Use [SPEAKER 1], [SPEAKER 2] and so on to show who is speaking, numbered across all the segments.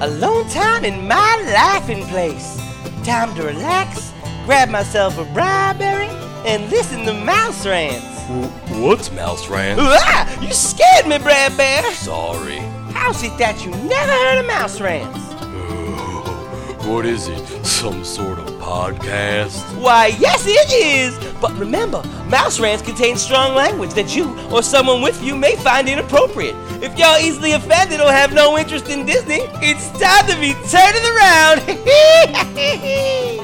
[SPEAKER 1] Alone time in my laughing place. Time to relax, grab myself a bribery, and listen to mouse rants.
[SPEAKER 2] W- what's Mouse Rant?
[SPEAKER 1] Ah, you scared me, Brad Bear.
[SPEAKER 2] Sorry.
[SPEAKER 1] How's it that you never heard of mouse rants?
[SPEAKER 2] What is it? Some sort of podcast?
[SPEAKER 1] Why, yes, it is. But remember, mouse rants contain strong language that you or someone with you may find inappropriate. If y'all easily offended or have no interest in Disney, it's time to be turning around.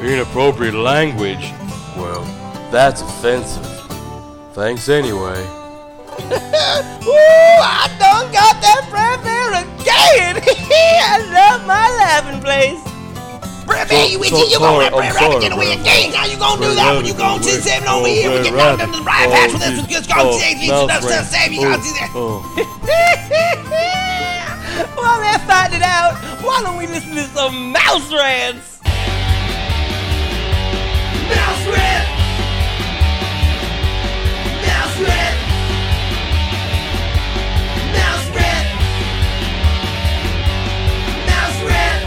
[SPEAKER 2] Inappropriate language? Well, that's offensive. Thanks anyway.
[SPEAKER 1] Ooh, I done got that Brad Bear again. I love my laughing place. Brad Bear,
[SPEAKER 2] So-
[SPEAKER 1] you
[SPEAKER 2] so-
[SPEAKER 1] itchy, you gonna
[SPEAKER 2] sorry,
[SPEAKER 1] let
[SPEAKER 2] I'm
[SPEAKER 1] Brad Rabbit
[SPEAKER 2] sorry,
[SPEAKER 1] get away
[SPEAKER 2] Brad
[SPEAKER 1] again. How you gonna do
[SPEAKER 2] Brad
[SPEAKER 1] that when
[SPEAKER 2] Rabbit,
[SPEAKER 1] you gonna
[SPEAKER 2] Brad
[SPEAKER 1] see Sam over
[SPEAKER 2] Rabbit,
[SPEAKER 1] here? We
[SPEAKER 2] Brad
[SPEAKER 1] get knocked
[SPEAKER 2] Rabbit.
[SPEAKER 1] under the right
[SPEAKER 2] Oh,
[SPEAKER 1] patch with this.
[SPEAKER 2] geez.
[SPEAKER 1] We just gonna
[SPEAKER 2] Oh,
[SPEAKER 1] save you.
[SPEAKER 2] mouse
[SPEAKER 1] That's
[SPEAKER 2] rat.
[SPEAKER 1] save you. I'll see that.
[SPEAKER 2] Oh,
[SPEAKER 1] While they're finding out, why don't we listen to some mouse rants? Mouse rant! Mouse rant! Mouse rant! Mouse rant!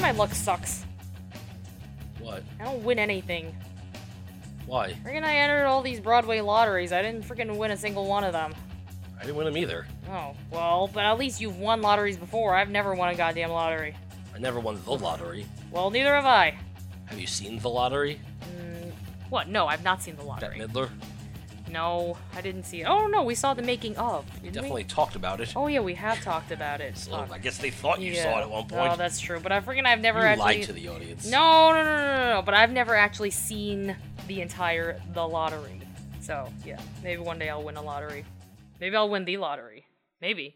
[SPEAKER 3] My luck sucks.
[SPEAKER 2] what?
[SPEAKER 3] I don't win anything.
[SPEAKER 2] Why?
[SPEAKER 3] Friggin' I entered all these Broadway lotteries. I didn't freaking win a single one of them.
[SPEAKER 2] I didn't win them either.
[SPEAKER 3] Oh, well, but at least you've won lotteries before. I've never won a goddamn lottery.
[SPEAKER 2] I never won the lottery.
[SPEAKER 3] Well, neither have I.
[SPEAKER 2] Have you seen the lottery?
[SPEAKER 3] What? No, I've not seen the
[SPEAKER 2] That
[SPEAKER 3] lottery.
[SPEAKER 2] Midler?
[SPEAKER 3] No, I didn't see it. Oh, no, we saw the making of.
[SPEAKER 2] You
[SPEAKER 3] Didn't
[SPEAKER 2] definitely
[SPEAKER 3] We?
[SPEAKER 2] talked about it.
[SPEAKER 3] Oh, yeah, we have talked about it.
[SPEAKER 2] So
[SPEAKER 3] Fuck.
[SPEAKER 2] I guess they thought you
[SPEAKER 3] Yeah.
[SPEAKER 2] saw it at one
[SPEAKER 3] Oh,
[SPEAKER 2] point.
[SPEAKER 3] that's true. But I freaking I've never
[SPEAKER 2] you
[SPEAKER 3] actually.
[SPEAKER 2] lied to the audience.
[SPEAKER 3] No, no, no, no, no, no. But I've never actually seen the entire the lottery. So yeah, maybe one day I'll win a lottery. Maybe I'll win the lottery. Maybe.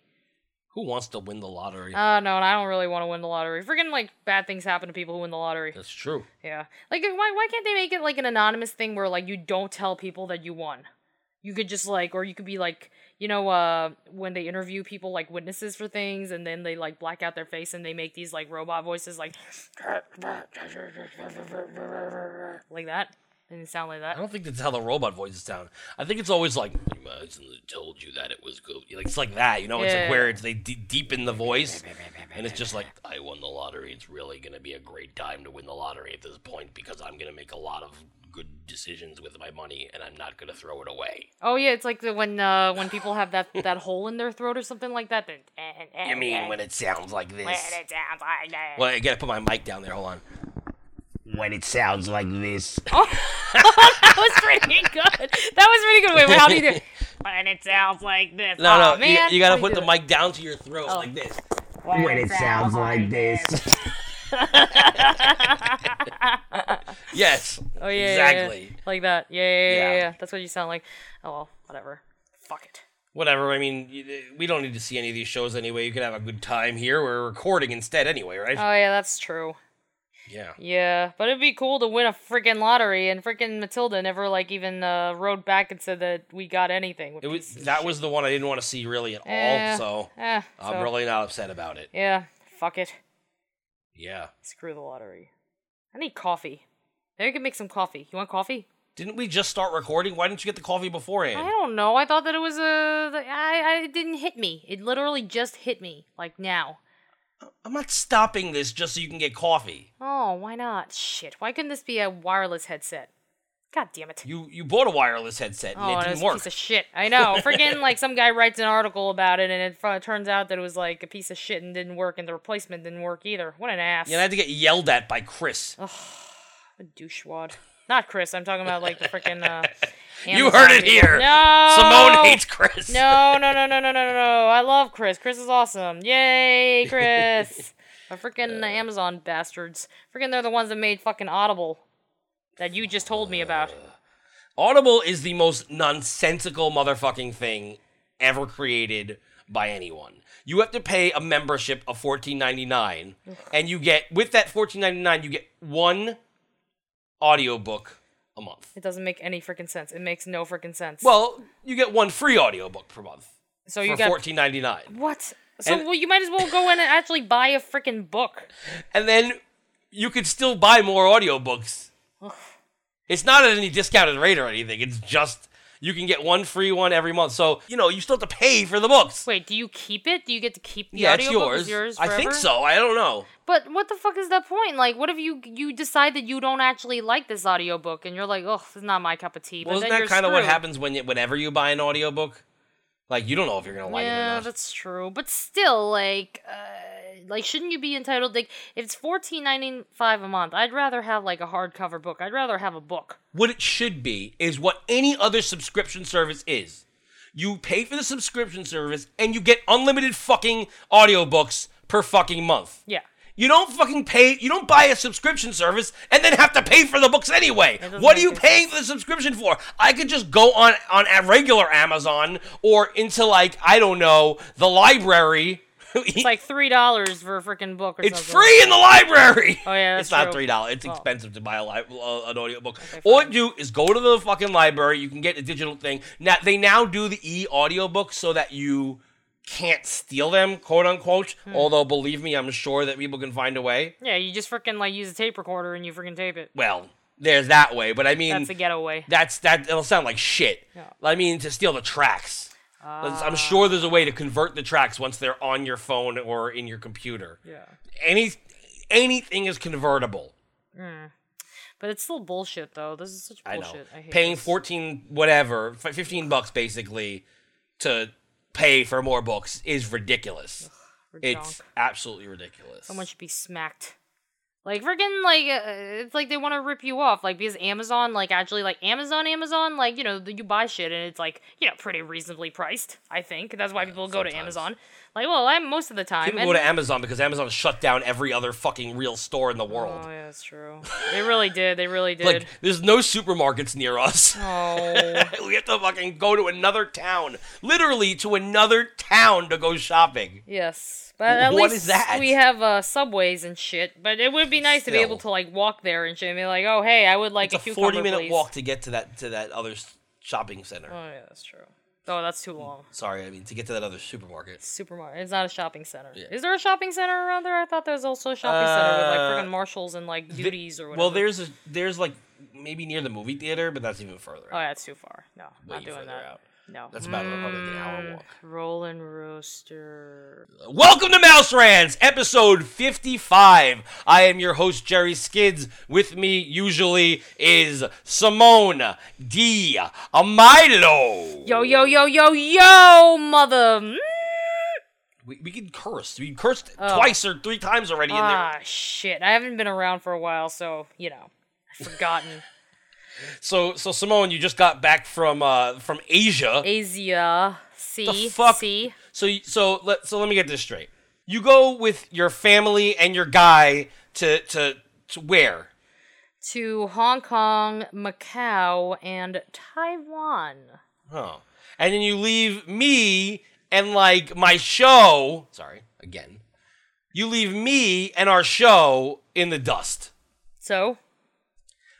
[SPEAKER 2] Who wants to win the lottery?
[SPEAKER 3] Uh no, and I don't really want to win the lottery. Freaking like bad things happen to people who win the lottery.
[SPEAKER 2] that's true.
[SPEAKER 3] Yeah. Like why why can't they make it like an anonymous thing where like you don't tell people that you won? You could just like or you could be like, you know, uh when they interview people like witnesses for things and then they like black out their face and they make these like robot voices like like that. Didn't sound like
[SPEAKER 2] I
[SPEAKER 3] that.
[SPEAKER 2] don't think that's how the robot voices sound. I think it's always like, "I told you that it was good. Like, it's like that, you know? It's
[SPEAKER 3] Yeah.
[SPEAKER 2] like where it's, they de- deepen the voice, and it's just like, I won the lottery. It's really going to be a great time to win the lottery at this point because I'm going to make a lot of good decisions with my money, and I'm not going to throw it away.
[SPEAKER 3] Oh yeah, it's like the when uh when people have that that hole in their throat or something like that. Then eh,
[SPEAKER 2] I mean, when it sounds like
[SPEAKER 3] when
[SPEAKER 2] this.
[SPEAKER 3] it sounds like that.
[SPEAKER 2] Well, I got to put my mic down there. Hold on.
[SPEAKER 4] when it sounds like this.
[SPEAKER 3] that was pretty good. That was pretty good. Wait, wait, how do you do? it? When it sounds like this.
[SPEAKER 2] No,
[SPEAKER 3] Aw,
[SPEAKER 2] no. You,
[SPEAKER 3] man.
[SPEAKER 2] you got
[SPEAKER 3] How
[SPEAKER 2] to
[SPEAKER 3] do you
[SPEAKER 2] put the
[SPEAKER 3] do it? Oh.
[SPEAKER 2] mic down to your throat like this.
[SPEAKER 4] When it sounds like this.
[SPEAKER 2] Yes.
[SPEAKER 3] Oh yeah, yeah, yeah.
[SPEAKER 2] Exactly.
[SPEAKER 3] Like that. Yeah, yeah, yeah, yeah,
[SPEAKER 2] Yeah.
[SPEAKER 3] yeah. That's what you sound like. Oh well, whatever. Fuck it.
[SPEAKER 2] Whatever. I mean, you- we don't need to see any of these shows anyway. You can have a good time here. We're recording instead anyway, right?
[SPEAKER 3] Oh yeah, that's true.
[SPEAKER 2] yeah.
[SPEAKER 3] Yeah, but it'd be cool to win a freaking lottery, and freaking Matilda never like even uh, wrote back and said that we got anything.
[SPEAKER 2] It was that was the one I didn't want to see really at all.
[SPEAKER 3] Eh,
[SPEAKER 2] so
[SPEAKER 3] eh,
[SPEAKER 2] I'm
[SPEAKER 3] so-
[SPEAKER 2] Ah, really not upset about it.
[SPEAKER 3] Yeah, fuck it.
[SPEAKER 2] Yeah.
[SPEAKER 3] Screw the lottery. I need coffee. Maybe I can make some coffee. You want coffee?
[SPEAKER 2] Didn't we just start recording? Why didn't you get the coffee beforehand?
[SPEAKER 3] I don't know. I thought that it was a. the- I, I it didn't hit me. It literally just hit me like now.
[SPEAKER 2] I'm not stopping this just so you can get coffee.
[SPEAKER 3] Oh, why not? Shit. Why couldn't this be a wireless headset? God damn it.
[SPEAKER 2] You you bought a wireless headset and
[SPEAKER 3] oh,
[SPEAKER 2] it
[SPEAKER 3] and
[SPEAKER 2] didn't
[SPEAKER 3] was a
[SPEAKER 2] work.
[SPEAKER 3] piece of shit. I know. Freaking like some guy writes an article about it, and it fu- turns out that it was like a piece of shit and didn't work, and the replacement didn't work either. What an ass.
[SPEAKER 2] Yeah, and I had to get yelled at by Chris.
[SPEAKER 3] a douchewad. Not Chris. I'm talking about like the freaking. Uh,
[SPEAKER 2] you
[SPEAKER 3] Amazon
[SPEAKER 2] heard it
[SPEAKER 3] people.
[SPEAKER 2] here.
[SPEAKER 3] No.
[SPEAKER 2] Simone hates Chris.
[SPEAKER 3] Oh. No, no, no, no, no, no, no, no. I love Chris. Chris is awesome. Yay, Chris. the freaking Amazon bastards. Freaking they're the ones that made fucking Audible that you just told me about.
[SPEAKER 2] Audible is the most nonsensical motherfucking thing ever created by anyone. You have to pay a membership of $14.99 and you get with that $14.99 you get one audiobook a a month.
[SPEAKER 3] It doesn't make any freaking sense. It makes no freaking sense.
[SPEAKER 2] Well, you get one free audiobook per month
[SPEAKER 3] so you
[SPEAKER 2] for
[SPEAKER 3] got
[SPEAKER 2] fourteen ninety nine,
[SPEAKER 3] what? So
[SPEAKER 2] And-
[SPEAKER 3] well, you might as well go in and actually buy a freaking book.
[SPEAKER 2] and then you could still buy more audiobooks. It's not at any discounted rate or anything. It's just you can get one free one every month. So you know you still have to pay for the books.
[SPEAKER 3] Wait, do you keep it? Do you get to keep the
[SPEAKER 2] yeah, it's
[SPEAKER 3] audiobook?
[SPEAKER 2] yours.
[SPEAKER 3] Is yours
[SPEAKER 2] I think
[SPEAKER 3] forever?
[SPEAKER 2] so. I don't know.
[SPEAKER 3] But what the fuck is the point? Like, what if you you decide that you don't actually like this audiobook and you're like, oh, this is not my cup of tea. but
[SPEAKER 2] Wasn't
[SPEAKER 3] then
[SPEAKER 2] that
[SPEAKER 3] kind of
[SPEAKER 2] what happens when you, whenever you buy an audiobook? Like you don't know if you're gonna like it or
[SPEAKER 3] Yeah,
[SPEAKER 2] not.
[SPEAKER 3] that's true. But still, like, uh, like shouldn't you be entitled? Like, if it's fourteen ninety five a month, I'd rather have like a hardcover book. I'd rather have a book.
[SPEAKER 2] what it should be is what any other subscription service is. You pay for the subscription service and you get unlimited fucking audiobooks per fucking month.
[SPEAKER 3] Yeah.
[SPEAKER 2] You don't fucking pay, you don't buy a subscription service and then have to pay for the books anyway.
[SPEAKER 3] doesn't
[SPEAKER 2] What are
[SPEAKER 3] make
[SPEAKER 2] you
[SPEAKER 3] any
[SPEAKER 2] paying for the subscription for? I could just go on on a regular Amazon or into like I don't know, the library.
[SPEAKER 3] It's like three dollars for a freaking book or
[SPEAKER 2] It's
[SPEAKER 3] something.
[SPEAKER 2] free in the library.
[SPEAKER 3] Oh, yeah, that's
[SPEAKER 2] it's not
[SPEAKER 3] true.
[SPEAKER 2] three dollars. It's
[SPEAKER 3] Oh.
[SPEAKER 2] expensive to buy a li- uh, an audiobook. All you do is go to the fucking library. You can get a digital thing. Now they now do the e audiobook so that you can't steal them, quote unquote.
[SPEAKER 3] Hmm.
[SPEAKER 2] Although believe me, I'm sure that people can find a way.
[SPEAKER 3] Yeah, you just freaking like use a tape recorder and you freaking tape it.
[SPEAKER 2] Well, there's that way, but I mean
[SPEAKER 3] That's a getaway.
[SPEAKER 2] that's that. It'll sound like shit. I mean to steal the tracks. Let's-
[SPEAKER 3] Ah.
[SPEAKER 2] I'm sure there's a way to convert the tracks once they're on your phone or in your computer.
[SPEAKER 3] Yeah.
[SPEAKER 2] Any anything is convertible.
[SPEAKER 3] But it's still bullshit though. This is such bullshit. I, hate
[SPEAKER 2] paying
[SPEAKER 3] this.
[SPEAKER 2] fourteen whatever, fi- fifteen bucks basically, to pay for more books is ridiculous. It's
[SPEAKER 3] Redonk.
[SPEAKER 2] absolutely ridiculous.
[SPEAKER 3] Someone should be smacked. Like freaking like uh, it's like they want to rip you off like because Amazon like actually like Amazon Amazon like you know th- you buy shit and it's like you know pretty reasonably priced I think that's why people go to
[SPEAKER 2] sometimes.
[SPEAKER 3] Amazon like well I'm most of the time
[SPEAKER 2] People
[SPEAKER 3] and-
[SPEAKER 2] go to Amazon because Amazon shut down every other fucking real store in the world.
[SPEAKER 3] oh yeah that's true they really did they really did
[SPEAKER 2] like, there's no supermarkets near us.
[SPEAKER 3] oh
[SPEAKER 2] we have to fucking go to another town, literally to another town to go shopping.
[SPEAKER 3] yes but at
[SPEAKER 2] What
[SPEAKER 3] least
[SPEAKER 2] is that?
[SPEAKER 3] we have uh subways and shit but it would be nice to be able to
[SPEAKER 2] Still.
[SPEAKER 3] like walk there and shit and be like oh hey I would like
[SPEAKER 2] It's a
[SPEAKER 3] cucumber
[SPEAKER 2] 40 minute
[SPEAKER 3] please.
[SPEAKER 2] walk to get to that to that other s- shopping center.
[SPEAKER 3] oh yeah that's true oh that's too long
[SPEAKER 2] Sorry, I mean to get to that other supermarket.
[SPEAKER 3] supermarket. It's not a shopping center. Is there a shopping center around there? I thought there was also a shopping center with like freaking Marshalls and like duties or whatever.
[SPEAKER 2] Uh, Well, there's a, there's like maybe near the movie theater, but that's even further.
[SPEAKER 3] Oh, that's too far. No,
[SPEAKER 2] Way
[SPEAKER 3] not doing
[SPEAKER 2] further
[SPEAKER 3] that.
[SPEAKER 2] out.
[SPEAKER 3] No.
[SPEAKER 2] That's about a- probably an hour walk.
[SPEAKER 3] Rollin' Rooster.
[SPEAKER 2] Welcome to Mouse Rants, episode 55. I am your host, Jerry Skids. With me, usually, is Simone D. Milo.
[SPEAKER 3] Yo, yo, yo, yo, yo, mother. Mm.
[SPEAKER 2] We, we can curse. We cursed twice or three times already in there.
[SPEAKER 3] Oh. Ah, shit. I haven't been around for a while, so, you know, I've forgotten.
[SPEAKER 2] So, so Simone, you just got back from uh from Asia.
[SPEAKER 3] Asia. See?
[SPEAKER 2] fuck?
[SPEAKER 3] See?
[SPEAKER 2] So y- so let so let me get this straight. You go with your family and your guy to to, to where?
[SPEAKER 3] To Hong Kong, Macau, and Taiwan.
[SPEAKER 2] Huh. And then you leave me and like my show. Sorry, again. You leave me and our show in the dust.
[SPEAKER 3] So,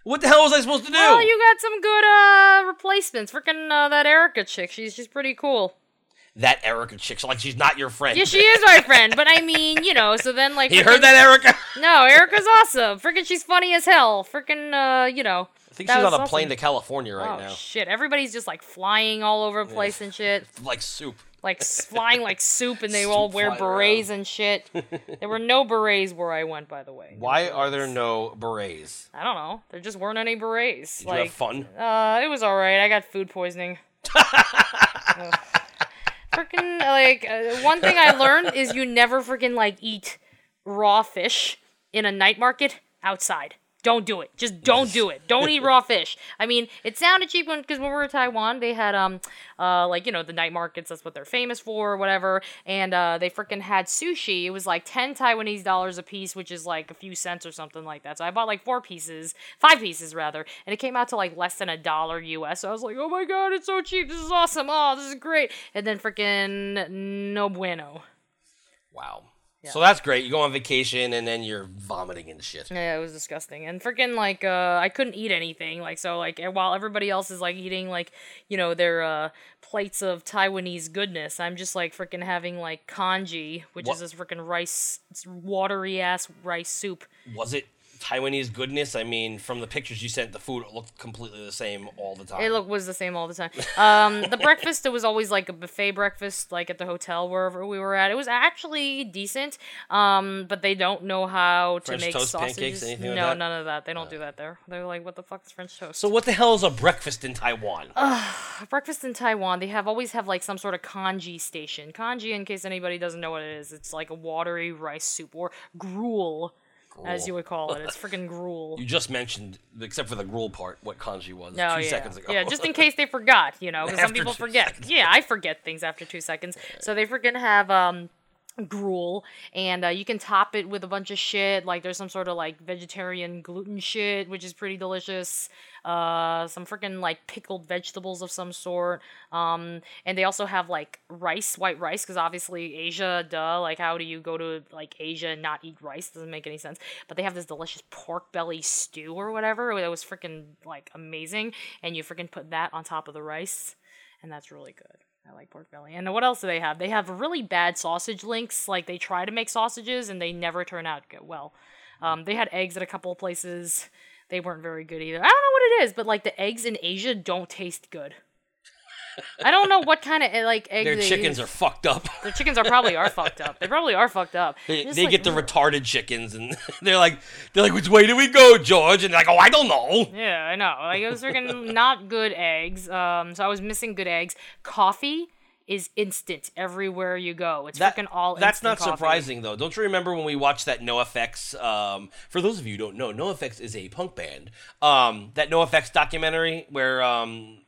[SPEAKER 2] What the hell was I supposed to do?
[SPEAKER 3] Well, Oh, you got some good uh replacements. Freaking uh, that Erica chick. She's she's pretty cool.
[SPEAKER 2] that Erica chick, so, like she's not your friend.
[SPEAKER 3] Yeah, she is my friend, but I mean, you know. So then, like,
[SPEAKER 2] you
[SPEAKER 3] frickin-
[SPEAKER 2] heard that, Erica?
[SPEAKER 3] No, Erica's awesome. Freaking, she's funny as hell. Freaking, uh, you know.
[SPEAKER 2] I think
[SPEAKER 3] that
[SPEAKER 2] she's on
[SPEAKER 3] was
[SPEAKER 2] a
[SPEAKER 3] awesome.
[SPEAKER 2] plane to California right
[SPEAKER 3] oh
[SPEAKER 2] now,
[SPEAKER 3] shit! Everybody's just like flying all over the place and shit,
[SPEAKER 2] like soup.
[SPEAKER 3] like s- flying like soup, and they all
[SPEAKER 2] Soup
[SPEAKER 3] wear
[SPEAKER 2] flying
[SPEAKER 3] berets and shit. There were no berets where I went, by the way.
[SPEAKER 2] Why are there no berets?
[SPEAKER 3] I don't know. There just weren't any berets.
[SPEAKER 2] Did
[SPEAKER 3] like,
[SPEAKER 2] you have fun?
[SPEAKER 3] Uh, it was all right. I got food poisoning. Ugh. Freaking like uh, one thing I learned is you never freaking like eat raw fish in a night market outside. Don't do it. Just don't do it. Don't eat raw fish. I mean, it sounded cheap when because when we were in Taiwan, they had um, uh, like you know the night markets. That's what they're famous for, or whatever. And uh, they freaking had sushi. It was like ten Taiwanese dollars a piece, which is like a few cents or something like that. So I bought like four pieces, five pieces rather, and it came out to like less than a dollar US. So I was like, oh my god, it's so cheap. This is awesome. Oh, this is great. And then freaking no bueno.
[SPEAKER 2] Wow.
[SPEAKER 3] Yeah.
[SPEAKER 2] So that's great. You go on vacation and then you're vomiting and shit.
[SPEAKER 3] Yeah, it was disgusting. And freaking like uh I couldn't eat anything. Like so like and while everybody else is like eating like, you know, their uh plates of Taiwanese goodness, I'm just like freaking having like kanji, which is
[SPEAKER 2] What-
[SPEAKER 3] this freaking rice it's watery ass rice soup.
[SPEAKER 2] Was it Taiwanese goodness? I mean, from the pictures you sent, the food looked completely the same all the time.
[SPEAKER 3] It look was the same all the time. Um, the breakfast it was always like a buffet breakfast, like at the hotel wherever we were at. It was actually decent, um, but they don't know how to
[SPEAKER 2] French
[SPEAKER 3] make
[SPEAKER 2] toast, pancakes,
[SPEAKER 3] sausages.
[SPEAKER 2] anything
[SPEAKER 3] no,
[SPEAKER 2] like that? Uh.
[SPEAKER 3] none of that. They don't do that there. They're like, what the fuck is French toast?
[SPEAKER 2] so what the hell is a breakfast in Taiwan?
[SPEAKER 3] breakfast in Taiwan, they have always have like some sort of kanji station. Kanji, in case anybody doesn't know what it is, it's like a watery rice soup or gruel, as you would call it. It's freaking gruel.
[SPEAKER 2] you just mentioned, except for the gruel part, what kanji was
[SPEAKER 3] No,
[SPEAKER 2] two
[SPEAKER 3] yeah.
[SPEAKER 2] seconds ago.
[SPEAKER 3] Yeah, just in case they forgot, you know, 'cause some
[SPEAKER 2] After
[SPEAKER 3] people
[SPEAKER 2] two
[SPEAKER 3] forget.
[SPEAKER 2] seconds.
[SPEAKER 3] Yeah, I forget things after two seconds. So they freaking have um gruel and uh, you can top it with a bunch of shit like there's some sort of like vegetarian gluten shit which is pretty delicious uh some freaking like pickled vegetables of some sort um and they also have like rice white rice because obviously asia duh like how do you go to like asia and not eat rice doesn't make any sense but they have this delicious pork belly stew or whatever that was freaking like amazing and you freaking put that on top of the rice and that's really good. I like pork belly. And what else do they have? They have really bad sausage links. Like they try to make sausages and they never turn out good. Well, um, they had eggs at a couple of places. They weren't very good either. I don't know what it is, but like the eggs in Asia don't taste good. I don't know what kind of eh, like egg
[SPEAKER 2] Their
[SPEAKER 3] they
[SPEAKER 2] chickens
[SPEAKER 3] use.
[SPEAKER 2] are fucked up.
[SPEAKER 3] Their chickens are probably are fucked up. They probably are fucked up.
[SPEAKER 2] They,
[SPEAKER 3] Just,
[SPEAKER 2] they
[SPEAKER 3] like,
[SPEAKER 2] get the
[SPEAKER 3] ugh.
[SPEAKER 2] retarded chickens, and they're like, they're like, which way do we go, George? And they're like, oh, I don't know.
[SPEAKER 3] Yeah, I know. Like it was freaking not good eggs. Um, so I was missing good eggs. Coffee is instant everywhere you go. It's freaking all.
[SPEAKER 2] that's
[SPEAKER 3] instant
[SPEAKER 2] not
[SPEAKER 3] coffee.
[SPEAKER 2] surprising though. Don't you remember when we watched that NoFX? Um, for those of you who don't know, NoFX is a punk band. Um, that NoFX documentary where um,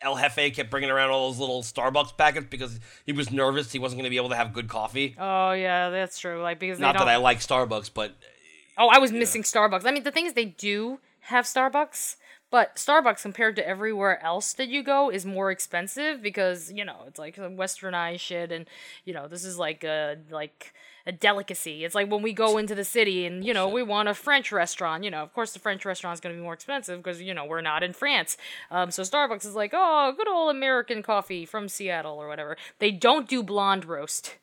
[SPEAKER 2] El Jefe kept bringing around all those little Starbucks packets because he was nervous he wasn't going to be able to have good coffee.
[SPEAKER 3] Oh yeah, that's true. Like because
[SPEAKER 2] not
[SPEAKER 3] they
[SPEAKER 2] that
[SPEAKER 3] don't.
[SPEAKER 2] I like Starbucks, but
[SPEAKER 3] oh, I was missing Starbucks. I mean, the thing is, they do have Starbucks, but Starbucks compared to everywhere else that you go is more expensive because you know it's like some westernized shit, and you know this is like a like a delicacy. It's like when we go into the city and you know we want a French restaurant. You know, of course the French restaurant is going to be more expensive because you know we're not in France. Um, so Starbucks is like, oh, good old American coffee from Seattle or whatever. They don't do blonde roast,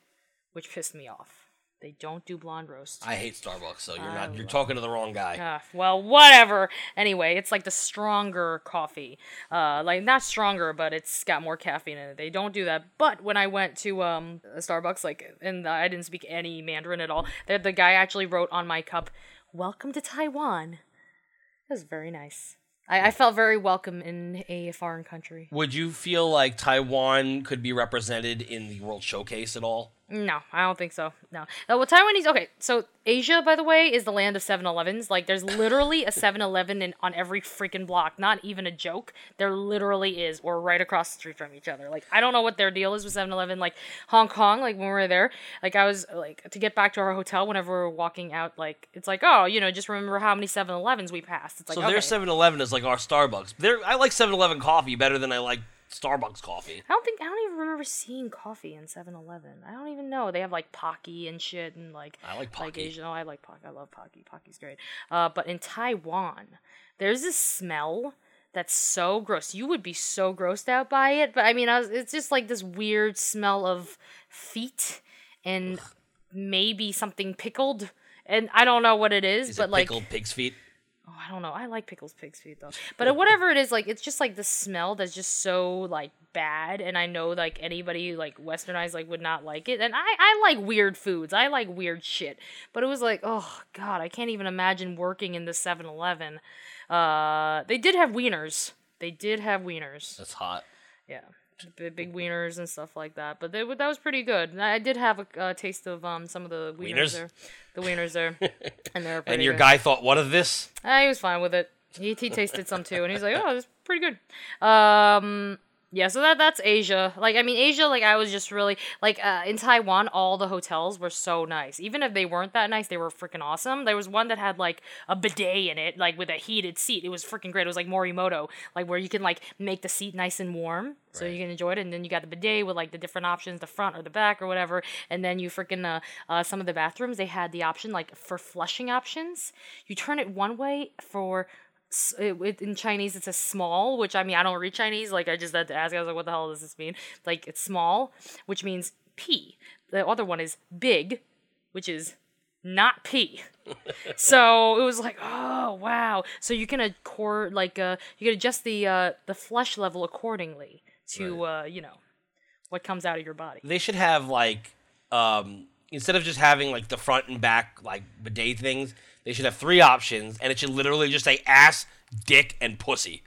[SPEAKER 3] which pissed me off. They don't do blonde roast.
[SPEAKER 2] I hate Starbucks, so you're
[SPEAKER 3] Oh,
[SPEAKER 2] not you're talking to the wrong guy.
[SPEAKER 3] Ah, well, whatever. Anyway, it's like the stronger coffee. Uh, like not stronger, but it's got more caffeine in it. They don't do that. But when I went to um a Starbucks, like, and I didn't speak any Mandarin at all. The, the guy actually wrote on my cup, "Welcome to Taiwan." It was very nice. I, I felt very welcome in a foreign country.
[SPEAKER 2] Would you feel like Taiwan could be represented in the World Showcase at all?
[SPEAKER 3] No, I don't think so. No. Uh, well, Taiwanese. Okay, so Asia, by the way, is the land of 7 Elevens. Like, there's literally a 7 Eleven in- on every freaking block. Not even a joke. There literally is, or right across the street from each other. Like, I don't know what their deal is with 7 Eleven. Like, Hong Kong, like, when we were there, like, I was, like, to get back to our hotel whenever we were walking out, like, it's like, oh, you know, just remember how many 7 Elevens we passed. It's like,
[SPEAKER 2] So
[SPEAKER 3] okay.
[SPEAKER 2] their 7-Eleven is like our Starbucks. They're, I like 7-Eleven coffee better than I like Starbucks coffee.
[SPEAKER 3] I don't think I don't even remember seeing coffee in 7-Eleven. I don't even know. They have like Pocky and shit and like
[SPEAKER 2] I like Pocky.
[SPEAKER 3] Asian. Oh, I like Pocky. I love Pocky. Pocky's great. Uh, but in Taiwan, there's this smell that's so gross. You would be so grossed out by it. But I mean, I was, it's just like this weird smell of feet and maybe something pickled. And I don't know what it is,
[SPEAKER 2] Is
[SPEAKER 3] but
[SPEAKER 2] it
[SPEAKER 3] like
[SPEAKER 2] pickled pig's feet?
[SPEAKER 3] Oh, I don't know. I like pickles pig's feet though. But uh, whatever it is, like it's just like the smell that's just so like bad and I know like anybody like westernized like would not like it. And I I like weird foods. I like weird shit. But it was like, oh god, I can't even imagine working in the 7-Eleven. Uh they did have wieners. They did have wieners.
[SPEAKER 2] That's hot.
[SPEAKER 3] Yeah. Big, big wieners and stuff like that, but they, were- that was pretty good. And I I did have a uh, taste of um some of the wieners,
[SPEAKER 2] Wieners?
[SPEAKER 3] there, the wieners there, and they're
[SPEAKER 2] And
[SPEAKER 3] pretty
[SPEAKER 2] your
[SPEAKER 3] good.
[SPEAKER 2] guy thought, what of this?
[SPEAKER 3] Ah, Uh, he was fine with it. He, he tasted some too, and he's like, "Oh, it's pretty good." Um, Yeah, so that that's Asia. Like I mean Asia like I was just really like uh, in Taiwan all the hotels were so nice. Even if they weren't that nice, they were freaking awesome. There was one that had like a bidet in it like with a heated seat. It was freaking great. It was like Morimoto, like where you can like make the seat nice and warm so you can enjoy it and then you got the bidet with like the different options, the front or the back or whatever. And then you freaking uh, uh some of the bathrooms they had the option like for flushing options. You turn it one way for s- it, it, in Chinese it's a small, which I mean I don't read Chinese. Like I just had to ask. I was like, what the hell does this mean? Like it's small, which means pee. The other one is big, which is not pee. so it was like, oh wow. So you can accord like uh, you can adjust the uh, the flush level accordingly to uh, you know what comes out of your body.
[SPEAKER 2] They should have like um instead of just having like the front and back like bidet things, they should have three options and it should literally just say ass, dick, and pussy.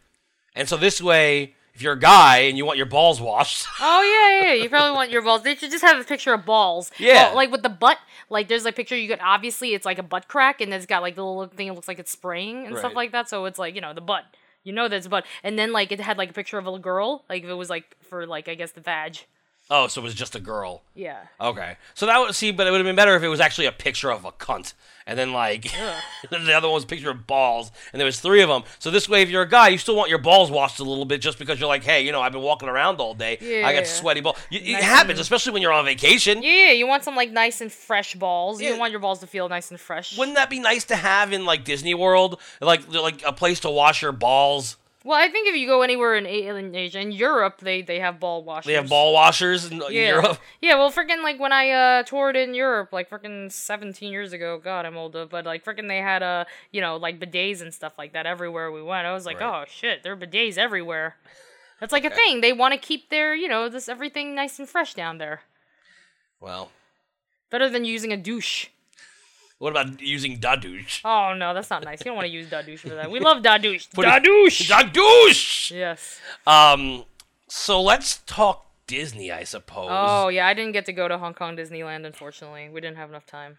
[SPEAKER 2] And so this way, if you're a guy and you want your balls washed,
[SPEAKER 3] Oh yeah, yeah, yeah. You probably want your balls. They should just have a picture of balls.
[SPEAKER 2] Yeah.
[SPEAKER 3] Well, like with the butt. Like there's a picture you could obviously it's like a butt crack and it's got like the little thing. It looks like it's spraying and stuff
[SPEAKER 2] Right.
[SPEAKER 3] like that. So it's like you know the butt. You know that's butt. And then like it had like a picture of a little girl. Like if it was like for like I guess the vag.
[SPEAKER 2] oh, so it was just a girl.
[SPEAKER 3] Yeah.
[SPEAKER 2] Okay, so that would see, but it would have been better if it was actually a picture of a cunt, and then like then the other one was a picture of balls, and there was three of them. So this way, if you're a guy, you still want your balls washed a little bit, just because you're like, hey, you know, I've been walking around all day, I
[SPEAKER 3] Yeah.
[SPEAKER 2] got sweaty balls. It,
[SPEAKER 3] Nice
[SPEAKER 2] it happens, especially when you're on vacation.
[SPEAKER 3] Yeah, yeah. You want some like nice and fresh balls. You
[SPEAKER 2] Yeah.
[SPEAKER 3] want your balls to feel nice and fresh.
[SPEAKER 2] Wouldn't that be nice to have in like Disney World, like like a place to wash your balls?
[SPEAKER 3] well, I think if you go anywhere in, A- in Asia, in Europe, they they have ball washers.
[SPEAKER 2] They have ball washers in in
[SPEAKER 3] yeah.
[SPEAKER 2] Europe.
[SPEAKER 3] Yeah, well, freaking like when I uh toured in Europe, like freaking seventeen years ago. God, I'm old, uh, but like freaking they had uh, you know like bidets and stuff like that everywhere we went. I was like, oh shit, there are bidets everywhere. That's like a thing. They want to keep their you know this everything nice and fresh down there.
[SPEAKER 2] Well,
[SPEAKER 3] Better than using a douche.
[SPEAKER 2] what about using dadouche?
[SPEAKER 3] Oh no, that's not nice. You don't want to use da douche for that. We love da douche.
[SPEAKER 2] Put it-
[SPEAKER 3] Da douche.
[SPEAKER 2] Dadouche.
[SPEAKER 3] Yes.
[SPEAKER 2] Um, so let's talk Disney, I suppose.
[SPEAKER 3] Oh yeah, I didn't get to go to Hong Kong Disneyland. Unfortunately, we didn't have enough time.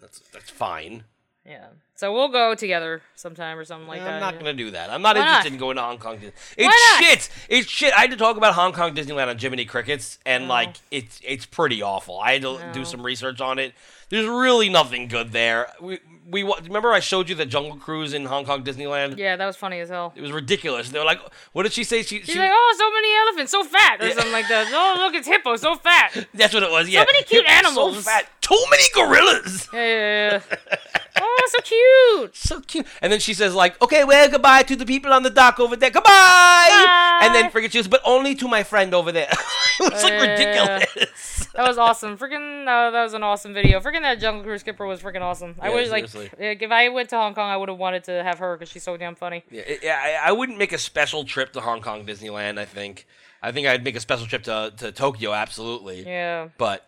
[SPEAKER 2] That's that's fine.
[SPEAKER 3] Yeah. So we'll go together sometime or something like that.
[SPEAKER 2] I'm not gonna do that. I'm not
[SPEAKER 3] Why not?
[SPEAKER 2] interested in going to Hong Kong. Dis- It's
[SPEAKER 3] not?
[SPEAKER 2] shit. It's shit. I had to talk about Hong Kong Disneyland on Jiminy Crickets,
[SPEAKER 3] Oh.
[SPEAKER 2] and like it's it's pretty awful. I had to do some research on it. There's really nothing good there. We we wa- remember I showed you the Jungle Cruise in Hong Kong Disneyland.
[SPEAKER 3] Yeah, that was funny as hell.
[SPEAKER 2] It was ridiculous. They were like, "What did she say?" She,
[SPEAKER 3] She's
[SPEAKER 2] she-
[SPEAKER 3] like, oh, so many elephants, so fat, or something like that. Oh, look, it's hippo, so fat. Yeah,
[SPEAKER 2] that's what it was. Yeah,
[SPEAKER 3] many cute
[SPEAKER 2] Hippos so
[SPEAKER 3] animals.
[SPEAKER 2] fat. Too many gorillas.
[SPEAKER 3] yeah, yeah, yeah. oh, so cute.
[SPEAKER 2] so cute. And then she says, like, okay, well, goodbye to the people on the dock over there. Goodbye. And then forget she goes, but only to my friend over there. it's like
[SPEAKER 3] Yeah.
[SPEAKER 2] ridiculous.
[SPEAKER 3] That was awesome. Freaking, uh, that was an awesome video. Freaking that Jungle Cruise skipper was freaking awesome. I
[SPEAKER 2] Yeah,
[SPEAKER 3] wish, like,
[SPEAKER 2] seriously.
[SPEAKER 3] like, if I went to Hong Kong, I would have wanted to have her because she's so damn funny.
[SPEAKER 2] Yeah, yeah, I, I wouldn't make a special trip to Hong Kong Disneyland, I think. I think I'd make a special trip to, to Tokyo, absolutely.
[SPEAKER 3] Yeah.
[SPEAKER 2] But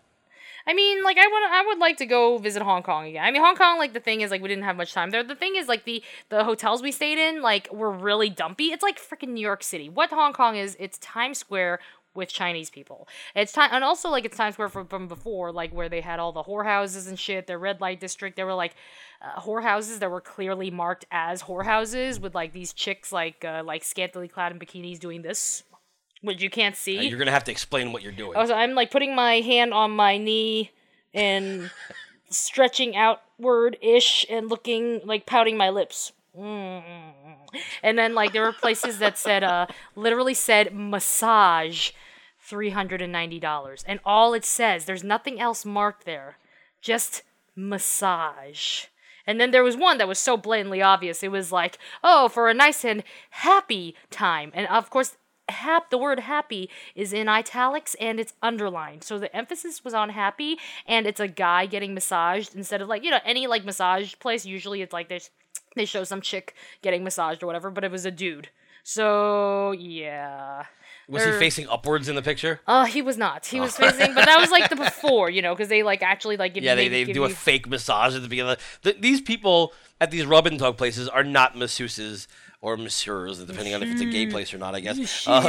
[SPEAKER 3] I mean, like I want, I would like to go visit Hong Kong again. I mean, Hong Kong, like the thing is, like we didn't have much time there. The thing is, like the the hotels we stayed in, like were really dumpy. It's like freaking New York City. What Hong Kong is, it's Times Square with Chinese people. It's time, and also like it's Times Square from, from before, like where they had all the whorehouses and shit. Their red light district. They were like uh, whorehouses that were clearly marked as whorehouses with like these chicks like uh, like scantily clad in bikinis doing this, which you can't see.
[SPEAKER 2] uh, you're going to have to explain what you're doing.
[SPEAKER 3] Oh, so I'm like putting my hand on my knee and stretching outward ish and looking like pouting my lips. Mm. And then like there were places that said uh literally said massage $390 and all it says there's nothing else marked there just massage. And then there was one that was so blatantly obvious. It was like, oh, for a nice and happy time. And of course, hap the word happy is in italics and it's underlined. So the emphasis was on happy and it's a guy getting massaged instead of like, you know, any like massage place, usually it's like there's they show some chick getting massaged or whatever, but it was a dude. So yeah.
[SPEAKER 2] Was he
[SPEAKER 3] There-
[SPEAKER 2] facing upwards in the picture?
[SPEAKER 3] Uh, he was not. He was facing, but that was like the before, you know, because they like actually like give
[SPEAKER 2] Yeah, they,
[SPEAKER 3] you-
[SPEAKER 2] they
[SPEAKER 3] give
[SPEAKER 2] do a
[SPEAKER 3] you-
[SPEAKER 2] fake massage at the beginning. Th- these people at these rub and tug places are not masseuses or masseurs, depending on if it's a gay place or not, I guess. Uh,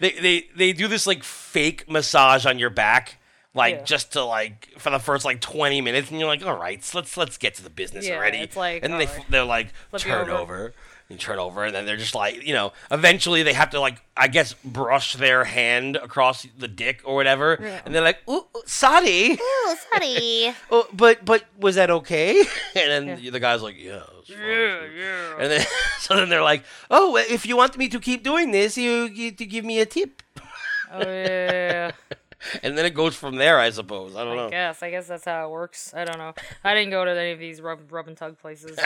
[SPEAKER 2] they, they, they do this like fake massage on your back
[SPEAKER 5] Like
[SPEAKER 3] Yeah.
[SPEAKER 5] just to like for the first like twenty minutes, and you're like, all right, so let's let's get to the business
[SPEAKER 3] Yeah,
[SPEAKER 5] already.
[SPEAKER 3] it's like,
[SPEAKER 5] and then they
[SPEAKER 3] all right.
[SPEAKER 5] f- they're like
[SPEAKER 3] Flip you
[SPEAKER 5] turn
[SPEAKER 3] over.
[SPEAKER 5] over and turn over, and then they're just like you know. Eventually, they have to like I guess brush their hand across the dick or whatever, and they're like, ooh, ooh, sorry.
[SPEAKER 6] Oh, sorry.
[SPEAKER 5] Oh, but but was that okay? And then the guy's like, yeah, it was fine.
[SPEAKER 3] yeah.
[SPEAKER 5] And then so then they're like, oh, well, if you want me to keep doing this, you get to give me a tip.
[SPEAKER 3] Oh yeah.
[SPEAKER 5] And then it goes from there, I suppose. I don't know.
[SPEAKER 3] I guess. I guess that's how it works. I don't know. I didn't go to any of these rub, rub and tug places.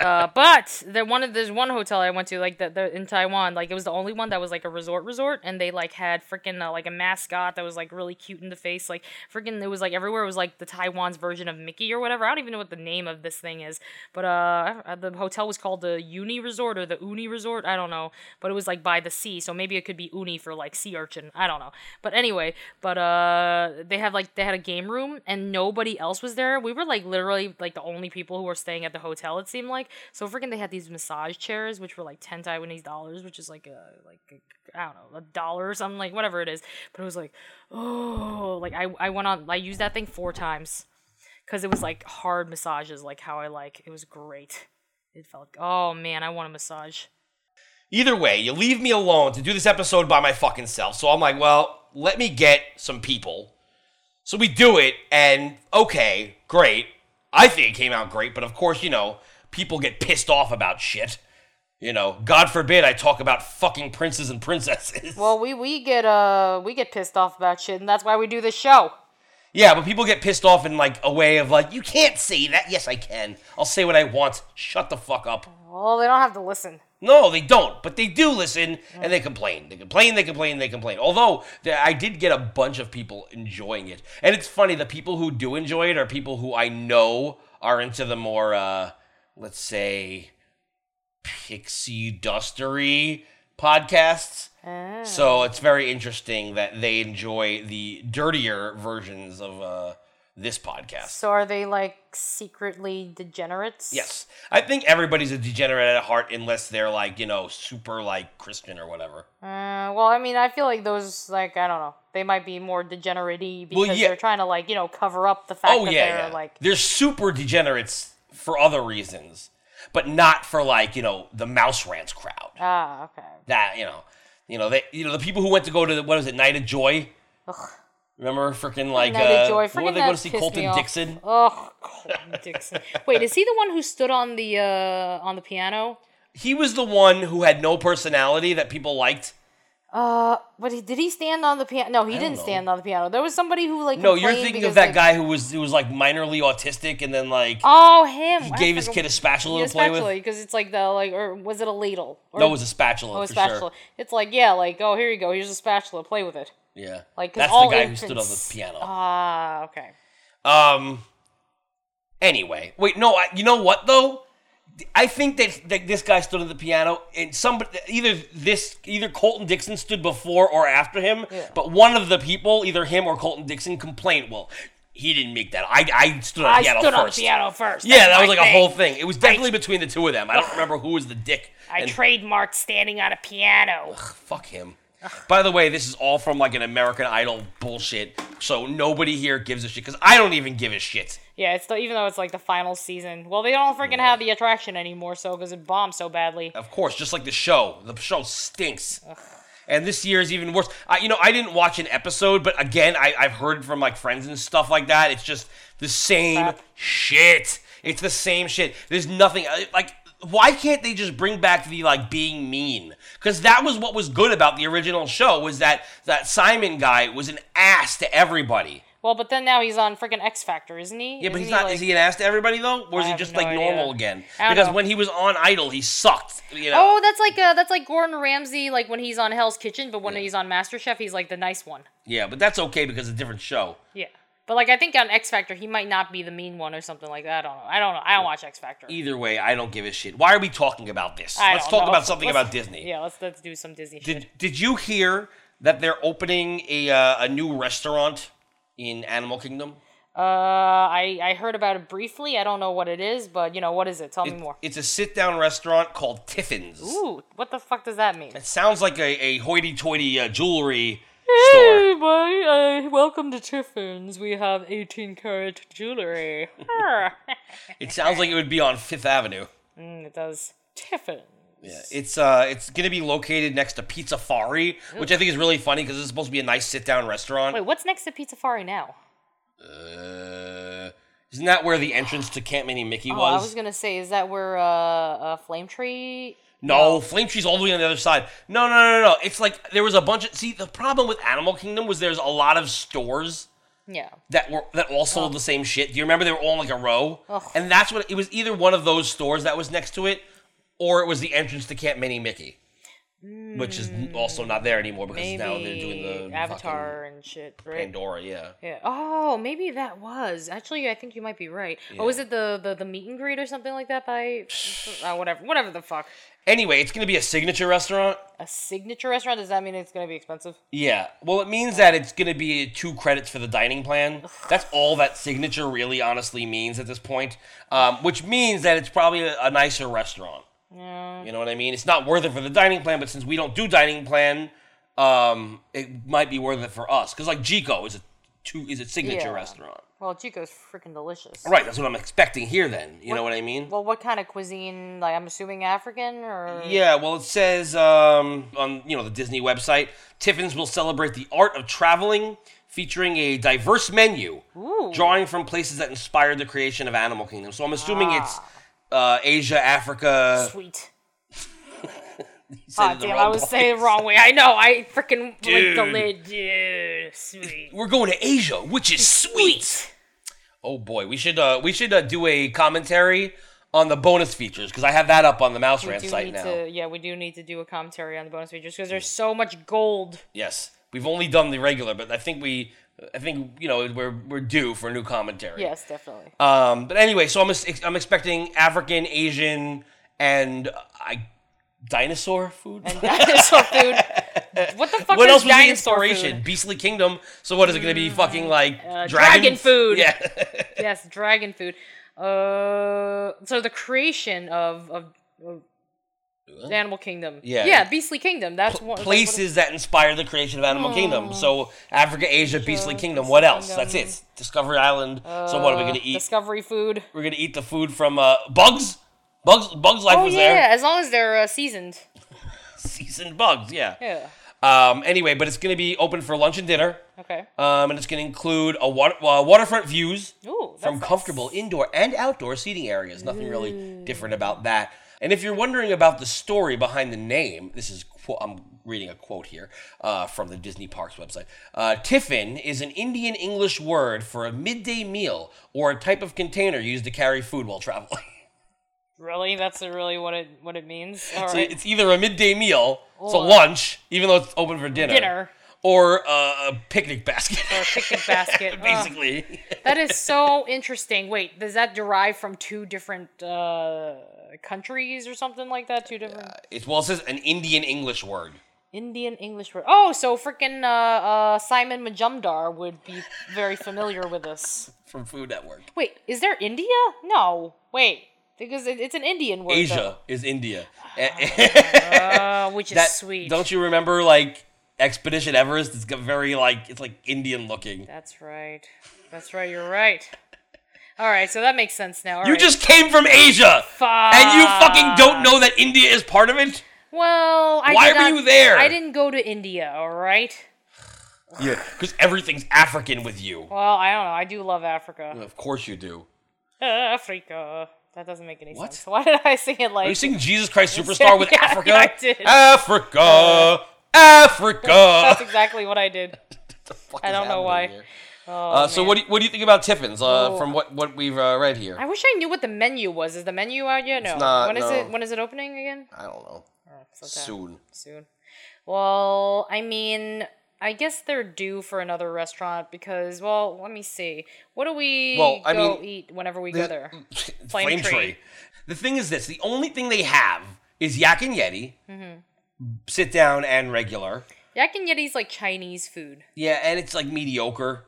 [SPEAKER 3] uh, but there one of there's one hotel I went to like the, the in Taiwan. Like it was the only one that was like a resort resort, and they like had freaking uh, like a mascot that was like really cute in the face. Like freaking, it was like everywhere. It was like the Taiwan's version of Mickey or whatever. I don't even know what the name of this thing is. But uh, I- the hotel was called the Uni Resort or the Uni Resort. I don't know. But it was like by the sea, so maybe it could be Uni for like sea urchin. I don't know. But anyway, but uh, they have like they had a game room and nobody else was there. We were like literally like the only people who were staying at the hotel. It seemed like so freaking. They had these massage chairs which were like ten Taiwanese dollars, which is like a like a, I don't know a dollar or something like whatever it is. But it was like oh like I I went on I used that thing four times because it was like hard massages like how I like it was great. It felt oh man I want a massage.
[SPEAKER 2] Either way, you leave me alone to do this episode by my fucking self. So I'm like, well, let me get some people. So we do it, and okay, great. I think it came out great, but of course, you know, people get pissed off about shit. You know, God forbid I talk about fucking princes and princesses.
[SPEAKER 3] Well we we get uh we get pissed off about shit and that's why we do this show.
[SPEAKER 2] yeah, but people get pissed off in like a way of like, you can't say that. Yes, I can. I'll say what I want. Shut the fuck up.
[SPEAKER 3] Well they don't have to listen.
[SPEAKER 2] No, they don't. But they do listen, and they complain. They complain. They complain. They complain. Although th- I did get a bunch of people enjoying it, and it's funny. The people who do enjoy it are people who I know are into the more, uh, let's say, pixie dustery podcasts. So it's very interesting that they enjoy the dirtier versions of uh, this podcast.
[SPEAKER 3] So are they like secretly degenerates?
[SPEAKER 2] Yes. I think everybody's a degenerate at heart unless they're like, you know, super like Christian or whatever.
[SPEAKER 3] Uh, well, I mean, I feel like those, like, I don't know, they might be more degenerate-y because
[SPEAKER 2] yeah.
[SPEAKER 3] they're trying to, like, you know, cover up the fact
[SPEAKER 2] oh
[SPEAKER 3] that
[SPEAKER 2] yeah,
[SPEAKER 3] they're,
[SPEAKER 2] yeah.
[SPEAKER 3] like,
[SPEAKER 2] they're super degenerates for other reasons, but not for like, you know, the mouse rants crowd.
[SPEAKER 3] ah, okay.
[SPEAKER 2] that, you know, you know, they you know, the people who went to go to the, what was it, Night of Joy?
[SPEAKER 3] Ugh.
[SPEAKER 2] Remember freaking like
[SPEAKER 3] Night of
[SPEAKER 2] uh,
[SPEAKER 3] Joy.
[SPEAKER 2] what were
[SPEAKER 3] Freaking
[SPEAKER 2] they going
[SPEAKER 3] that
[SPEAKER 2] to see
[SPEAKER 3] pissed me
[SPEAKER 2] Colton
[SPEAKER 3] off.
[SPEAKER 2] Dixon?
[SPEAKER 3] Ugh, Colton Dixon. Wait, is he the one who stood on the, uh, on the piano?
[SPEAKER 2] He was the one who had no personality that people liked.
[SPEAKER 3] Uh, but he, did he stand on the piano? No, he didn't stand on the piano. There was somebody who, like,
[SPEAKER 2] No, you're
[SPEAKER 3] complained
[SPEAKER 2] thinking
[SPEAKER 3] because
[SPEAKER 2] of that
[SPEAKER 3] they-
[SPEAKER 2] guy who was who was like minorly autistic and then like
[SPEAKER 3] Oh, him.
[SPEAKER 2] he gave his kid a spatula to play with.
[SPEAKER 3] because it's like the, like, or was it a ladle? Or,
[SPEAKER 2] No, it was a spatula.
[SPEAKER 3] oh, a
[SPEAKER 2] for
[SPEAKER 3] spatula.
[SPEAKER 2] Sure.
[SPEAKER 3] It's like, yeah, like, oh, here you go. Here's a spatula. Play with it.
[SPEAKER 2] Yeah.
[SPEAKER 3] Like, 'cause
[SPEAKER 2] that's
[SPEAKER 3] all
[SPEAKER 2] the guy who stood on the
[SPEAKER 3] infants-
[SPEAKER 2] piano.
[SPEAKER 3] Ah, okay.
[SPEAKER 2] um. Anyway, wait. No, I, you know what though? I think that, that this guy stood on the piano, and somebody either this either Colton Dixon stood before or after him. But one of the people, either him or Colton Dixon, complained. Well, he didn't make that. I I stood on the
[SPEAKER 3] I
[SPEAKER 2] piano
[SPEAKER 3] stood
[SPEAKER 2] first.
[SPEAKER 3] on the piano first.
[SPEAKER 2] Yeah,
[SPEAKER 3] That's
[SPEAKER 2] that was
[SPEAKER 3] my
[SPEAKER 2] like a
[SPEAKER 3] thing.
[SPEAKER 2] whole thing. It was definitely between the two of them. I don't remember who was the dick.
[SPEAKER 3] I
[SPEAKER 2] and-
[SPEAKER 3] trademarked standing on a piano.
[SPEAKER 2] Fuck him. By the way, this is all from like an American Idol bullshit. So nobody here gives a shit because I don't even give a shit.
[SPEAKER 3] Yeah, it's still, even though it's like the final season. Well, they don't freaking have the attraction anymore, so because it bombed so badly.
[SPEAKER 2] Of course, just like the show, the show stinks. And this year is even worse. I, you know, I didn't watch an episode, but again, I, I've heard from like friends and stuff like that. It's just the same
[SPEAKER 3] Crap.
[SPEAKER 2] shit. It's the same shit. There's nothing I- like. Why can't they just bring back the like being mean? Because that was what was good about the original show was that that Simon guy was an ass to everybody.
[SPEAKER 3] Well, but then now he's on freaking X Factor, isn't he?
[SPEAKER 2] Yeah, but
[SPEAKER 3] Isn't
[SPEAKER 2] he's not.
[SPEAKER 3] like-
[SPEAKER 2] is he an ass to everybody though, or is he
[SPEAKER 3] have
[SPEAKER 2] just
[SPEAKER 3] no
[SPEAKER 2] like
[SPEAKER 3] idea.
[SPEAKER 2] normal again?
[SPEAKER 3] I don't
[SPEAKER 2] Because
[SPEAKER 3] know.
[SPEAKER 2] when he was on Idol, he sucked. You know.
[SPEAKER 3] Oh, that's like uh, that's like Gordon Ramsay, like when he's on Hell's Kitchen, but when he's on MasterChef, he's like the nice one.
[SPEAKER 2] Yeah, but that's okay because it's a different show.
[SPEAKER 3] Yeah, but like I think on X Factor, he might not be the mean one or something like that. I don't know. I don't know. I don't watch X Factor.
[SPEAKER 2] Either way, I don't give a shit. Why are we talking about this?
[SPEAKER 3] I
[SPEAKER 2] Let's
[SPEAKER 3] don't
[SPEAKER 2] talk
[SPEAKER 3] know.
[SPEAKER 2] about something
[SPEAKER 3] Let's-
[SPEAKER 2] about Disney.
[SPEAKER 3] Yeah, let's let's do some Disney shit.
[SPEAKER 2] Did Did you hear that they're opening a uh, a new restaurant in Animal Kingdom?
[SPEAKER 3] Uh, I I heard about it briefly. I don't know what it is, but you know what is it? Tell me more.
[SPEAKER 2] It's a sit down restaurant called Tiffin's.
[SPEAKER 3] Ooh, what the fuck does that mean?
[SPEAKER 2] It sounds like a, a hoity toity uh, jewelry
[SPEAKER 3] Hey, boy, uh, welcome to Tiffin's. We have 18 karat jewelry. Arr.
[SPEAKER 2] It sounds like it would be on Fifth Avenue.
[SPEAKER 3] Mm, it does. Tiffin.
[SPEAKER 2] Yeah, it's uh, it's gonna be located next to Pizza Fari, which I think is really funny because it's supposed to be a nice sit-down restaurant.
[SPEAKER 3] Wait, what's next to Pizzafari now?
[SPEAKER 2] Uh, isn't that where the entrance to Camp Mini Mickey
[SPEAKER 3] Oh, I
[SPEAKER 2] was?
[SPEAKER 3] was gonna say, is that where uh, uh Flame Tree?
[SPEAKER 2] no, Flame Tree's all the way on the other side. No, no, no, no, no. It's like there was a bunch of. See, the problem with Animal Kingdom was there's a lot of stores
[SPEAKER 3] Yeah.
[SPEAKER 2] that were that all sold the same shit. Do you remember they were all in like a row? And that's what it was. Either one of those stores that was next to it, or it was the entrance to Camp Mini Mickey, which is n- also not there anymore because
[SPEAKER 3] Hmm, Maybe
[SPEAKER 2] now they're doing the
[SPEAKER 3] Avatar and shit,
[SPEAKER 2] fucking
[SPEAKER 3] right?
[SPEAKER 2] Pandora. Yeah.
[SPEAKER 3] Yeah. Oh, maybe that was actually. I think you might be right. Oh, was it the, the the meet and greet or something like that? By uh, whatever, whatever the fuck.
[SPEAKER 2] Anyway, it's gonna be a signature restaurant.
[SPEAKER 3] A signature restaurant? Does that mean it's gonna be expensive?
[SPEAKER 2] Yeah. Well, it means that it's going to be two credits for the dining plan. That's all that signature really honestly means at this point, um, which means that it's probably a, a nicer restaurant.
[SPEAKER 3] Yeah.
[SPEAKER 2] You know what I mean? It's not worth it for the dining plan, but since we don't do dining plan, um, it might be worth it for us. Because, like, Jico is a two is a signature
[SPEAKER 3] Yeah.
[SPEAKER 2] restaurant.
[SPEAKER 3] Well, Chico's freaking delicious.
[SPEAKER 2] Right. That's what I'm expecting here then. You know what I mean?
[SPEAKER 3] Well, what kind of cuisine? Like, I'm assuming African or
[SPEAKER 2] Yeah, well, it says um, on you know the Disney website, Tiffins will celebrate the art of traveling, featuring a diverse menu, drawing from places that inspired the creation of Animal Kingdom. So I'm assuming it's uh, Asia, Africa.
[SPEAKER 3] Ah. sweet.
[SPEAKER 2] You said
[SPEAKER 3] Ah,
[SPEAKER 2] it the
[SPEAKER 3] damn,
[SPEAKER 2] wrong
[SPEAKER 3] I was
[SPEAKER 2] place.
[SPEAKER 3] saying it the wrong way. I know. I freaking licked the
[SPEAKER 2] Dude.
[SPEAKER 3] lid. Yeah, sweet.
[SPEAKER 2] We're going to Asia, which is sweet. Oh boy, we should uh, we should uh, do a commentary on the bonus features because I have that up on the Mouse
[SPEAKER 3] We
[SPEAKER 2] Rant
[SPEAKER 3] do
[SPEAKER 2] site
[SPEAKER 3] need
[SPEAKER 2] now. Mm.
[SPEAKER 3] to, yeah, we do need to do a commentary on the bonus features because there's so much gold.
[SPEAKER 2] Yes, we've only done the regular, but I think we. I think you know we're we're due for a new commentary.
[SPEAKER 3] Yes, definitely.
[SPEAKER 2] Um, but anyway, so I'm ex- I'm expecting African, Asian, and uh, I dinosaur food.
[SPEAKER 3] dinosaur food. What the fuck
[SPEAKER 2] what
[SPEAKER 3] is
[SPEAKER 2] else was the
[SPEAKER 3] dinosaur
[SPEAKER 2] inspiration?
[SPEAKER 3] food? Mm, uh,
[SPEAKER 2] Beastly Kingdom. So what is it going to be? Fucking like
[SPEAKER 3] dragon food.
[SPEAKER 2] Yeah.
[SPEAKER 3] Yes, dragon food. Uh, so the creation of of, of the Animal Kingdom.
[SPEAKER 2] Yeah.
[SPEAKER 3] yeah, Beastly Kingdom. That's one that's what it- Oh,
[SPEAKER 2] Places that inspire the creation of Animal Kingdom. So Africa, Asia, Beastly Kingdom. What else? That's it. Discovery Island. so what are we going
[SPEAKER 3] Uh,
[SPEAKER 2] to eat?
[SPEAKER 3] Discovery food.
[SPEAKER 2] We're going to eat the food from uh, Bugs. Bugs. Bugs Life
[SPEAKER 3] Oh
[SPEAKER 2] was
[SPEAKER 3] yeah,
[SPEAKER 2] there.
[SPEAKER 3] as long as they're uh, seasoned.
[SPEAKER 2] Seasoned Bugs. Yeah.
[SPEAKER 3] Yeah.
[SPEAKER 2] Um. Anyway, but it's going to be open for lunch and dinner.
[SPEAKER 3] Okay.
[SPEAKER 2] Um, and it's going to include a water, uh, waterfront views
[SPEAKER 3] Ooh, that's Mm.
[SPEAKER 2] from
[SPEAKER 3] nice.
[SPEAKER 2] comfortable indoor and outdoor seating areas. Nothing really different about that. And if you're wondering about the story behind the name, this is qu- I'm reading a quote here uh, from the Disney Parks website. Uh, tiffin is an Indian English word for a midday meal or a type of container used to carry food while traveling.
[SPEAKER 3] Really, that's really what it what it means. All
[SPEAKER 2] so
[SPEAKER 3] right.
[SPEAKER 2] it's either a midday meal, so
[SPEAKER 3] Or-
[SPEAKER 2] lunch, even though it's open for dinner,
[SPEAKER 3] Dinner
[SPEAKER 2] or uh, a picnic basket,
[SPEAKER 3] or picnic basket. Ugh,
[SPEAKER 2] basically.
[SPEAKER 3] that is so interesting. Wait, does that derive from two different uh, countries or something like that? Two different
[SPEAKER 2] It's well, it says an Indian English word.
[SPEAKER 3] Indian English word. Oh, so freaking uh, uh, Simon Majumdar would be very familiar with this.
[SPEAKER 2] from Food Network.
[SPEAKER 3] Wait, is there India? No, wait, because it, it's an Indian word.
[SPEAKER 2] Asia is India. Eh, eh,
[SPEAKER 3] though, uh, which is
[SPEAKER 2] that-
[SPEAKER 3] Ah, sweet.
[SPEAKER 2] Don't you remember like Expedition Everest? It's got very like it's like Indian looking.
[SPEAKER 3] That's right. That's right. You're right. All right, so that makes sense now. All
[SPEAKER 2] You
[SPEAKER 3] right.
[SPEAKER 2] just came from Asia,
[SPEAKER 3] Fuck.
[SPEAKER 2] and you fucking don't know that India is part of it.
[SPEAKER 3] Well, I
[SPEAKER 2] Why
[SPEAKER 3] did
[SPEAKER 2] were
[SPEAKER 3] not-
[SPEAKER 2] you there?
[SPEAKER 3] I didn't go to India. All right.
[SPEAKER 2] Yeah, because everything's African with you.
[SPEAKER 3] Well, I don't know. I do love Africa.
[SPEAKER 2] Of course you do.
[SPEAKER 3] Africa. That doesn't make any
[SPEAKER 2] What?
[SPEAKER 3] sense. Why did I sing it like?
[SPEAKER 2] Are you singing Jesus Christ Superstar with
[SPEAKER 3] Yeah,
[SPEAKER 2] Africa?
[SPEAKER 3] I did.
[SPEAKER 2] Africa, Africa.
[SPEAKER 3] That's exactly what I did. I don't know why. Oh,
[SPEAKER 2] uh, so what do you, what do you think about Tiffins uh, from what what we've uh, read here?
[SPEAKER 3] I wish I knew what the menu was. Is the menu out yet? No.
[SPEAKER 2] not,
[SPEAKER 3] When is
[SPEAKER 2] no.
[SPEAKER 3] it? When is it opening again?
[SPEAKER 2] I don't know.
[SPEAKER 3] Sometime
[SPEAKER 2] Soon.
[SPEAKER 3] Soon. Well, I mean, I guess they're due for another restaurant because, well, let me see. What do we
[SPEAKER 2] Well, I
[SPEAKER 3] go
[SPEAKER 2] mean, mm.
[SPEAKER 3] eat whenever we go there?
[SPEAKER 2] Flame,
[SPEAKER 3] Flame
[SPEAKER 2] tree.
[SPEAKER 3] tree.
[SPEAKER 2] The thing is this: the only thing they have is Yak and Yeti,
[SPEAKER 3] Mm-hmm.
[SPEAKER 2] sit down and regular.
[SPEAKER 3] Yak and Yeti's like Chinese food.
[SPEAKER 2] Yeah, and it's like mediocre.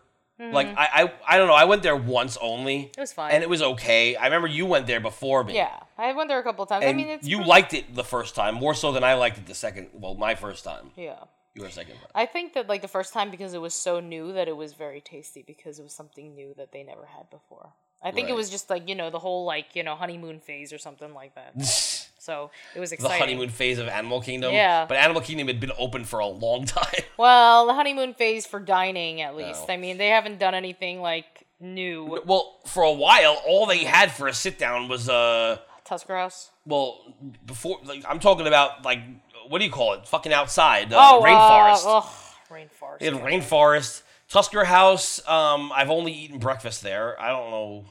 [SPEAKER 2] Like I, I, I don't know. I went there once only. It
[SPEAKER 3] Mm-hmm. was fine.
[SPEAKER 2] and it was okay. I remember you went there before me.
[SPEAKER 3] Yeah, I went there a couple of times.
[SPEAKER 2] and
[SPEAKER 3] I mean, it's
[SPEAKER 2] you
[SPEAKER 3] pretty-
[SPEAKER 2] liked it the first time more so than I liked it the second. Well, my first time.
[SPEAKER 3] Yeah.
[SPEAKER 2] You were second. Bro.
[SPEAKER 3] I think that like the first time because it was so new that it was very tasty because it was something new that they never had before. I think it
[SPEAKER 2] Right.
[SPEAKER 3] was just like you know the whole like you know honeymoon phase or something like that. so it was
[SPEAKER 2] The
[SPEAKER 3] exciting.
[SPEAKER 2] honeymoon phase of Animal Kingdom.
[SPEAKER 3] Yeah.
[SPEAKER 2] But Animal Kingdom had been open for a long time.
[SPEAKER 3] Well, the honeymoon phase for dining at least.
[SPEAKER 2] Oh.
[SPEAKER 3] I mean, they haven't done anything like new.
[SPEAKER 2] well, for a while, all they had for a sit down was uh,
[SPEAKER 3] Tusk Grouse.
[SPEAKER 2] well, before like I'm talking about like what do you call it? Fucking outside, uh,
[SPEAKER 3] Oh,
[SPEAKER 2] rainforest.
[SPEAKER 3] Uh, ugh, rainforest.
[SPEAKER 2] They had rainforest, Tusker House. Um, I've only eaten breakfast there. I don't know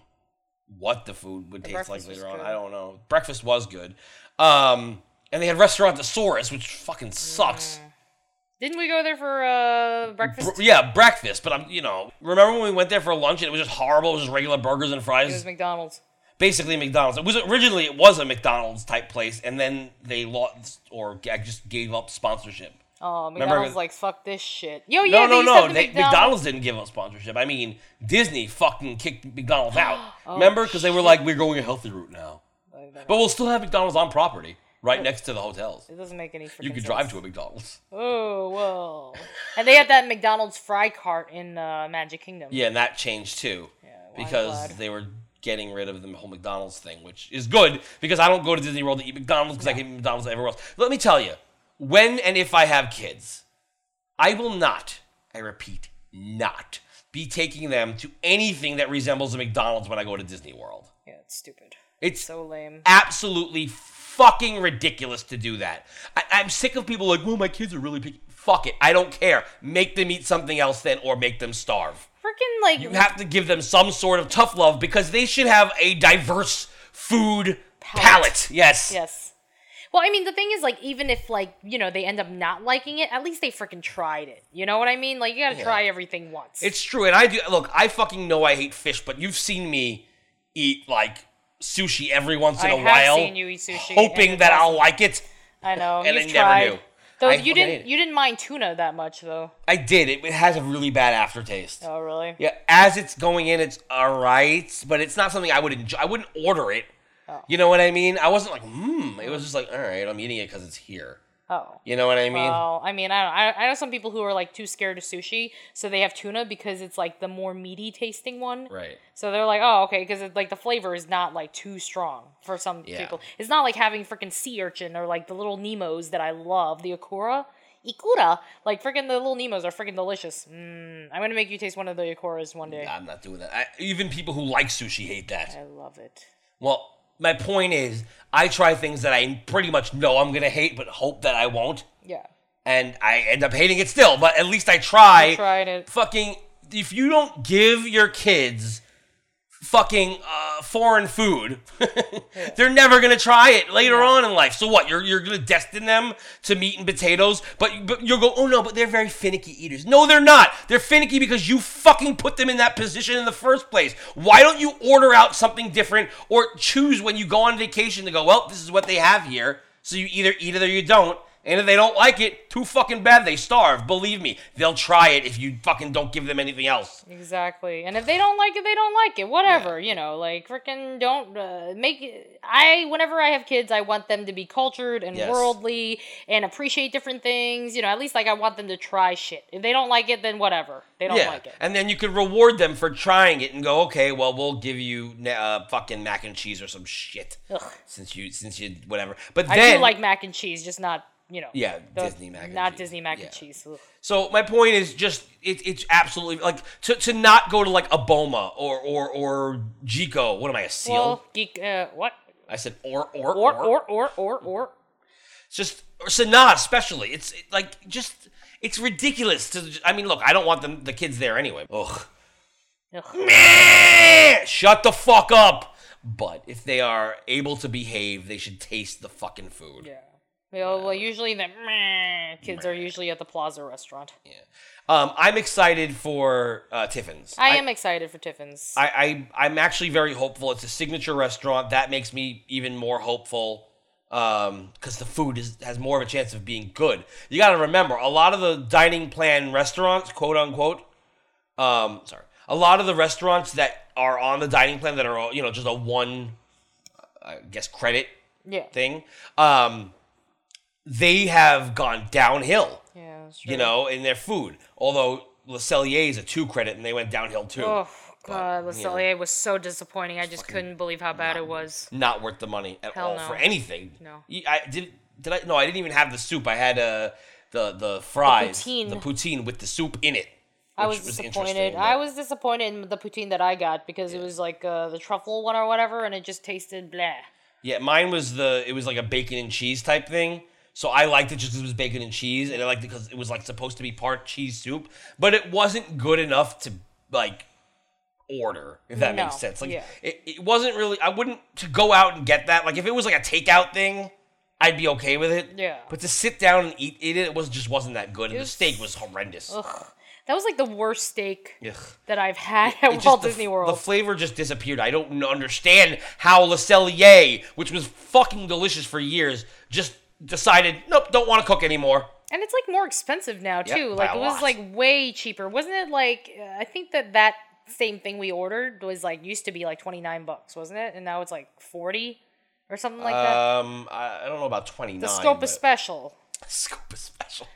[SPEAKER 2] what the food would taste like
[SPEAKER 3] breakfast was
[SPEAKER 2] later on.
[SPEAKER 3] good.
[SPEAKER 2] I don't know. Breakfast was good. Um, and they had Restaurant Thesaurus, which fucking sucks.
[SPEAKER 3] Mm. Didn't we go there for uh, breakfast?
[SPEAKER 2] Br- yeah, breakfast. But I'm, you know, remember when we went there for lunch and it was just horrible? It was just regular burgers and
[SPEAKER 3] it
[SPEAKER 2] fries,
[SPEAKER 3] was McDonald's.
[SPEAKER 2] basically McDonald's. It was originally it was a McDonald's type place, and then they lost or g- just gave up sponsorship.
[SPEAKER 3] Oh,
[SPEAKER 2] Remember
[SPEAKER 3] McDonald's
[SPEAKER 2] with-
[SPEAKER 3] like fuck this shit. Yo,
[SPEAKER 2] No,
[SPEAKER 3] yeah,
[SPEAKER 2] no,
[SPEAKER 3] they used to
[SPEAKER 2] no.
[SPEAKER 3] have the
[SPEAKER 2] They,
[SPEAKER 3] McDonald's.
[SPEAKER 2] McDonald's didn't give us sponsorship. I mean, Disney fucking kicked McDonald's out.
[SPEAKER 3] Oh,
[SPEAKER 2] Remember? Because they were like, we're going a healthy route now. But we'll still have McDonald's on property, right next to the hotels.
[SPEAKER 3] It doesn't make any.
[SPEAKER 2] You could drive to a McDonald's.
[SPEAKER 3] Oh whoa! And they had that McDonald's fry cart in uh, Magic Kingdom.
[SPEAKER 2] Yeah, and that changed too.
[SPEAKER 3] I'm
[SPEAKER 2] because
[SPEAKER 3] glad.
[SPEAKER 2] they were getting rid of the whole McDonald's thing, which is good because I don't go to Disney World to eat McDonald's because I can eat McDonald's everywhere else. Let me tell you, when and if I have kids, I will not, I repeat, not be taking them to anything that resembles a McDonald's when I go to Disney World.
[SPEAKER 3] Yeah, it's stupid.
[SPEAKER 2] It's
[SPEAKER 3] So lame.
[SPEAKER 2] absolutely fucking ridiculous to do that. I, I'm sick of people like, well, my kids are really picky. Fuck it. I don't care. Make them eat something else then or make them starve.
[SPEAKER 3] Freaking like
[SPEAKER 2] You have to give them some sort of tough love because they should have a diverse food palette. Yes.
[SPEAKER 3] yes. Well, I mean, the thing is, like, even if like you know they end up not liking it, at least they freaking tried it. You know what I mean? Like, you gotta try everything once.
[SPEAKER 2] It's true. And I do. Look, I fucking know I hate fish, but you've seen me eat like sushi every once in
[SPEAKER 3] I
[SPEAKER 2] a
[SPEAKER 3] have
[SPEAKER 2] while,
[SPEAKER 3] seen you eat sushi, and
[SPEAKER 2] hoping
[SPEAKER 3] it
[SPEAKER 2] that I'll
[SPEAKER 3] doesn't-
[SPEAKER 2] like it.
[SPEAKER 3] I know.
[SPEAKER 2] and
[SPEAKER 3] you've
[SPEAKER 2] I never
[SPEAKER 3] tried.
[SPEAKER 2] knew.
[SPEAKER 3] Though
[SPEAKER 2] I
[SPEAKER 3] you
[SPEAKER 2] fucking
[SPEAKER 3] didn't,
[SPEAKER 2] hate it.
[SPEAKER 3] you didn't mind tuna that much though.
[SPEAKER 2] I did. It, it has a really bad aftertaste.
[SPEAKER 3] Oh really?
[SPEAKER 2] Yeah, as it's going in, it's all right, but it's not something I would enjoy. I wouldn't order it.
[SPEAKER 3] Oh.
[SPEAKER 2] You know what I mean? I wasn't like, mmm. It was just like, all right, I'm eating it because it's here.
[SPEAKER 3] Oh.
[SPEAKER 2] You know what I mean?
[SPEAKER 3] Well, I mean, I don't. I, I know some people who are like too scared of sushi, so they have tuna because it's like the more meaty tasting one.
[SPEAKER 2] right.
[SPEAKER 3] So they're like, oh, okay, because like the flavor is not like too strong for some
[SPEAKER 2] Yeah.
[SPEAKER 3] people. It's not like having freaking sea urchin or like the little Nemos that I love, the Akura. Ikura, like freaking the little Nemos are freaking delicious. Mm, I'm gonna make you taste one of the Ikuras one day.
[SPEAKER 2] I'm not doing that. I, even people who like sushi hate that.
[SPEAKER 3] I love it.
[SPEAKER 2] Well, my point is, I try things that I pretty much know I'm gonna hate, but hope that I won't,
[SPEAKER 3] Yeah,
[SPEAKER 2] and I end up hating it still. But at least I try.
[SPEAKER 3] I tried it.
[SPEAKER 2] Fucking, if you don't give your kids fucking uh, foreign food, they're never gonna try it later on in life. So what? You're you're gonna destine them to meat and potatoes, but but you'll go, oh no, but they're very finicky eaters. No, they're not. They're finicky because you fucking put them in that position in the first place. Why don't you order out something different or choose when you go on vacation to go? Well, this is what they have here. So you either eat it or you don't. And if they don't like it, too fucking bad. They starve. Believe me, they'll try it if you fucking don't give them anything else.
[SPEAKER 3] Exactly. And if they don't like it, they don't like it. Whatever, you know, like freaking don't uh, make I whenever I have kids, I want them to be cultured and
[SPEAKER 2] Yes.
[SPEAKER 3] worldly and appreciate different things, you know, at least like I want them to try shit. If they don't like it, then whatever. They don't
[SPEAKER 2] yeah,
[SPEAKER 3] like it.
[SPEAKER 2] and then you could reward them for trying it and go, okay, well, we'll give you uh, fucking mac and cheese or some shit
[SPEAKER 3] Ugh.
[SPEAKER 2] since you since you whatever. But
[SPEAKER 3] I
[SPEAKER 2] then
[SPEAKER 3] do like mac and cheese, just not, you know.
[SPEAKER 2] yeah,
[SPEAKER 3] the-
[SPEAKER 2] Disney mac and
[SPEAKER 3] Not
[SPEAKER 2] cheese.
[SPEAKER 3] Disney mac
[SPEAKER 2] Yeah.
[SPEAKER 3] and cheese. Ugh.
[SPEAKER 2] So my point is just it, it's absolutely like to, to not go to like a Boma or or or Jico. What am I a seal?
[SPEAKER 3] Well, geek uh, what?
[SPEAKER 2] I said or or
[SPEAKER 3] Or or or or or
[SPEAKER 2] It's just or Sanaa especially. It's it, like just it's ridiculous to. I mean, look, I don't want them the kids there anyway. Ugh.
[SPEAKER 3] Ugh.
[SPEAKER 2] Eh, Shut the fuck up. But if they are able to behave, they should taste the fucking food.
[SPEAKER 3] Yeah. Well, well, usually the meh kids are usually at the Plaza restaurant.
[SPEAKER 2] Um, I'm excited for uh, Tiffin's.
[SPEAKER 3] I, am excited for Tiffin's.
[SPEAKER 2] I, I I'm actually very hopeful. It's a signature restaurant. That makes me even more hopeful because the food is, has more of a chance of being good. You got to remember, a lot of the dining plan restaurants, quote unquote, um, sorry, a lot of the restaurants that are on the dining plan that are you know just a one, I guess credit
[SPEAKER 3] yeah.
[SPEAKER 2] thing, um, they have gone downhill
[SPEAKER 3] Yeah. that's true.
[SPEAKER 2] you know, in their food. Although Le Cellier is a two credit, and they went downhill too.
[SPEAKER 3] Oh god, Le Cellier was so disappointing. I just couldn't believe how bad it was.
[SPEAKER 2] Not worth the money at
[SPEAKER 3] Hell
[SPEAKER 2] all
[SPEAKER 3] no.
[SPEAKER 2] for anything.
[SPEAKER 3] No.
[SPEAKER 2] Y- I did. Did I? No, I didn't even have the soup. I had uh, the the fries,
[SPEAKER 3] poutine.
[SPEAKER 2] poutine with the soup in it.
[SPEAKER 3] I
[SPEAKER 2] which
[SPEAKER 3] was, disappointed.
[SPEAKER 2] interesting,
[SPEAKER 3] I
[SPEAKER 2] but-
[SPEAKER 3] was disappointed in the poutine that I got because it was like uh, the truffle one or whatever, and it just tasted blah.
[SPEAKER 2] Yeah, mine was the it was like a bacon and cheese type thing. So I liked it just 'cause it was bacon and cheese, and I liked it because it was like supposed to be part cheese soup, but it wasn't good enough to like order. If that
[SPEAKER 3] No,
[SPEAKER 2] makes sense, like
[SPEAKER 3] yeah.
[SPEAKER 2] it, it wasn't really. I wouldn't to go out and get that. Like if it was like a takeout thing, I'd be okay with it.
[SPEAKER 3] Yeah.
[SPEAKER 2] But to sit down and eat, eat it, it was just wasn't that good, and the
[SPEAKER 3] was-
[SPEAKER 2] steak was horrendous.
[SPEAKER 3] That was like the worst steak
[SPEAKER 2] Ugh.
[SPEAKER 3] that I've had at
[SPEAKER 2] It just-
[SPEAKER 3] Walt
[SPEAKER 2] the f-
[SPEAKER 3] Disney
[SPEAKER 2] The
[SPEAKER 3] World.
[SPEAKER 2] flavor just disappeared. I don't kn- understand how Le Cellier, which was fucking delicious for years, just decided, nope, don't want to cook anymore.
[SPEAKER 3] and it's like more expensive now
[SPEAKER 2] Yeah,
[SPEAKER 3] too.
[SPEAKER 2] by
[SPEAKER 3] like
[SPEAKER 2] a
[SPEAKER 3] it was
[SPEAKER 2] lot.
[SPEAKER 3] like way cheaper, wasn't it? Like uh, I think that that same thing we ordered was like used to be like twenty nine bucks, wasn't it? And now it's like forty or something like that.
[SPEAKER 2] Um, I, I don't know about 29.
[SPEAKER 3] The scope
[SPEAKER 2] but-
[SPEAKER 3] is special.
[SPEAKER 2] Scope is special.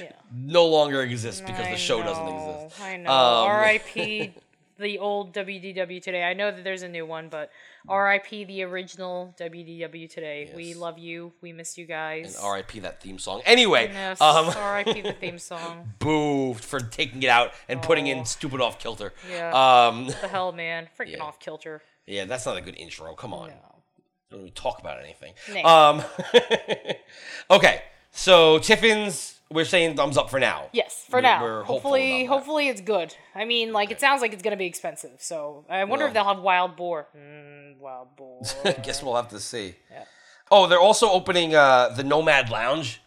[SPEAKER 3] Yeah.
[SPEAKER 2] No longer exists because
[SPEAKER 3] I
[SPEAKER 2] the show doesn't
[SPEAKER 3] know,
[SPEAKER 2] exist.
[SPEAKER 3] I know.
[SPEAKER 2] Um,
[SPEAKER 3] R.I.P. the old WDW today. I know that there's a new one, but R.I.P. the original WDW today. We love you. We miss you guys.
[SPEAKER 2] And RIP that theme song. Anyway,
[SPEAKER 3] Yes,
[SPEAKER 2] um,
[SPEAKER 3] R.I.P. the theme song.
[SPEAKER 2] boo for taking it out and putting in stupid off kilter.
[SPEAKER 3] Oh. Yeah.
[SPEAKER 2] Um,
[SPEAKER 3] the hell, man. Freaking
[SPEAKER 2] Yeah.
[SPEAKER 3] off kilter.
[SPEAKER 2] yeah, that's not a good intro. Come on. don't even talk about anything.
[SPEAKER 3] Nick.
[SPEAKER 2] Um, okay, so Tiffin's, we're saying thumbs up for now.
[SPEAKER 3] Yes, for
[SPEAKER 2] We're-
[SPEAKER 3] now.
[SPEAKER 2] we're hopeful
[SPEAKER 3] hopefully,
[SPEAKER 2] about that.
[SPEAKER 3] hopefully it's good. I mean, like it sounds like it's gonna be expensive. So I wonder if they'll have wild boar. Mm, wild boar.
[SPEAKER 2] I guess we'll have to see. Oh, they're also opening uh, the Nomad Lounge.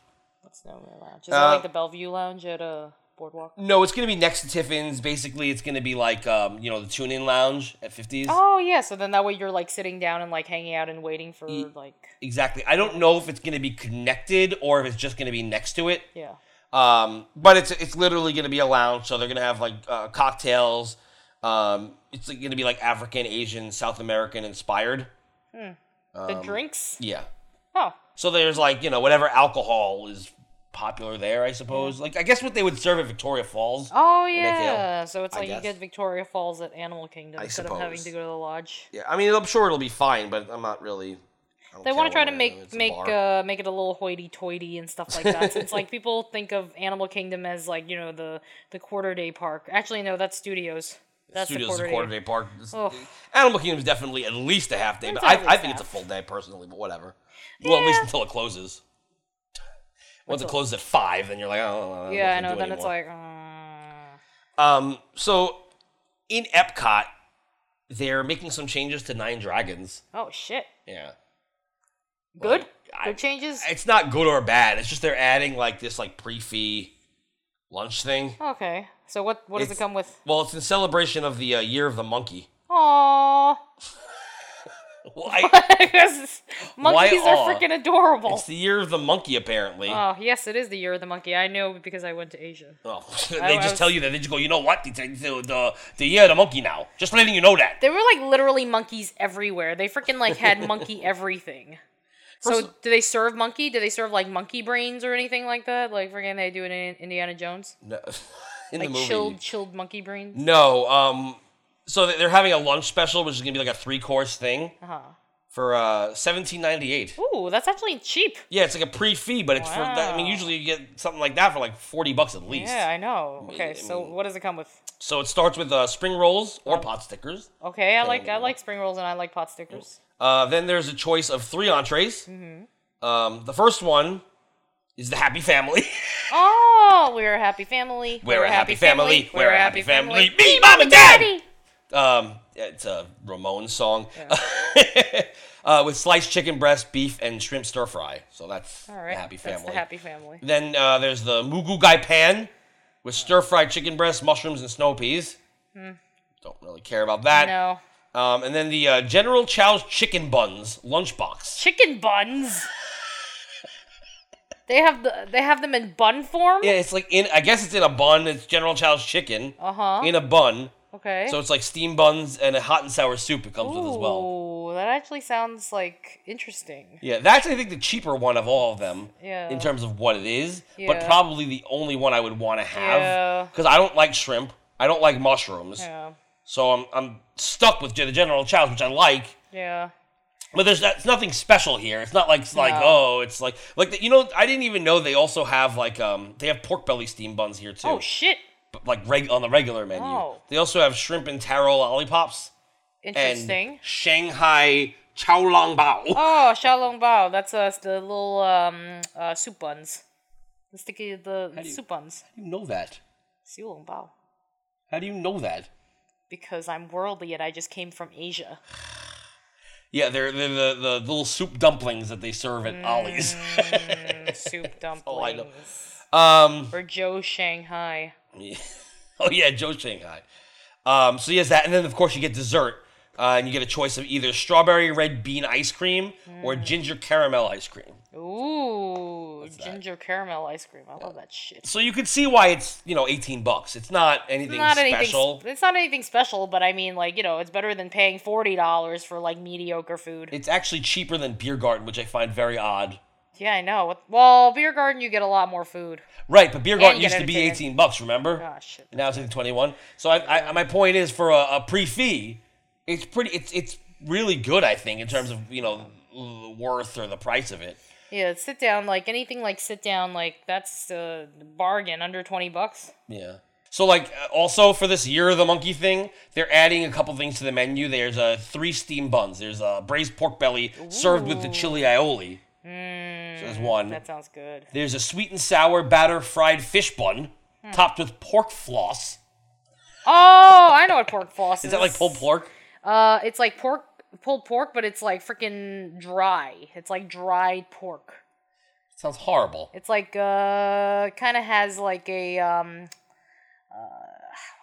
[SPEAKER 3] That's no lounge. Is that
[SPEAKER 2] Uh,
[SPEAKER 3] like the Bellevue Lounge at uh, Boardwalk?
[SPEAKER 2] No, it's gonna be next to Tiffin's. Basically, it's gonna be like um, you know the Tune In Lounge at fifties.
[SPEAKER 3] Oh yeah, so then that way you're like sitting down and like hanging out and waiting for like
[SPEAKER 2] Exactly. I don't know if it's gonna be connected or if it's just gonna be next to it.
[SPEAKER 3] yeah.
[SPEAKER 2] Um, but it's it's literally gonna be a lounge, so they're gonna have like uh, cocktails. Um, it's like, gonna be like African, Asian, South American inspired. Um,
[SPEAKER 3] the drinks?
[SPEAKER 2] Yeah.
[SPEAKER 3] Oh.
[SPEAKER 2] So there's like, you know, whatever alcohol is popular there, I suppose. Like I guess what they would serve at Victoria Falls.
[SPEAKER 3] Oh
[SPEAKER 2] Hill,
[SPEAKER 3] yeah. So it's
[SPEAKER 2] I
[SPEAKER 3] like you
[SPEAKER 2] guess.
[SPEAKER 3] get Victoria Falls at Animal Kingdom
[SPEAKER 2] I
[SPEAKER 3] instead of having
[SPEAKER 2] suppose.
[SPEAKER 3] to go to the lodge.
[SPEAKER 2] Yeah, I mean, I'm sure it'll be fine, but I'm not really I don't
[SPEAKER 3] They
[SPEAKER 2] care
[SPEAKER 3] want to try
[SPEAKER 2] one
[SPEAKER 3] to
[SPEAKER 2] way or another.
[SPEAKER 3] make
[SPEAKER 2] It's a
[SPEAKER 3] make
[SPEAKER 2] bar.
[SPEAKER 3] uh make it a little hoity-toity and stuff like that. Since like people think of Animal Kingdom as like you know the the quarter day park. Actually, no, that's Studios. That's Oh.
[SPEAKER 2] Studios
[SPEAKER 3] the quarter,
[SPEAKER 2] a quarter
[SPEAKER 3] day.
[SPEAKER 2] day park. It's-
[SPEAKER 3] Ugh.
[SPEAKER 2] Animal Kingdom is definitely at least a half day, but
[SPEAKER 3] It's
[SPEAKER 2] I,
[SPEAKER 3] at
[SPEAKER 2] I
[SPEAKER 3] least
[SPEAKER 2] think it's a
[SPEAKER 3] half.
[SPEAKER 2] full day personally, but whatever. Well, at least
[SPEAKER 3] Yeah.
[SPEAKER 2] until it closes. Once it closes at five, then you're like, oh, I'm not
[SPEAKER 3] Yeah, I
[SPEAKER 2] gonna
[SPEAKER 3] know.
[SPEAKER 2] do
[SPEAKER 3] Then
[SPEAKER 2] anymore.
[SPEAKER 3] it's like uh,
[SPEAKER 2] Um, so in Epcot, they're making some changes to Nine Dragons.
[SPEAKER 3] oh shit,
[SPEAKER 2] Yeah.
[SPEAKER 3] good,
[SPEAKER 2] I-
[SPEAKER 3] good changes.
[SPEAKER 2] It's not good or bad. It's just they're adding like this like pre-fee lunch thing.
[SPEAKER 3] okay, so what what does it
[SPEAKER 2] It's-
[SPEAKER 3] come with?
[SPEAKER 2] Well, it's in celebration of the uh, year of the monkey.
[SPEAKER 3] Aww.
[SPEAKER 2] Why?
[SPEAKER 3] Because monkeys
[SPEAKER 2] aw?
[SPEAKER 3] are freaking adorable.
[SPEAKER 2] it's the year of the monkey apparently.
[SPEAKER 3] Oh, yes, it is the year of the monkey. I know because I went to Asia.
[SPEAKER 2] Oh, they
[SPEAKER 3] I
[SPEAKER 2] just
[SPEAKER 3] was-
[SPEAKER 2] tell you that. They just go, you know what? It's the, the, the year of the monkey now. Just letting you know that.
[SPEAKER 3] There were like literally monkeys everywhere. They freaking like had monkey everything. So do they serve monkey? Do they serve like monkey brains or anything like that? Like freaking they do in in Indiana Jones?
[SPEAKER 2] No. In
[SPEAKER 3] Like
[SPEAKER 2] the movie.
[SPEAKER 3] chilled chilled monkey brains?
[SPEAKER 2] No. Um. So they- they're having a lunch special, which is gonna be like a three course thing
[SPEAKER 3] Uh-huh.
[SPEAKER 2] for uh seventeen ninety eight.
[SPEAKER 3] Ooh, that's actually cheap.
[SPEAKER 2] Yeah, it's like a pre fee, but it's for. That, I mean,
[SPEAKER 3] Wow.
[SPEAKER 2] usually you get something like that for like forty bucks at least.
[SPEAKER 3] Yeah, I know. Okay,
[SPEAKER 2] I
[SPEAKER 3] so
[SPEAKER 2] mean-
[SPEAKER 3] what does it come with?
[SPEAKER 2] So it starts with uh, spring rolls
[SPEAKER 3] Oh.
[SPEAKER 2] or pot stickers.
[SPEAKER 3] Okay, I like I like spring rolls and I like pot stickers.
[SPEAKER 2] Uh, then there's a choice of three entrees.
[SPEAKER 3] Mm-hmm.
[SPEAKER 2] Um, the first one is the happy family.
[SPEAKER 3] Oh, we're a happy family.
[SPEAKER 2] We're a happy family. We're a happy family. Me,
[SPEAKER 3] Me,
[SPEAKER 2] mom, and dad.
[SPEAKER 3] daddy.
[SPEAKER 2] Um, it's a Ramones song. uh, with sliced chicken breast, beef, and shrimp stir fry. So that's
[SPEAKER 3] All right.
[SPEAKER 2] the happy family.
[SPEAKER 3] That's the happy family.
[SPEAKER 2] Then uh, there's the Mugu Gai Pan with stir fried chicken breast, mushrooms, and snow peas. Don't really care about that.
[SPEAKER 3] Hmm. No.
[SPEAKER 2] Um, and then the uh, General Chow's chicken buns lunchbox.
[SPEAKER 3] Chicken buns. they have the they have them in bun form?
[SPEAKER 2] Yeah, it's like in. I guess it's in a bun. It's General Chow's chicken
[SPEAKER 3] Uh-huh.
[SPEAKER 2] in a bun.
[SPEAKER 3] Okay.
[SPEAKER 2] So it's like steam buns and a hot and sour soup it comes with as well.
[SPEAKER 3] Ooh, that actually sounds like interesting.
[SPEAKER 2] Yeah, that's I think the cheaper one of all of them
[SPEAKER 3] Yeah.
[SPEAKER 2] in terms of what it is, but
[SPEAKER 3] Yeah.
[SPEAKER 2] probably the only one I would want to
[SPEAKER 3] Yeah.
[SPEAKER 2] have because I don't like shrimp, I don't like mushrooms,
[SPEAKER 3] Yeah.
[SPEAKER 2] so I'm I'm stuck with the General Chow's, which I like.
[SPEAKER 3] Yeah.
[SPEAKER 2] But there's not, it's nothing special here. It's not like it's like
[SPEAKER 3] No.
[SPEAKER 2] oh, it's like like the, you know I didn't even know they also have like um they have pork belly steam buns here too,
[SPEAKER 3] Oh shit.
[SPEAKER 2] but, like reg on the regular menu.
[SPEAKER 3] Oh.
[SPEAKER 2] They also have shrimp and taro lollipops and
[SPEAKER 3] Interesting.
[SPEAKER 2] Shanghai Chow Long Bao.
[SPEAKER 3] Oh, Xiaolong Bao. That's uh, the little um, uh, soup buns. The sticky, the
[SPEAKER 2] do you-
[SPEAKER 3] soup buns.
[SPEAKER 2] How do you know that?
[SPEAKER 3] Xiaolong Bao.
[SPEAKER 2] How do you know that?
[SPEAKER 3] Because I'm worldly and I just came from Asia.
[SPEAKER 2] Yeah, they're, they're the, the little soup dumplings that they serve at Ollie's.
[SPEAKER 3] Mm. soup
[SPEAKER 2] all I know.
[SPEAKER 3] dumplings.
[SPEAKER 2] um,
[SPEAKER 3] Or Joe Shanghai.
[SPEAKER 2] oh yeah, Joe Shanghai. Um, so yes, that, and then of course you get dessert, uh, and you get a choice of either strawberry red bean ice cream or
[SPEAKER 3] Mm.
[SPEAKER 2] ginger caramel ice cream.
[SPEAKER 3] Ooh, ginger caramel ice cream. I
[SPEAKER 2] Uh,
[SPEAKER 3] love that shit.
[SPEAKER 2] So you can see why it's you know eighteen bucks. It's not anything
[SPEAKER 3] It's not anything.
[SPEAKER 2] special.
[SPEAKER 3] Special. It's not anything special, but I mean, like you know, it's better than paying forty dollars for like mediocre food.
[SPEAKER 2] it's actually cheaper than Beer Garden, which I find very odd.
[SPEAKER 3] yeah, I know. What- Well, beer garden, you get a lot more food.
[SPEAKER 2] Right, but Beer Garden
[SPEAKER 3] you
[SPEAKER 2] used
[SPEAKER 3] get
[SPEAKER 2] to be
[SPEAKER 3] entertainment.
[SPEAKER 2] eighteen bucks. Remember?
[SPEAKER 3] Ah, shit.
[SPEAKER 2] And now it's like 21. So I, I, my point is for a, a pre-fee, it's pretty. It's it's really good, I think, in terms of you know the worth or the price of it.
[SPEAKER 3] Yeah, sit down. Like anything, like sit down. Like that's a bargain under twenty bucks.
[SPEAKER 2] Yeah. So like uh, also for this year of the monkey thing, they're adding a couple things to the menu. There's uh, three steam buns. There's a braised pork belly served with the chili aioli. so there's one.
[SPEAKER 3] That sounds good.
[SPEAKER 2] There's a sweet and sour batter fried fish bun topped with pork floss.
[SPEAKER 3] Oh, I know what pork floss is.
[SPEAKER 2] Is that like pulled pork?
[SPEAKER 3] Uh, it's like pork, pulled pork, but it's like freaking dry. It's like dried pork.
[SPEAKER 2] Sounds horrible.
[SPEAKER 3] It's like uh, kind of has like a um, uh,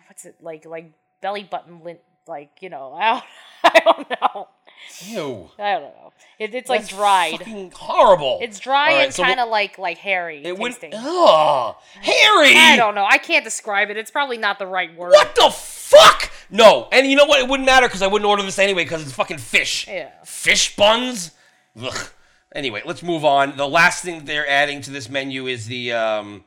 [SPEAKER 3] what's it like like belly button lint like you know I don't, I don't know
[SPEAKER 2] Ew.
[SPEAKER 3] I don't know. It, it's like
[SPEAKER 2] That's
[SPEAKER 3] dried.
[SPEAKER 2] Fucking horrible.
[SPEAKER 3] it's dry
[SPEAKER 2] All right,
[SPEAKER 3] and
[SPEAKER 2] so
[SPEAKER 3] kind of
[SPEAKER 2] what-
[SPEAKER 3] like like hairy
[SPEAKER 2] It went.
[SPEAKER 3] tasting.
[SPEAKER 2] Ugh, Harry.
[SPEAKER 3] I don't know. I can't describe it. It's probably not the right word.
[SPEAKER 2] What the fuck? No. And you know what? It wouldn't matter because I wouldn't order this anyway because it's fucking fish.
[SPEAKER 3] Yeah.
[SPEAKER 2] Fish buns. Ugh. Anyway, let's move on. The last thing they're adding to this menu is the um,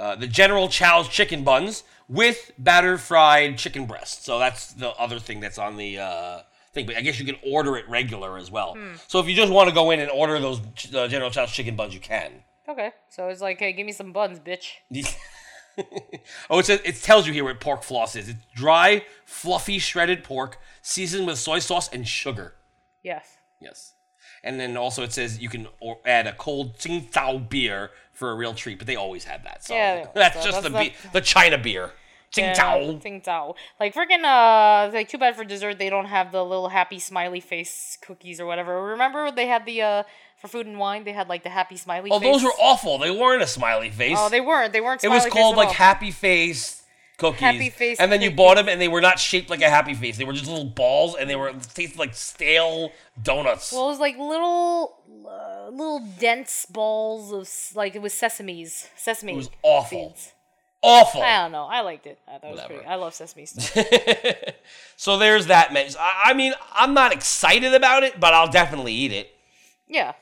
[SPEAKER 2] uh, the General Chow's chicken buns with batter fried chicken breast. So that's the other thing that's on the uh, thing. But I guess you can order it regular as well. So if you just want to go in and order those uh, General Chow's chicken buns, you can.
[SPEAKER 3] Okay, so it's like, hey, give me some buns, bitch.
[SPEAKER 2] oh, it says it tells you here what pork floss is. It's dry, fluffy, shredded pork seasoned with soy sauce and sugar.
[SPEAKER 3] Yes.
[SPEAKER 2] Yes. And then also it says you can or- add a cold Tsingtao beer for a real treat, but they always have that. So
[SPEAKER 3] Yeah, they always
[SPEAKER 2] that's
[SPEAKER 3] have
[SPEAKER 2] just
[SPEAKER 3] that.
[SPEAKER 2] the be- the China beer. Tsingtao.
[SPEAKER 3] Ting Tao. Like freaking uh like too bad for dessert they don't have the little happy smiley face cookies or whatever. Remember they had the uh for food and wine they had like the happy smiley
[SPEAKER 2] Oh,
[SPEAKER 3] face.
[SPEAKER 2] those were awful. They weren't a smiley face.
[SPEAKER 3] Oh, they weren't. They weren't
[SPEAKER 2] it
[SPEAKER 3] smiley
[SPEAKER 2] was called
[SPEAKER 3] face at
[SPEAKER 2] like
[SPEAKER 3] all.
[SPEAKER 2] happy face cookies.
[SPEAKER 3] Happy Face
[SPEAKER 2] And then you
[SPEAKER 3] cookies.
[SPEAKER 2] bought them and they were not shaped like a happy face. They were just little balls and they were tasted like stale donuts.
[SPEAKER 3] Well, it was like little uh, little dense balls of s- like it was sesame's sesame. It
[SPEAKER 2] was awful. Awful.
[SPEAKER 3] I don't know. I liked it. I thought it was
[SPEAKER 2] Whatever.
[SPEAKER 3] pretty. I love sesame stuff.
[SPEAKER 2] So there's that menu. I, I mean, I'm not excited about it, but I'll definitely eat it.
[SPEAKER 3] yeah.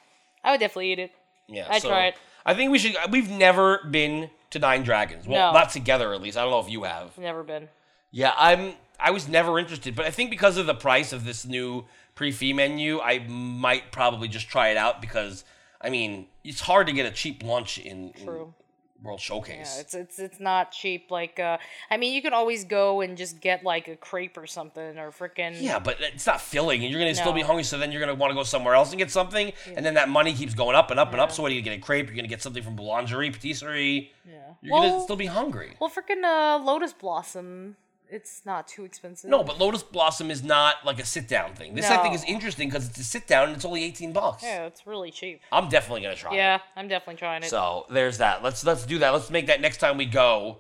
[SPEAKER 3] I would definitely eat it.
[SPEAKER 2] Yeah,
[SPEAKER 3] I'd try it.
[SPEAKER 2] I think we should. We've never been to Nine Dragons. Well,
[SPEAKER 3] No.
[SPEAKER 2] not together at least. I don't know if you have.
[SPEAKER 3] Never been.
[SPEAKER 2] Yeah, I'm. I was never interested, but I think because of the price of this new pre-fee menu, I might probably just try it out because I mean, it's hard to get a cheap lunch in, in
[SPEAKER 3] True.
[SPEAKER 2] World Showcase.
[SPEAKER 3] Yeah, it's it's it's not cheap. Like, uh, I mean, you can always go and just get like a crepe or something, or freaking
[SPEAKER 2] Yeah, but it's not filling, and you're gonna still be
[SPEAKER 3] No.
[SPEAKER 2] hungry. So then you're gonna want to go somewhere else and get something, and then that money keeps going up and up and up. So what are you gonna get a crepe? You're gonna get something from boulangerie, patisserie. Yeah, you're gonna
[SPEAKER 3] Well-
[SPEAKER 2] still be hungry.
[SPEAKER 3] Well, freaking uh, lotus blossom. It's not too expensive.
[SPEAKER 2] no, but Lotus Blossom is not like a sit down thing. This I think is
[SPEAKER 3] No.
[SPEAKER 2] interesting because it's a sit down and it's only eighteen bucks.
[SPEAKER 3] yeah, it's really cheap.
[SPEAKER 2] I'm definitely gonna try. it.
[SPEAKER 3] Yeah, I'm definitely trying it.
[SPEAKER 2] So there's that. Let's let's do that. Let's make that next time we go.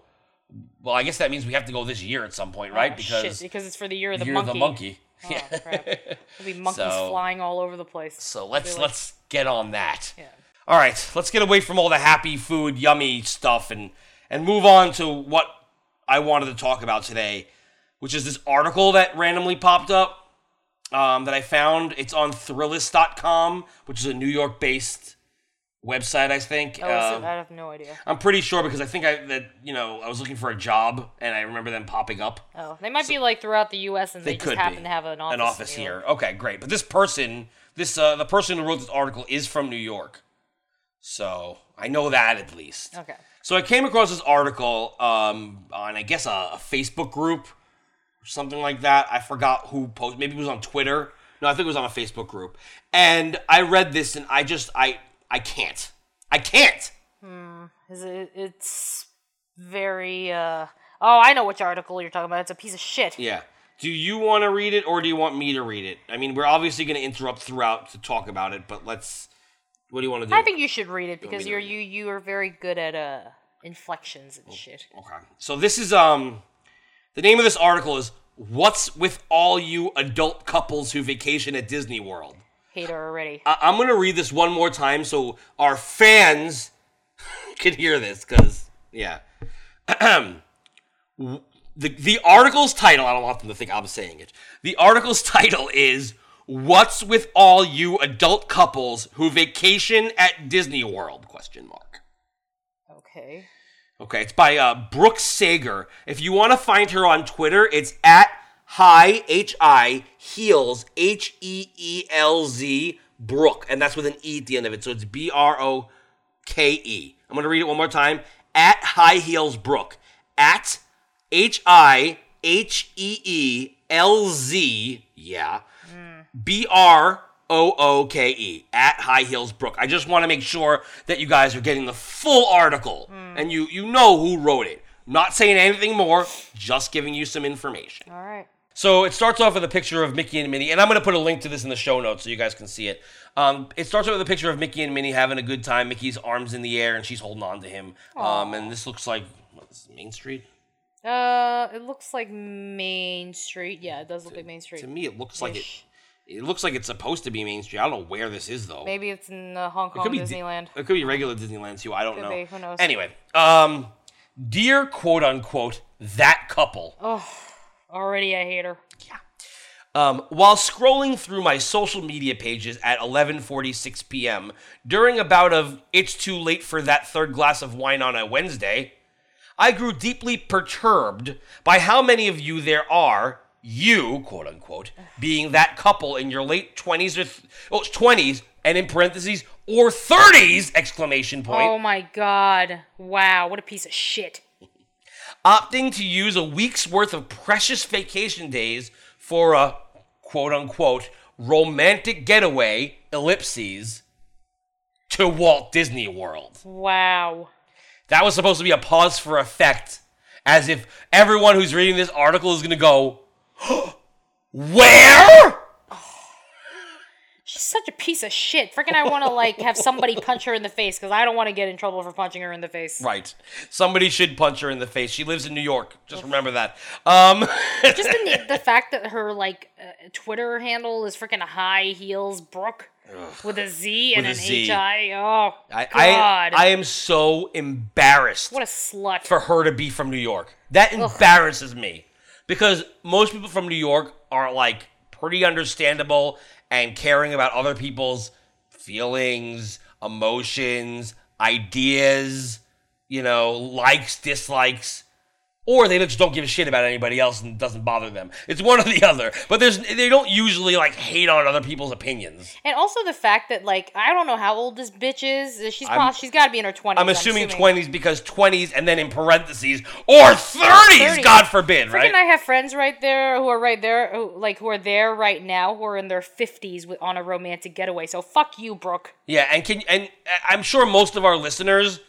[SPEAKER 2] Well, I guess that means we have to go this year at some point, right?
[SPEAKER 3] Oh,
[SPEAKER 2] because
[SPEAKER 3] shit, because it's for the year of the
[SPEAKER 2] you're
[SPEAKER 3] monkey.
[SPEAKER 2] the monkey.
[SPEAKER 3] Oh, crap. There'll be monkeys
[SPEAKER 2] So-
[SPEAKER 3] flying all over the place.
[SPEAKER 2] So let's let's get on that.
[SPEAKER 3] Yeah.
[SPEAKER 2] All right, let's get away from all the happy food, yummy stuff, and and move on to what I wanted to talk about today, which is this article that randomly popped up um, that I found. It's on Thrillist.com, which is a New York-based website, I think.
[SPEAKER 3] Oh, is
[SPEAKER 2] Um,
[SPEAKER 3] it? I have no idea.
[SPEAKER 2] I'm pretty sure because I think I that you know I was looking for a job and I remember them popping up.
[SPEAKER 3] Oh, they might be like throughout the U.S. and
[SPEAKER 2] They
[SPEAKER 3] they, just
[SPEAKER 2] could
[SPEAKER 3] happen
[SPEAKER 2] be.
[SPEAKER 3] to have an office,
[SPEAKER 2] an office
[SPEAKER 3] in New York.
[SPEAKER 2] here. Okay, great. But this person, this uh, the person who wrote this article is from New York, so I know that at least.
[SPEAKER 3] Okay.
[SPEAKER 2] So I came across this article um, on I guess a, a Facebook group or something like that. I forgot who posted. Maybe it was on Twitter. No, I think it was on a Facebook group. And I read this and I just I I can't. I can't.
[SPEAKER 3] Is it, it's very. uh Oh, I know which article you're talking about. It's a piece of shit.
[SPEAKER 2] Yeah. Do you want to read it or do you want me to read it? I mean, we're obviously going to interrupt throughout to talk about it, but let's. What do you want to do?
[SPEAKER 3] I think you should read it because
[SPEAKER 2] to
[SPEAKER 3] you're you you are very good at uh inflections
[SPEAKER 2] Oh.
[SPEAKER 3] and shit.
[SPEAKER 2] Okay. So this is um, the name of this article is "What's with all you adult couples who vacation at Disney World."
[SPEAKER 3] Hater already.
[SPEAKER 2] I- I'm gonna read this one more time so our fans can hear this, because yeah. W- the the article's title. I don't want them to think I'm saying it. The article's title is "What's with all you adult couples who vacation at Disney World?" Question mark.
[SPEAKER 3] Okay.
[SPEAKER 2] Okay, it's by uh, Brooke Sager. If you want to find her on Twitter, it's at hi h i heels h e e l z Brooke, and that's with an e at the end of it. So it's B R O K E. I'm gonna read it one more time. At high heels Brooke. At h i h e e l z. Yeah. B R O O K E at High Heels Brook. I just want to make sure that you guys are getting the full article and you you know who wrote it. I'm not saying anything more, just giving you some information.
[SPEAKER 3] All right.
[SPEAKER 2] So it starts off with a picture of Mickey and Minnie, and I'm going to put a link to this in the show notes so you guys can see it. Um, it starts off with a picture of Mickey and Minnie having a good time. Mickey's arms in the air, and she's holding on to him. Um, and this looks like what, this is Main Street.
[SPEAKER 3] Uh, it looks like Main Street. Yeah, it does look like Main Street.
[SPEAKER 2] To me, it looks like it.
[SPEAKER 3] Ish.
[SPEAKER 2] It looks like it's supposed to be Main Street. I don't know where this is though.
[SPEAKER 3] Maybe it's in uh, Hong Kong,
[SPEAKER 2] could be Di-
[SPEAKER 3] Disneyland.
[SPEAKER 2] it could be regular Disneyland too. I don't know.
[SPEAKER 3] be, who knows?
[SPEAKER 2] Anyway, um, dear quote unquote that couple.
[SPEAKER 3] Oh. Already a hater.
[SPEAKER 2] Um, while scrolling through my social media pages at 11:46 p.m. during a bout of it's too late for that third glass of wine on a Wednesday, I grew deeply perturbed by how many of you there are, you quote unquote, being that couple in your late 20s or th- oh, 20s and in parentheses or 30s exclamation point.
[SPEAKER 3] Oh my god. Wow, what a piece of shit.
[SPEAKER 2] opting to use a week's worth of precious vacation days for a quote unquote romantic getaway, ellipses, to Walt Disney World.
[SPEAKER 3] Wow.
[SPEAKER 2] That was supposed to be a pause for effect, as if everyone who's reading this article is going to go, Where?
[SPEAKER 3] She's such a piece of shit. Freaking I want to like have somebody punch her in the face cuz I don't want to get in trouble for punching her in the face.
[SPEAKER 2] Right. Somebody should punch her in the face. She lives in New York. Just remember that. Um,
[SPEAKER 3] Just the, the fact that her like uh, Twitter handle is freaking high heels Brooke with a Z and
[SPEAKER 2] With a
[SPEAKER 3] an
[SPEAKER 2] Z.
[SPEAKER 3] H I. Oh
[SPEAKER 2] I, I,
[SPEAKER 3] god.
[SPEAKER 2] I am so embarrassed.
[SPEAKER 3] what a slut.
[SPEAKER 2] for her to be from New York. That embarrasses me because most people from New York are like pretty understandable and caring about other people's feelings, emotions, ideas, you know, likes, dislikes. Or they just don't give a shit about anybody else and it doesn't bother them. It's one or the other. But there's they don't usually like hate on other people's opinions.
[SPEAKER 3] and also the fact that like I don't know how old this bitch is. She's probably, she's got to be in her 20s.
[SPEAKER 2] I'm assuming twenties because twenties and then in parentheses or thirties,
[SPEAKER 3] 30s.
[SPEAKER 2] God forbid,
[SPEAKER 3] Freaking
[SPEAKER 2] right?
[SPEAKER 3] I have friends right there who are right there, who, like who are there right now, who are in their fifties with on a romantic getaway. So fuck you, Brooke.
[SPEAKER 2] Yeah, and can and uh, I'm sure most of our listeners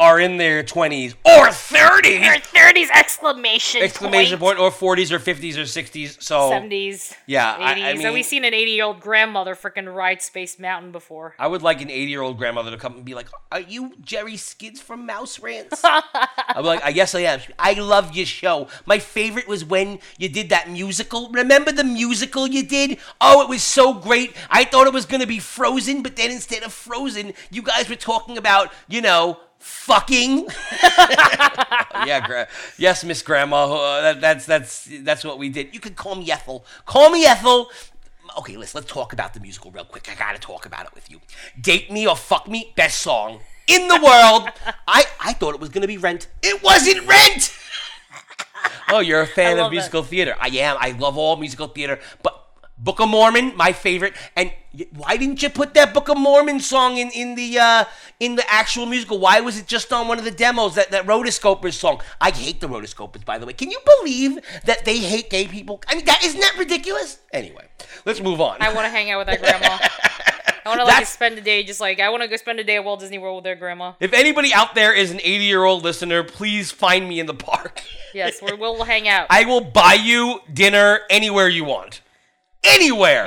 [SPEAKER 2] are in their 20s or 30s
[SPEAKER 3] Thirties exclamation
[SPEAKER 2] exclamation point or 40s or 50s or 60s. So
[SPEAKER 3] Seventies.
[SPEAKER 2] yeah, I,
[SPEAKER 3] Eighties.
[SPEAKER 2] I mean,
[SPEAKER 3] and we seen an eighty-year-old grandmother freaking ride Space Mountain before.
[SPEAKER 2] I would like an 80 year old grandmother to come and be like, "Are you Jerry Skids from Mouse Rants?" I'm like, "I guess I am." I love your show. My favorite was when you did that musical. Remember the musical you did? Oh, it was so great. I thought it was gonna be Frozen, but then instead of Frozen, you guys were talking about, you know. fucking. yeah, gra- yes, Miss Grandma. Uh, that, that's that's that's what we did. You can call me Ethel. Call me Ethel. Okay, let's let's talk about the musical real quick. I gotta talk about it with you. Date me or fuck me. Best song in the world. I I thought it was gonna be Rent. It wasn't Rent. oh, you're a fan
[SPEAKER 3] love
[SPEAKER 2] of
[SPEAKER 3] that.
[SPEAKER 2] musical theater. I am. I love all musical theater, but. Book of Mormon, my favorite. And y- why didn't you put that Book of Mormon song in, in the uh, in the actual musical? Why was it just on one of the demos that that Rotoscopers song? I hate the Rotoscopers, by the way. Can you believe that they hate gay people? I mean, that isn't that ridiculous? Anyway, let's move on.
[SPEAKER 3] I want to hang out with that grandma. I want to like
[SPEAKER 2] That's-
[SPEAKER 3] spend a day just like I want to go spend a day at Walt Disney World with their grandma.
[SPEAKER 2] if anybody out there is an 80 year old listener, please find me in the park.
[SPEAKER 3] Yes, we will hang out.
[SPEAKER 2] I will buy you dinner anywhere you want. Anywhere.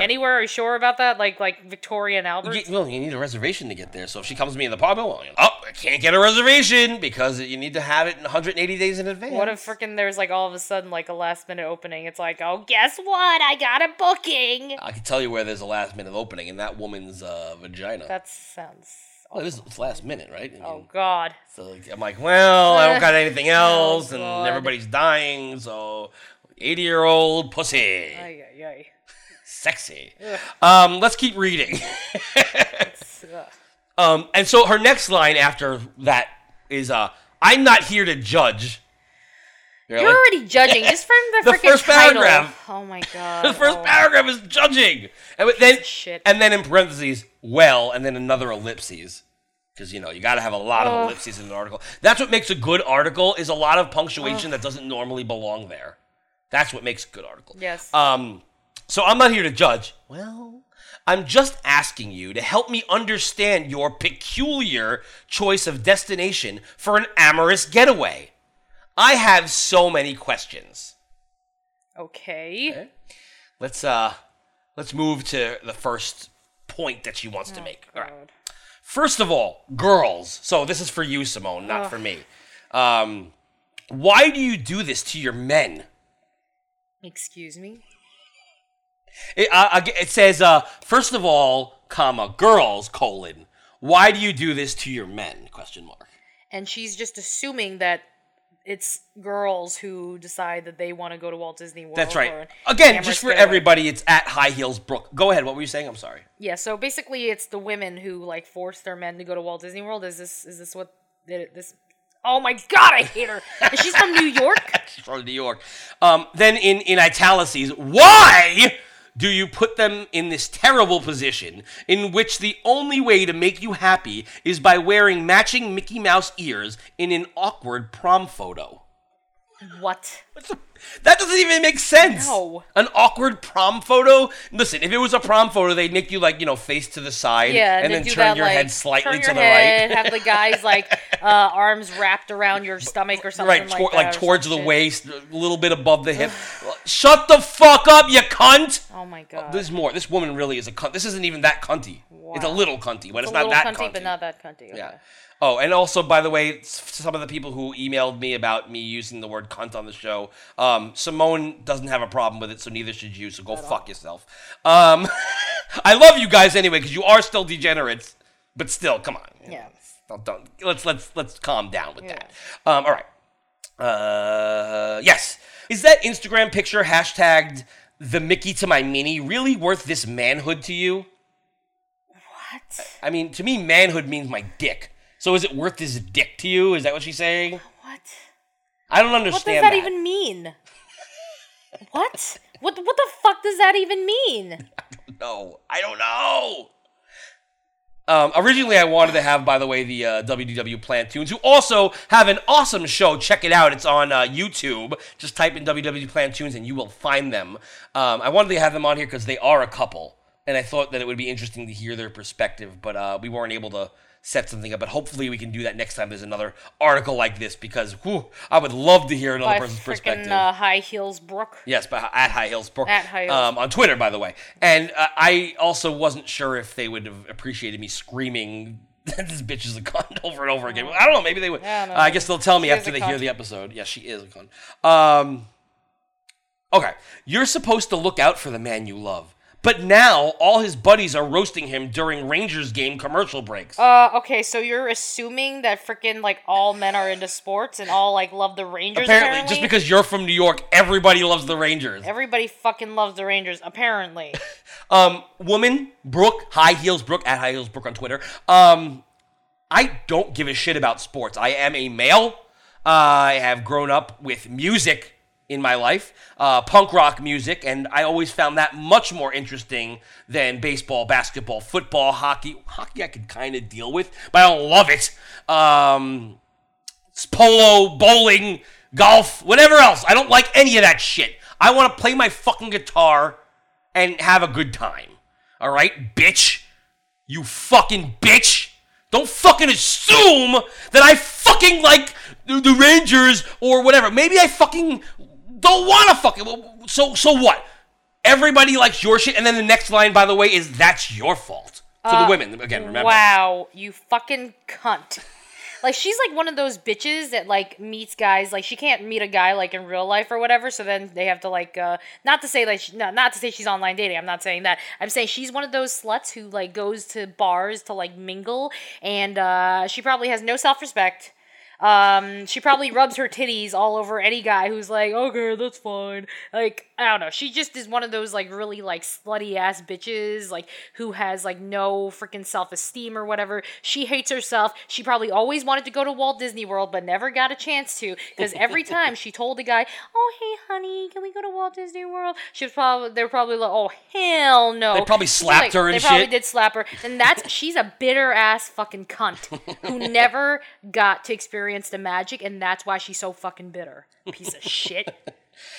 [SPEAKER 3] Anywhere are you sure about that? Like like Victoria and Albert.
[SPEAKER 2] You, well, you need a reservation to get there. So if she comes to me in the pub, well, oh, I can't get a reservation because you need to have it in 180 days in advance.
[SPEAKER 3] What if freaking there's like all of a sudden like a last minute opening? It's like, oh, guess what? I got a booking.
[SPEAKER 2] I can tell you where there's a last minute opening in that woman's uh, vagina.
[SPEAKER 3] That sounds.
[SPEAKER 2] oh, it is it's last minute, right? I mean,
[SPEAKER 3] Oh God.
[SPEAKER 2] So like, I'm like, well, I don't got anything else, and
[SPEAKER 3] Oh, God.
[SPEAKER 2] everybody's dying, so 80 year old pussy,
[SPEAKER 3] Ay, ay, ay.
[SPEAKER 2] sexy. Um, let's keep reading.
[SPEAKER 3] It's, ugh.
[SPEAKER 2] Um, and so her next line after that is, uh, "I'm not here to judge." Really?
[SPEAKER 3] You're already judging just from the,
[SPEAKER 2] The
[SPEAKER 3] freaking
[SPEAKER 2] first
[SPEAKER 3] title.
[SPEAKER 2] paragraph.
[SPEAKER 3] Oh my God.
[SPEAKER 2] The first
[SPEAKER 3] oh.
[SPEAKER 2] paragraph is judging, and then
[SPEAKER 3] shit.
[SPEAKER 2] and then in parentheses, well, and then another ellipses, because you know you got to have a lot of ellipses in an article. That's what makes a good article is a lot of punctuation that doesn't normally belong there. That's what makes a good article.
[SPEAKER 3] Yes.
[SPEAKER 2] Um, so I'm not here to judge. Well, I'm just asking you to help me understand your peculiar choice of destination for an amorous getaway. I have so many questions
[SPEAKER 3] okay.
[SPEAKER 2] let's uh let's move to the first point that she wants to make. All right.
[SPEAKER 3] God.
[SPEAKER 2] First of all, girls. So this is for you, Simone, not for me. Um, why do you do this to your men?
[SPEAKER 3] Excuse me.
[SPEAKER 2] It, uh, ag- it says uh, first of all, comma girls colon. Why do you do this to your men? Question mark.
[SPEAKER 3] And she's just assuming that it's girls who decide that they want to go to Walt Disney World.
[SPEAKER 2] That's
[SPEAKER 3] or
[SPEAKER 2] right. Again,
[SPEAKER 3] Amherst
[SPEAKER 2] just for
[SPEAKER 3] Getaway.
[SPEAKER 2] everybody, it's at High Heels Brook. Go ahead. What were you saying? I'm sorry.
[SPEAKER 3] Yeah. So basically, it's the women who like force their men to go to Walt Disney World. Is this is this what th- this? Oh my God, I hate her. And she's from New York.
[SPEAKER 2] She's from New York. Um, then in, in italices, why do you put them in this terrible position in which the only way to make you happy is by wearing matching Mickey Mouse ears in an awkward prom photo?
[SPEAKER 3] What?
[SPEAKER 2] That doesn't even make sense.
[SPEAKER 3] No.
[SPEAKER 2] An awkward prom photo? Listen, if it was a prom photo, they'd make you like, you know, face to the side
[SPEAKER 3] Yeah,
[SPEAKER 2] and
[SPEAKER 3] they
[SPEAKER 2] then
[SPEAKER 3] do
[SPEAKER 2] turn
[SPEAKER 3] that,
[SPEAKER 2] your
[SPEAKER 3] like,
[SPEAKER 2] head slightly
[SPEAKER 3] turn
[SPEAKER 2] to
[SPEAKER 3] your
[SPEAKER 2] the
[SPEAKER 3] head,
[SPEAKER 2] right.
[SPEAKER 3] Have the guys like uh, arms wrapped around your stomach or something.
[SPEAKER 2] Right,
[SPEAKER 3] like,
[SPEAKER 2] tor-
[SPEAKER 3] that
[SPEAKER 2] like
[SPEAKER 3] or some
[SPEAKER 2] towards the
[SPEAKER 3] shit.
[SPEAKER 2] waist, a little bit above the hip. Shut the fuck up, you cunt!
[SPEAKER 3] Oh my God.
[SPEAKER 2] There's more. This woman really is a cunt. This isn't even that cunty. It's a little cunty, but it's,
[SPEAKER 3] a
[SPEAKER 2] not
[SPEAKER 3] little
[SPEAKER 2] that
[SPEAKER 3] cunty,
[SPEAKER 2] cunty.
[SPEAKER 3] but not that cunty. Okay.
[SPEAKER 2] yeah. Oh, and also, by the way, s- some of the people who emailed me about me using the word cunt on the show, um, Simone doesn't have a problem with it, so neither should you. So go fuck yourself. Um, I love you guys anyway because you are still degenerates, but still, come on.
[SPEAKER 3] Yeah.
[SPEAKER 2] Don't, don't let's let's let's calm down with that. Um, all right. Uh, yes. Is that Instagram picture hashtagged the Mickey to my mini really worth this manhood to you?
[SPEAKER 3] What?
[SPEAKER 2] I mean, to me, manhood means my dick. So is it worth this dick to you? Is that what she's saying?
[SPEAKER 3] What?
[SPEAKER 2] I don't understand.
[SPEAKER 3] What does that, even mean? What? What? What the fuck does that even mean?
[SPEAKER 2] No, I don't know. Um, originally, I wanted to have, by the way, the uh, WDW Plantoons, who also have an awesome show. Check it out; it's on uh, YouTube. Just type in WW Plantoons, and you will find them. Um, I wanted to have them on here because they are a couple, and I thought that it would be interesting to hear their perspective. But uh, we weren't able to set something up. But hopefully, we can do that next time. There's another article like this because whew, I would love to hear another
[SPEAKER 3] By
[SPEAKER 2] person's
[SPEAKER 3] freaking
[SPEAKER 2] perspective.
[SPEAKER 3] uh, high heels, Brooke.
[SPEAKER 2] Yes, but at High Heels Brook.
[SPEAKER 3] At High Heels.
[SPEAKER 2] Um, on Twitter, by the way. And uh, I also wasn't sure if they would have appreciated me screaming that this bitch is a cunt over and over
[SPEAKER 3] Mm.
[SPEAKER 2] again. I don't know. Maybe they would.
[SPEAKER 3] Yeah, no,
[SPEAKER 2] Uh, I guess they'll tell me
[SPEAKER 3] she is
[SPEAKER 2] after
[SPEAKER 3] a
[SPEAKER 2] they hear
[SPEAKER 3] cunt.
[SPEAKER 2] the episode. Yeah, she is a cunt. Um, okay. You're supposed to look out for the man you love. But now all his buddies are roasting him during Rangers game commercial breaks.
[SPEAKER 3] Uh, okay, so you're assuming that freaking like all men are into sports and all like love the Rangers.
[SPEAKER 2] apparently,
[SPEAKER 3] Apparently,
[SPEAKER 2] just because you're from New York, everybody loves the Rangers.
[SPEAKER 3] everybody fucking loves the Rangers. Apparently,
[SPEAKER 2] Um, woman, Brooke, High Heels Brooke, at High Heels Brooke on Twitter. Um, I don't give a shit about sports. I am a male. Uh, I have grown up with music in my life, uh, punk rock music, and I always found that much more interesting than baseball, basketball, football, hockey. Hockey I could kind of deal with, but I don't love it. Um, it's polo, bowling, golf, whatever else. I don't like any of that shit. I want to play my fucking guitar and have a good time. All right, bitch. You fucking bitch. Don't fucking assume that I fucking like the, the Rangers or whatever. Maybe I fucking don't want to fucking. well, So so what? Everybody likes your shit, and then the next line, by the way, is that's your fault to the women. Again, remember.
[SPEAKER 3] Uh, wow, you fucking cunt. Like she's like one of those bitches that like meets guys like she can't meet a guy like in real life or whatever. So then they have to like uh, not to say like she, no, not to say she's online dating. I'm not saying that. I'm saying she's one of those sluts who like goes to bars to like mingle, and uh, she probably has no self respect. Um, she probably rubs her titties all over any guy who's like, okay, that's fine. Like, I don't know. She just is one of those like really like slutty ass bitches, like who has like no freaking self esteem or whatever. She hates herself. She probably always wanted to go to Walt Disney World, but never got a chance to because every time she told the guy, oh hey honey, can we go to Walt Disney World? She was probably they're probably like, oh hell no.
[SPEAKER 2] They probably
[SPEAKER 3] She's
[SPEAKER 2] slapped her and
[SPEAKER 3] they probably
[SPEAKER 2] shit.
[SPEAKER 3] did slap her. And that's she's a bitter ass fucking cunt who never got to experience the magic, and that's why she's so fucking bitter. Piece of shit.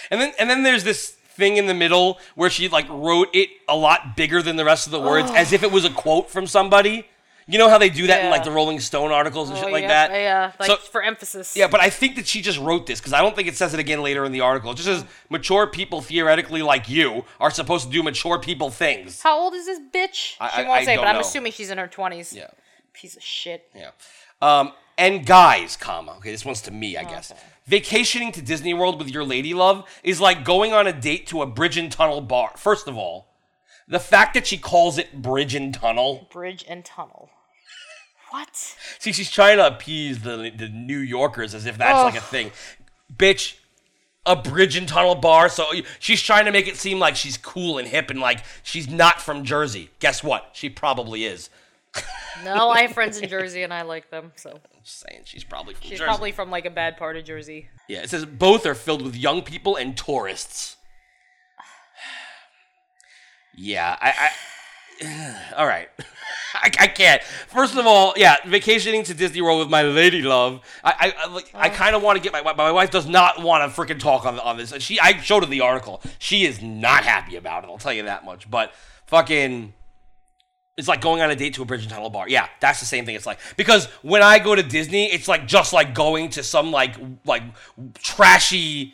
[SPEAKER 2] And then and then there's this thing in the middle where she like wrote it a lot bigger than the rest of the words, as if it was a quote from somebody. You know how they do that in like
[SPEAKER 3] Yeah. Oh,
[SPEAKER 2] the Rolling Stone articles and shit like
[SPEAKER 3] yeah,
[SPEAKER 2] that.
[SPEAKER 3] Yeah, like
[SPEAKER 2] So-
[SPEAKER 3] for emphasis.
[SPEAKER 2] yeah, but I think that she just wrote this because I don't think it says it again later in the article. It just says mature people theoretically like you are supposed to do mature people things.
[SPEAKER 3] How old is this bitch?
[SPEAKER 2] I-
[SPEAKER 3] she
[SPEAKER 2] I-
[SPEAKER 3] won't
[SPEAKER 2] I
[SPEAKER 3] say,
[SPEAKER 2] don't
[SPEAKER 3] but I'm
[SPEAKER 2] know.
[SPEAKER 3] assuming she's in her twenties.
[SPEAKER 2] Yeah.
[SPEAKER 3] Piece of shit.
[SPEAKER 2] Yeah. Um, and guys, comma. Okay, this one's to me, I guess. Vacationing to Disney World with your lady love is like going on a date to a bridge and tunnel bar. First of all, the fact that she calls it bridge and tunnel.
[SPEAKER 3] Bridge and tunnel. What?
[SPEAKER 2] See, she's trying to appease the, the New Yorkers as if that's like a
[SPEAKER 3] Ugh.
[SPEAKER 2] thing. Bitch, a bridge and tunnel bar. So she's trying to make it seem like she's cool and hip and like she's not from Jersey. Guess what? She probably is.
[SPEAKER 3] No, I have friends in Jersey and I like them, so
[SPEAKER 2] Just saying, she's probably from
[SPEAKER 3] she's
[SPEAKER 2] Jersey.
[SPEAKER 3] probably from like a bad part of Jersey.
[SPEAKER 2] Yeah, it says both are filled with young people and tourists. Yeah, I. I all right. I, I can't. First of all, yeah, vacationing to Disney World with my lady love. I I, I, like, I kind of want to get my wi- my wife does not want to freaking talk on on this. She I showed her the article. She is not happy about it. I'll tell you that much. But fucking. It's like going on a date to a bridge and tunnel bar. Yeah, that's the same thing. It's like because when I go to Disney, it's like just like going to some like w- like trashy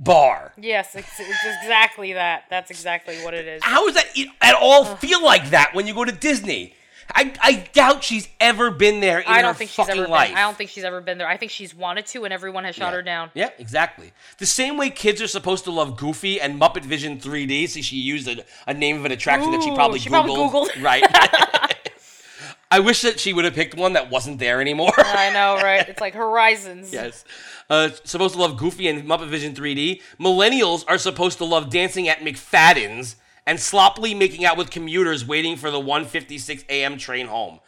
[SPEAKER 2] bar.
[SPEAKER 3] Yes, it's, it's exactly that. That's exactly what it is.
[SPEAKER 2] How does that e- at all feel like that when you go to Disney? I, I doubt she's ever been there in
[SPEAKER 3] I don't
[SPEAKER 2] her
[SPEAKER 3] think she's
[SPEAKER 2] fucking
[SPEAKER 3] ever been.
[SPEAKER 2] life.
[SPEAKER 3] I don't think she's ever been there. I think she's wanted to, and everyone has shot her down.
[SPEAKER 2] Yeah, exactly. The same way kids are supposed to love Goofy and Muppet Vision 3D, so she used a, a name of an attraction that she
[SPEAKER 3] Ooh,
[SPEAKER 2] probably
[SPEAKER 3] she
[SPEAKER 2] Googled.
[SPEAKER 3] probably Googled.
[SPEAKER 2] Right. I wish that she would have picked one that wasn't there anymore.
[SPEAKER 3] I know, right? It's like Horizons.
[SPEAKER 2] Yes. Uh, supposed to love Goofy and Muppet Vision 3D. Millennials are supposed to love dancing at McFadden's and sloppily making out with commuters waiting for the 1:56 a.m. train home.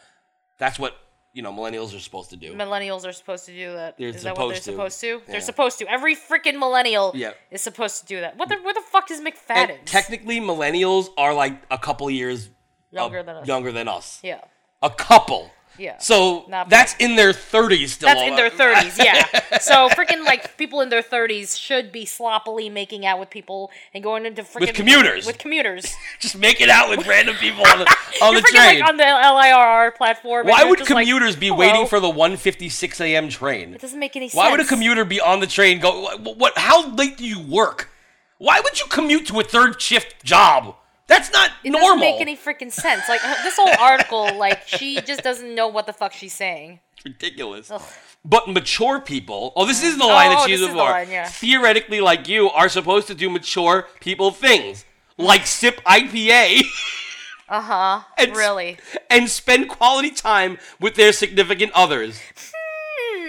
[SPEAKER 2] That's what you know millennials are supposed to do.
[SPEAKER 3] Millennials are supposed to do that.
[SPEAKER 2] They're
[SPEAKER 3] Is that what they're
[SPEAKER 2] supposed
[SPEAKER 3] supposed
[SPEAKER 2] to.
[SPEAKER 3] to?
[SPEAKER 2] Yeah.
[SPEAKER 3] They're supposed to. Every freaking millennial
[SPEAKER 2] Yeah.
[SPEAKER 3] is supposed to do that. What the what the fuck is
[SPEAKER 2] And
[SPEAKER 3] McFadden?
[SPEAKER 2] technically, millennials are like a couple years uh,
[SPEAKER 3] Younger than us.
[SPEAKER 2] Younger than us.
[SPEAKER 3] yeah.
[SPEAKER 2] A couple.
[SPEAKER 3] Yeah.
[SPEAKER 2] So
[SPEAKER 3] Not
[SPEAKER 2] that's in their 30s still.
[SPEAKER 3] That's in their
[SPEAKER 2] Uh,
[SPEAKER 3] 30s, yeah. So freaking like people in their 30s should be sloppily making out with people and going into freaking
[SPEAKER 2] commuters.
[SPEAKER 3] With commuters.
[SPEAKER 2] Just make it out with random people on the, on the
[SPEAKER 3] You're freaking
[SPEAKER 2] train.
[SPEAKER 3] like on the LIRR platform. and
[SPEAKER 2] Why
[SPEAKER 3] you're
[SPEAKER 2] would
[SPEAKER 3] just like,
[SPEAKER 2] commuters be
[SPEAKER 3] "Hello."
[SPEAKER 2] waiting for the 1:56 a.m. train?
[SPEAKER 3] It doesn't make any sense.
[SPEAKER 2] Why would a commuter be on the train? Go what, what? How late do you work? Why would you commute to a third shift job? That's not
[SPEAKER 3] It
[SPEAKER 2] normal.
[SPEAKER 3] doesn't make any freaking sense. Like her- this whole article, like she just doesn't know what the fuck she's saying.
[SPEAKER 2] It's ridiculous. But mature people. Oh, this is the line
[SPEAKER 3] Oh,
[SPEAKER 2] that
[SPEAKER 3] oh,
[SPEAKER 2] she
[SPEAKER 3] this is
[SPEAKER 2] used
[SPEAKER 3] the
[SPEAKER 2] before.
[SPEAKER 3] line, yeah.
[SPEAKER 2] Theoretically, like you, are supposed to do mature people things. like sip IPA
[SPEAKER 3] Uh huh.
[SPEAKER 2] It's-
[SPEAKER 3] Really.
[SPEAKER 2] and spend quality time with their significant others.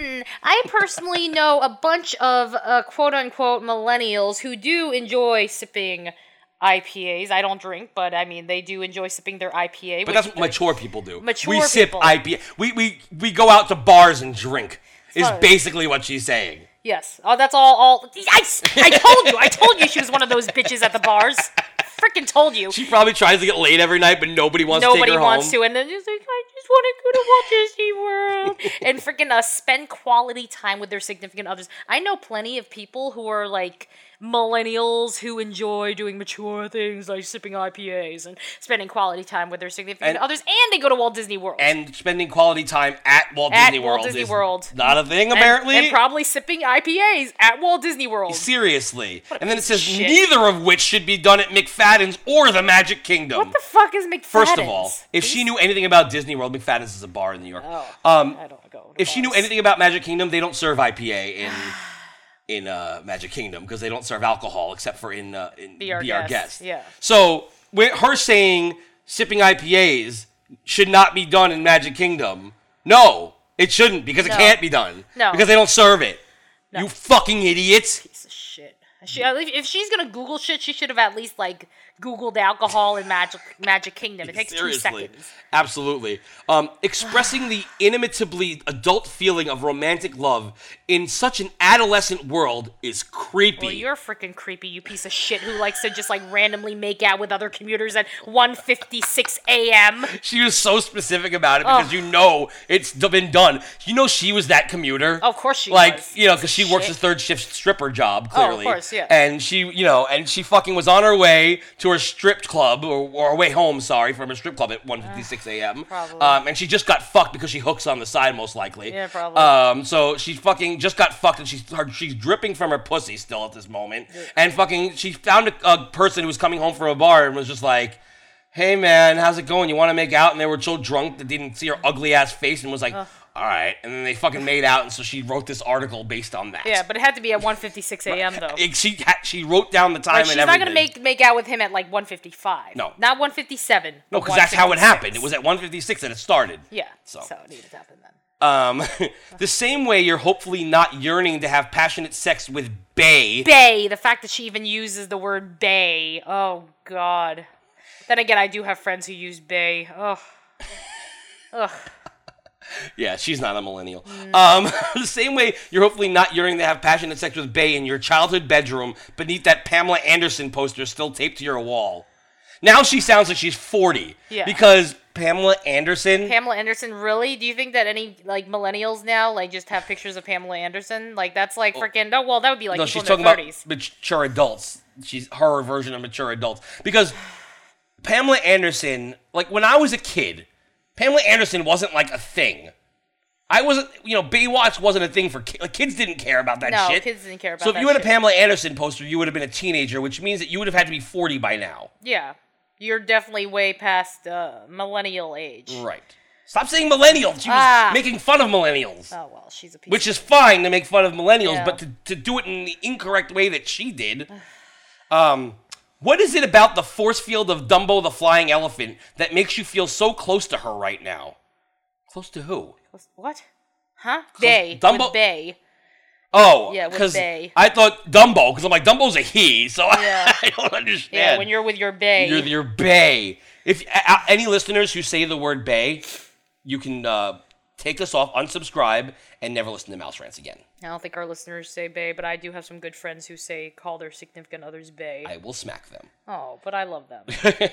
[SPEAKER 3] Hmm. I personally know a bunch of uh, quote unquote millennials who do enjoy sipping IPAs. I don't drink, but I mean, they do enjoy sipping their IPA. which-
[SPEAKER 2] But that's what mature people do.
[SPEAKER 3] Mature
[SPEAKER 2] we sip
[SPEAKER 3] people.
[SPEAKER 2] IPA. We, we we go out to bars and drink. Is
[SPEAKER 3] Sorry.
[SPEAKER 2] basically what she's saying.
[SPEAKER 3] yes. Oh, that's all. All I, s- I told you. I told you she was one of those bitches at the bars. Freaking told you.
[SPEAKER 2] She probably tries to get laid every night, but nobody wants to
[SPEAKER 3] Nobody
[SPEAKER 2] take her
[SPEAKER 3] wants to,
[SPEAKER 2] home.
[SPEAKER 3] and then just like, I just want to go to Walt Disney World and freaking uh, spend quality time with their significant others. I know plenty of people who are like millennials who enjoy doing mature things like sipping IPAs and spending quality time with their significant
[SPEAKER 2] And-
[SPEAKER 3] others, and they go to Walt Disney World
[SPEAKER 2] And spending quality time at Walt
[SPEAKER 3] At
[SPEAKER 2] Disney
[SPEAKER 3] Walt
[SPEAKER 2] World
[SPEAKER 3] Disney
[SPEAKER 2] is
[SPEAKER 3] World.
[SPEAKER 2] not a thing
[SPEAKER 3] And-
[SPEAKER 2] apparently.
[SPEAKER 3] and, probably sipping IPAs at Walt Disney World.
[SPEAKER 2] Seriously. And then it says
[SPEAKER 3] shit.
[SPEAKER 2] neither of which should be done at McFadden's or the Magic Kingdom.
[SPEAKER 3] what the fuck is McFadden's?
[SPEAKER 2] First of all, if she knew anything about Disney World, McFadden's is a bar in New York.
[SPEAKER 3] Oh,
[SPEAKER 2] um,
[SPEAKER 3] I don't go. to
[SPEAKER 2] if she knew
[SPEAKER 3] bars.
[SPEAKER 2] anything about Magic Kingdom, they don't serve IPA in in uh, Magic Kingdom because they don't serve alcohol except for in uh, in
[SPEAKER 3] Be Our Guest, yeah.
[SPEAKER 2] So with her saying sipping IPAs should not be done in Magic Kingdom. No, it shouldn't because
[SPEAKER 3] No.
[SPEAKER 2] it can't be done.
[SPEAKER 3] No.
[SPEAKER 2] because they don't serve it. You fucking idiots!
[SPEAKER 3] piece of shit. She, if if she's gonna Google shit, she should have at least like Googled alcohol in Magic Magic Kingdom. It takes two seconds.
[SPEAKER 2] Absolutely. Um, expressing the inimitably adult feeling of romantic love in such an adolescent world is creepy.
[SPEAKER 3] Well, you're freaking creepy, you piece of shit who likes to just like randomly make out with other commuters at 1:56 a.m.
[SPEAKER 2] she was so specific about it because you know it's d- been done. You know she was that commuter.
[SPEAKER 3] Of course she
[SPEAKER 2] like,
[SPEAKER 3] was.
[SPEAKER 2] you know, because she works a
[SPEAKER 3] Shit. Oh,
[SPEAKER 2] third shift stripper job,
[SPEAKER 3] of
[SPEAKER 2] clearly.
[SPEAKER 3] course, yeah.
[SPEAKER 2] And she, you know, and she fucking was on her way to her strip club or, or her way home, sorry, from her strip club at 1.56 a.m.
[SPEAKER 3] probably.
[SPEAKER 2] Um, and she just got fucked because she hooks on the side, most likely.
[SPEAKER 3] Yeah, probably.
[SPEAKER 2] Um, so she fucking just got fucked and she's, her, she's dripping from her pussy still at this moment. And fucking, she found a, a person who was coming home from a bar and was just like, hey man, how's it going? You want to make out? And they were so drunk that they didn't see her ugly ass face and was like, all right. And then they fucking made out, and so she wrote this article based on that.
[SPEAKER 3] Yeah, but it had to be at 1:56 a.m. though.
[SPEAKER 2] It- she ha- she wrote down the time
[SPEAKER 3] Like,
[SPEAKER 2] and
[SPEAKER 3] she's
[SPEAKER 2] everything.
[SPEAKER 3] not gonna make make out with him at like 1:55.
[SPEAKER 2] No.
[SPEAKER 3] not 1:57.
[SPEAKER 2] no, because that's how it happened. It was at 1:56 that it started.
[SPEAKER 3] yeah.
[SPEAKER 2] So.
[SPEAKER 3] So. it needed to happen then.
[SPEAKER 2] Um, the same way you're hopefully not yearning to have passionate sex with Bay.
[SPEAKER 3] Bay. The fact that she even uses the word bay. Oh God. Then again, I do have friends who use bay. Ugh. Ugh.
[SPEAKER 2] Yeah, she's not a millennial. Um, the same way you're hopefully not yearning to have passionate sex with Bay in your childhood bedroom beneath that Pamela Anderson poster still taped to your wall. Now she sounds like she's 40.
[SPEAKER 3] Yeah.
[SPEAKER 2] Because Pamela Anderson.
[SPEAKER 3] Pamela Anderson, really? Do you think that any like millennials now like just have pictures of Pamela Anderson? Like that's like freaking no. Well, that would be like
[SPEAKER 2] no,
[SPEAKER 3] people
[SPEAKER 2] she's
[SPEAKER 3] in
[SPEAKER 2] talking
[SPEAKER 3] their
[SPEAKER 2] about
[SPEAKER 3] thirties.
[SPEAKER 2] mature adults. She's her version of mature adults. Because Pamela Anderson, like when I was a kid, Pamela Anderson wasn't like a thing. I wasn't, you know, Baywatch wasn't a thing for kids. Like, kids didn't care about that
[SPEAKER 3] No,
[SPEAKER 2] shit.
[SPEAKER 3] kids didn't care about.
[SPEAKER 2] So if
[SPEAKER 3] that
[SPEAKER 2] you had a
[SPEAKER 3] shit.
[SPEAKER 2] Pamela Anderson poster, you would have been a teenager, which means that you would have had to be 40 by now.
[SPEAKER 3] yeah, you're definitely way past uh, millennial age.
[SPEAKER 2] Right. Stop saying millennial. She was
[SPEAKER 3] Ah.
[SPEAKER 2] making fun of millennials,
[SPEAKER 3] Oh well, she's a piece.
[SPEAKER 2] which is fine to make fun of millennials,
[SPEAKER 3] Yeah.
[SPEAKER 2] but to, to do it in the incorrect way that she did. Um, what is it about the force field of Dumbo the flying elephant that makes you feel so close to her right now? Close to who?
[SPEAKER 3] of what? Huh? Bay. with
[SPEAKER 2] Dumbo-
[SPEAKER 3] Bay.
[SPEAKER 2] Oh,
[SPEAKER 3] Yeah, with they.
[SPEAKER 2] I thought Dumbo, because I'm like, Dumbo's a he, so
[SPEAKER 3] Yeah.
[SPEAKER 2] I don't understand.
[SPEAKER 3] Yeah, when you're with your bay.
[SPEAKER 2] You're your bay. If a- a- any listeners who say the word bay, you can uh, take us off, unsubscribe, and never listen to Mouse Rants again.
[SPEAKER 3] I don't think our listeners say "bay," but I do have some good friends who say call their significant others "bay."
[SPEAKER 2] I will smack them.
[SPEAKER 3] oh, but I love them. But they're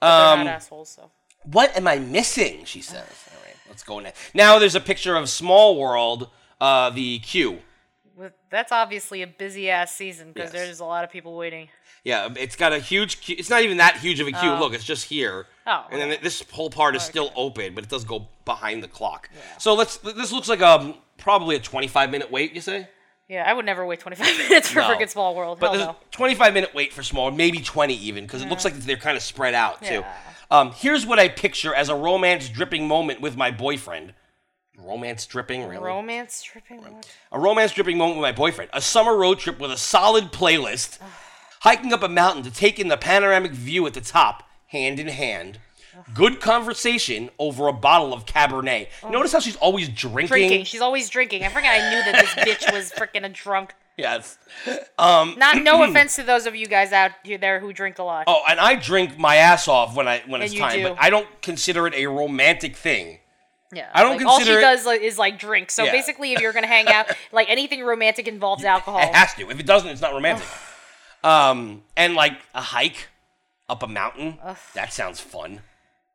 [SPEAKER 2] Um,
[SPEAKER 3] not assholes, so
[SPEAKER 2] What am I missing? She says. All right, let's go next. Now there's a picture of Small World, uh, the queue.
[SPEAKER 3] With, that's obviously a busy ass season because
[SPEAKER 2] Yes.
[SPEAKER 3] there's a lot of people waiting.
[SPEAKER 2] Yeah, it's got a huge. Queue. It's not even that huge of a queue. Look, it's just here.
[SPEAKER 3] Oh,
[SPEAKER 2] And then
[SPEAKER 3] okay.
[SPEAKER 2] this whole part is still open, but it does go behind the clock. So let's. This looks like um probably a 25 minute wait. You say?
[SPEAKER 3] Yeah, I would never wait 25 minutes for
[SPEAKER 2] No.
[SPEAKER 3] freaking Small World.
[SPEAKER 2] But
[SPEAKER 3] Hell
[SPEAKER 2] there's
[SPEAKER 3] no. Mm.
[SPEAKER 2] 25 minute wait for small, maybe 20 even, because it looks like they're kind of spread out too. Um, here's what I picture as a romance dripping moment with my boyfriend. Romance dripping, really?
[SPEAKER 3] Romance tripping? What?
[SPEAKER 2] a romance dripping moment with my boyfriend. A summer road trip with a solid playlist. hiking up a mountain to take in the panoramic view at the top, hand in hand. Good conversation over a bottle of Cabernet. Notice how she's always drinking.
[SPEAKER 3] Drinking. She's always drinking. I forgot I knew that this bitch was freaking a drunk.
[SPEAKER 2] Yes.
[SPEAKER 3] Not no offense to those of you guys out here there who drink a lot.
[SPEAKER 2] Oh, and I drink my ass off when I when it's
[SPEAKER 3] you
[SPEAKER 2] time,
[SPEAKER 3] do.
[SPEAKER 2] but I don't consider it a romantic thing.
[SPEAKER 3] yeah.
[SPEAKER 2] I don't
[SPEAKER 3] like,
[SPEAKER 2] consider it-
[SPEAKER 3] all she does like, is like drink. So
[SPEAKER 2] Yeah.
[SPEAKER 3] basically, if you're gonna hang out, like anything romantic involves alcohol.
[SPEAKER 2] It has to. If it doesn't, it's not romantic. um, and like a hike up a mountain. That sounds fun.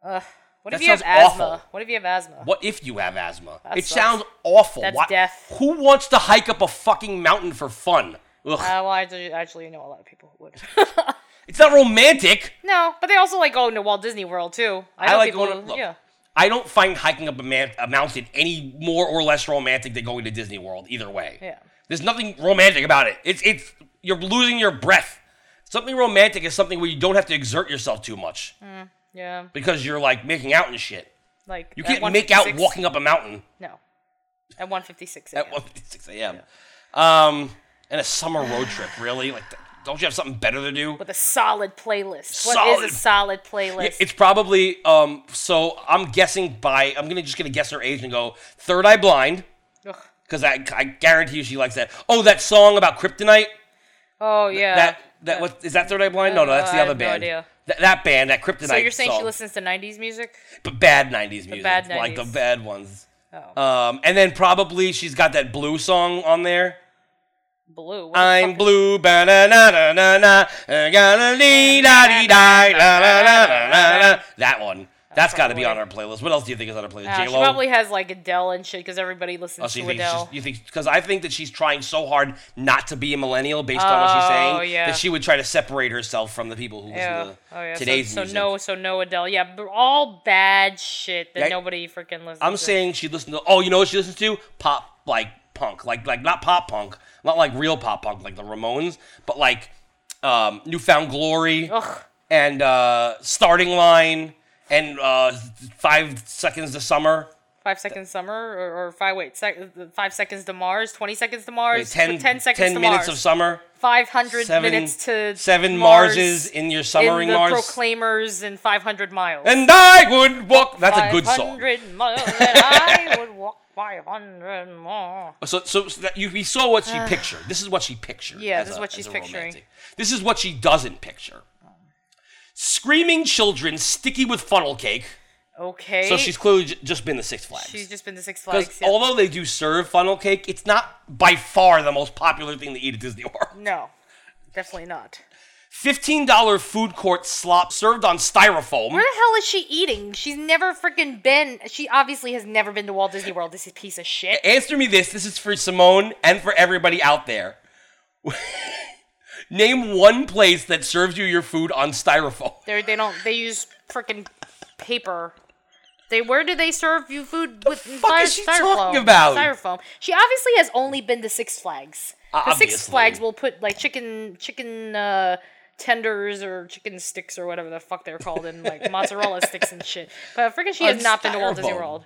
[SPEAKER 3] What
[SPEAKER 2] That
[SPEAKER 3] if you have
[SPEAKER 2] sounds
[SPEAKER 3] asthma?
[SPEAKER 2] awful.
[SPEAKER 3] What if you have asthma?
[SPEAKER 2] What if you have asthma? it
[SPEAKER 3] sucks.
[SPEAKER 2] sounds awful.
[SPEAKER 3] That's
[SPEAKER 2] Why-
[SPEAKER 3] death.
[SPEAKER 2] Who wants to hike up a fucking mountain for fun? Ugh.
[SPEAKER 3] Uh, well, I do actually know a lot of people who would.
[SPEAKER 2] it's not romantic.
[SPEAKER 3] no, but they also like go to Walt Disney World too. I,
[SPEAKER 2] I
[SPEAKER 3] know
[SPEAKER 2] like
[SPEAKER 3] people.
[SPEAKER 2] going to-
[SPEAKER 3] who-
[SPEAKER 2] look.
[SPEAKER 3] yeah.
[SPEAKER 2] I don't find hiking up a, man- a mountain any more or less romantic than going to Disney World. Either way,
[SPEAKER 3] Yeah.
[SPEAKER 2] there's nothing romantic about it. It's it's you're losing your breath. Something romantic is something where you don't have to exert yourself too much
[SPEAKER 3] Yeah.
[SPEAKER 2] because you're like making out and shit.
[SPEAKER 3] Like
[SPEAKER 2] You
[SPEAKER 3] at
[SPEAKER 2] can't make out
[SPEAKER 3] 156
[SPEAKER 2] walking up a mountain
[SPEAKER 3] No. At 156
[SPEAKER 2] at
[SPEAKER 3] a.m.
[SPEAKER 2] 1:56 a.m. Um, and a summer road trip, really? Like, th- don't you have something better to do?
[SPEAKER 3] with a solid playlist. What is
[SPEAKER 2] Solid-
[SPEAKER 3] a solid
[SPEAKER 2] Yeah,
[SPEAKER 3] playlist?
[SPEAKER 2] It's probably um. So I'm guessing by I'm gonna just gonna guess her age and go Third Eye Blind
[SPEAKER 3] Ugh.
[SPEAKER 2] because I, I guarantee you she likes that. Oh, that song about kryptonite.
[SPEAKER 3] Oh yeah.
[SPEAKER 2] that that what is that Third Eye Blind? No, no, that's
[SPEAKER 3] Uh,
[SPEAKER 2] the
[SPEAKER 3] I
[SPEAKER 2] other
[SPEAKER 3] have no
[SPEAKER 2] band.
[SPEAKER 3] idea.
[SPEAKER 2] Th- that band, that kryptonite.
[SPEAKER 3] so you're saying
[SPEAKER 2] song.
[SPEAKER 3] she listens to 90s music?
[SPEAKER 2] but bad '90s music,
[SPEAKER 3] bad
[SPEAKER 2] like the
[SPEAKER 3] 90s.
[SPEAKER 2] bad ones.
[SPEAKER 3] Oh.
[SPEAKER 2] Um, and then probably she's got that blue song on there.
[SPEAKER 3] Blue. What the
[SPEAKER 2] I'm
[SPEAKER 3] fuck
[SPEAKER 2] blue, ba na na na na na, I gotta dee da dee da, la la la la la la. That one. That's got to be on our playlist. What else do you think is on our
[SPEAKER 3] Is,
[SPEAKER 2] playlist?
[SPEAKER 3] uh,
[SPEAKER 2] J
[SPEAKER 3] she
[SPEAKER 2] Lo.
[SPEAKER 3] probably has like Adele and shit because everybody listens
[SPEAKER 2] Oh, so you
[SPEAKER 3] to
[SPEAKER 2] think she's,
[SPEAKER 3] Adele.
[SPEAKER 2] you think because I think that she's trying so hard not to be a millennial based on what she's saying
[SPEAKER 3] Oh, yeah.
[SPEAKER 2] that she would try to separate herself from the people who listen
[SPEAKER 3] yeah.
[SPEAKER 2] to
[SPEAKER 3] Oh yeah.
[SPEAKER 2] today's
[SPEAKER 3] so,
[SPEAKER 2] music.
[SPEAKER 3] so no, so no Adele. Yeah, but all bad shit that
[SPEAKER 2] Yeah, I-
[SPEAKER 3] nobody freaking listens.
[SPEAKER 2] I'm
[SPEAKER 3] to.
[SPEAKER 2] saying she listens to. Oh, you know what she listens to? Pop like punk, like like not pop punk, not like real pop punk like the Ramones, but like um, Newfound Glory
[SPEAKER 3] Ugh.
[SPEAKER 2] and uh, Starting Line and uh, Five Seconds to Summer.
[SPEAKER 3] Five seconds summer or, or five wait sec, five seconds to Mars, twenty seconds to Mars,
[SPEAKER 2] Ten,
[SPEAKER 3] 10 seconds to
[SPEAKER 2] minutes
[SPEAKER 3] Mars,
[SPEAKER 2] of summer.
[SPEAKER 3] five hundred
[SPEAKER 2] Seven
[SPEAKER 3] minutes to
[SPEAKER 2] seven
[SPEAKER 3] Mars
[SPEAKER 2] Marses in your
[SPEAKER 3] in
[SPEAKER 2] summering
[SPEAKER 3] the
[SPEAKER 2] Mars.
[SPEAKER 3] Proclaimers and five hundred miles.
[SPEAKER 2] and I would walk. That's a good song.
[SPEAKER 3] 500 miles and I would walk 500 more.
[SPEAKER 2] Oh, So, so, so that you, we saw what she pictured. This is what she pictured.
[SPEAKER 3] Yeah,
[SPEAKER 2] as
[SPEAKER 3] this is
[SPEAKER 2] a-
[SPEAKER 3] what
[SPEAKER 2] as
[SPEAKER 3] she's
[SPEAKER 2] a
[SPEAKER 3] picturing.
[SPEAKER 2] romantic. This is what she doesn't picture. Screaming children, sticky with funnel cake.
[SPEAKER 3] Okay.
[SPEAKER 2] So she's clearly j- just been the Six Flags.
[SPEAKER 3] She's just been to Six
[SPEAKER 2] because
[SPEAKER 3] Flags. yeah.
[SPEAKER 2] although they do serve funnel cake, it's not by far the most popular thing to eat at Disney World.
[SPEAKER 3] no, definitely not.
[SPEAKER 2] Fifteen dollar food court slop served on styrofoam.
[SPEAKER 3] Where the hell is she eating? She's never freaking been. She obviously has never been to Walt Disney World. This is a piece of shit.
[SPEAKER 2] Answer me this. This is for Simone and for everybody out there. Name one place that serves you your food on styrofoam.
[SPEAKER 3] They're, they don't. They use freaking paper. They where do they serve you food with
[SPEAKER 2] fuck
[SPEAKER 3] styro-
[SPEAKER 2] is she
[SPEAKER 3] styrofoam?
[SPEAKER 2] talking about?
[SPEAKER 3] Styrofoam. She obviously has only been to Six Flags. 'Cause Six
[SPEAKER 2] Obviously.
[SPEAKER 3] Flags will put like chicken chicken uh, tenders or chicken sticks or whatever the fuck they're called and like mozzarella sticks and shit. But freaking, she
[SPEAKER 2] On
[SPEAKER 3] has not been to Walt Disney
[SPEAKER 2] styrofoam.
[SPEAKER 3] World.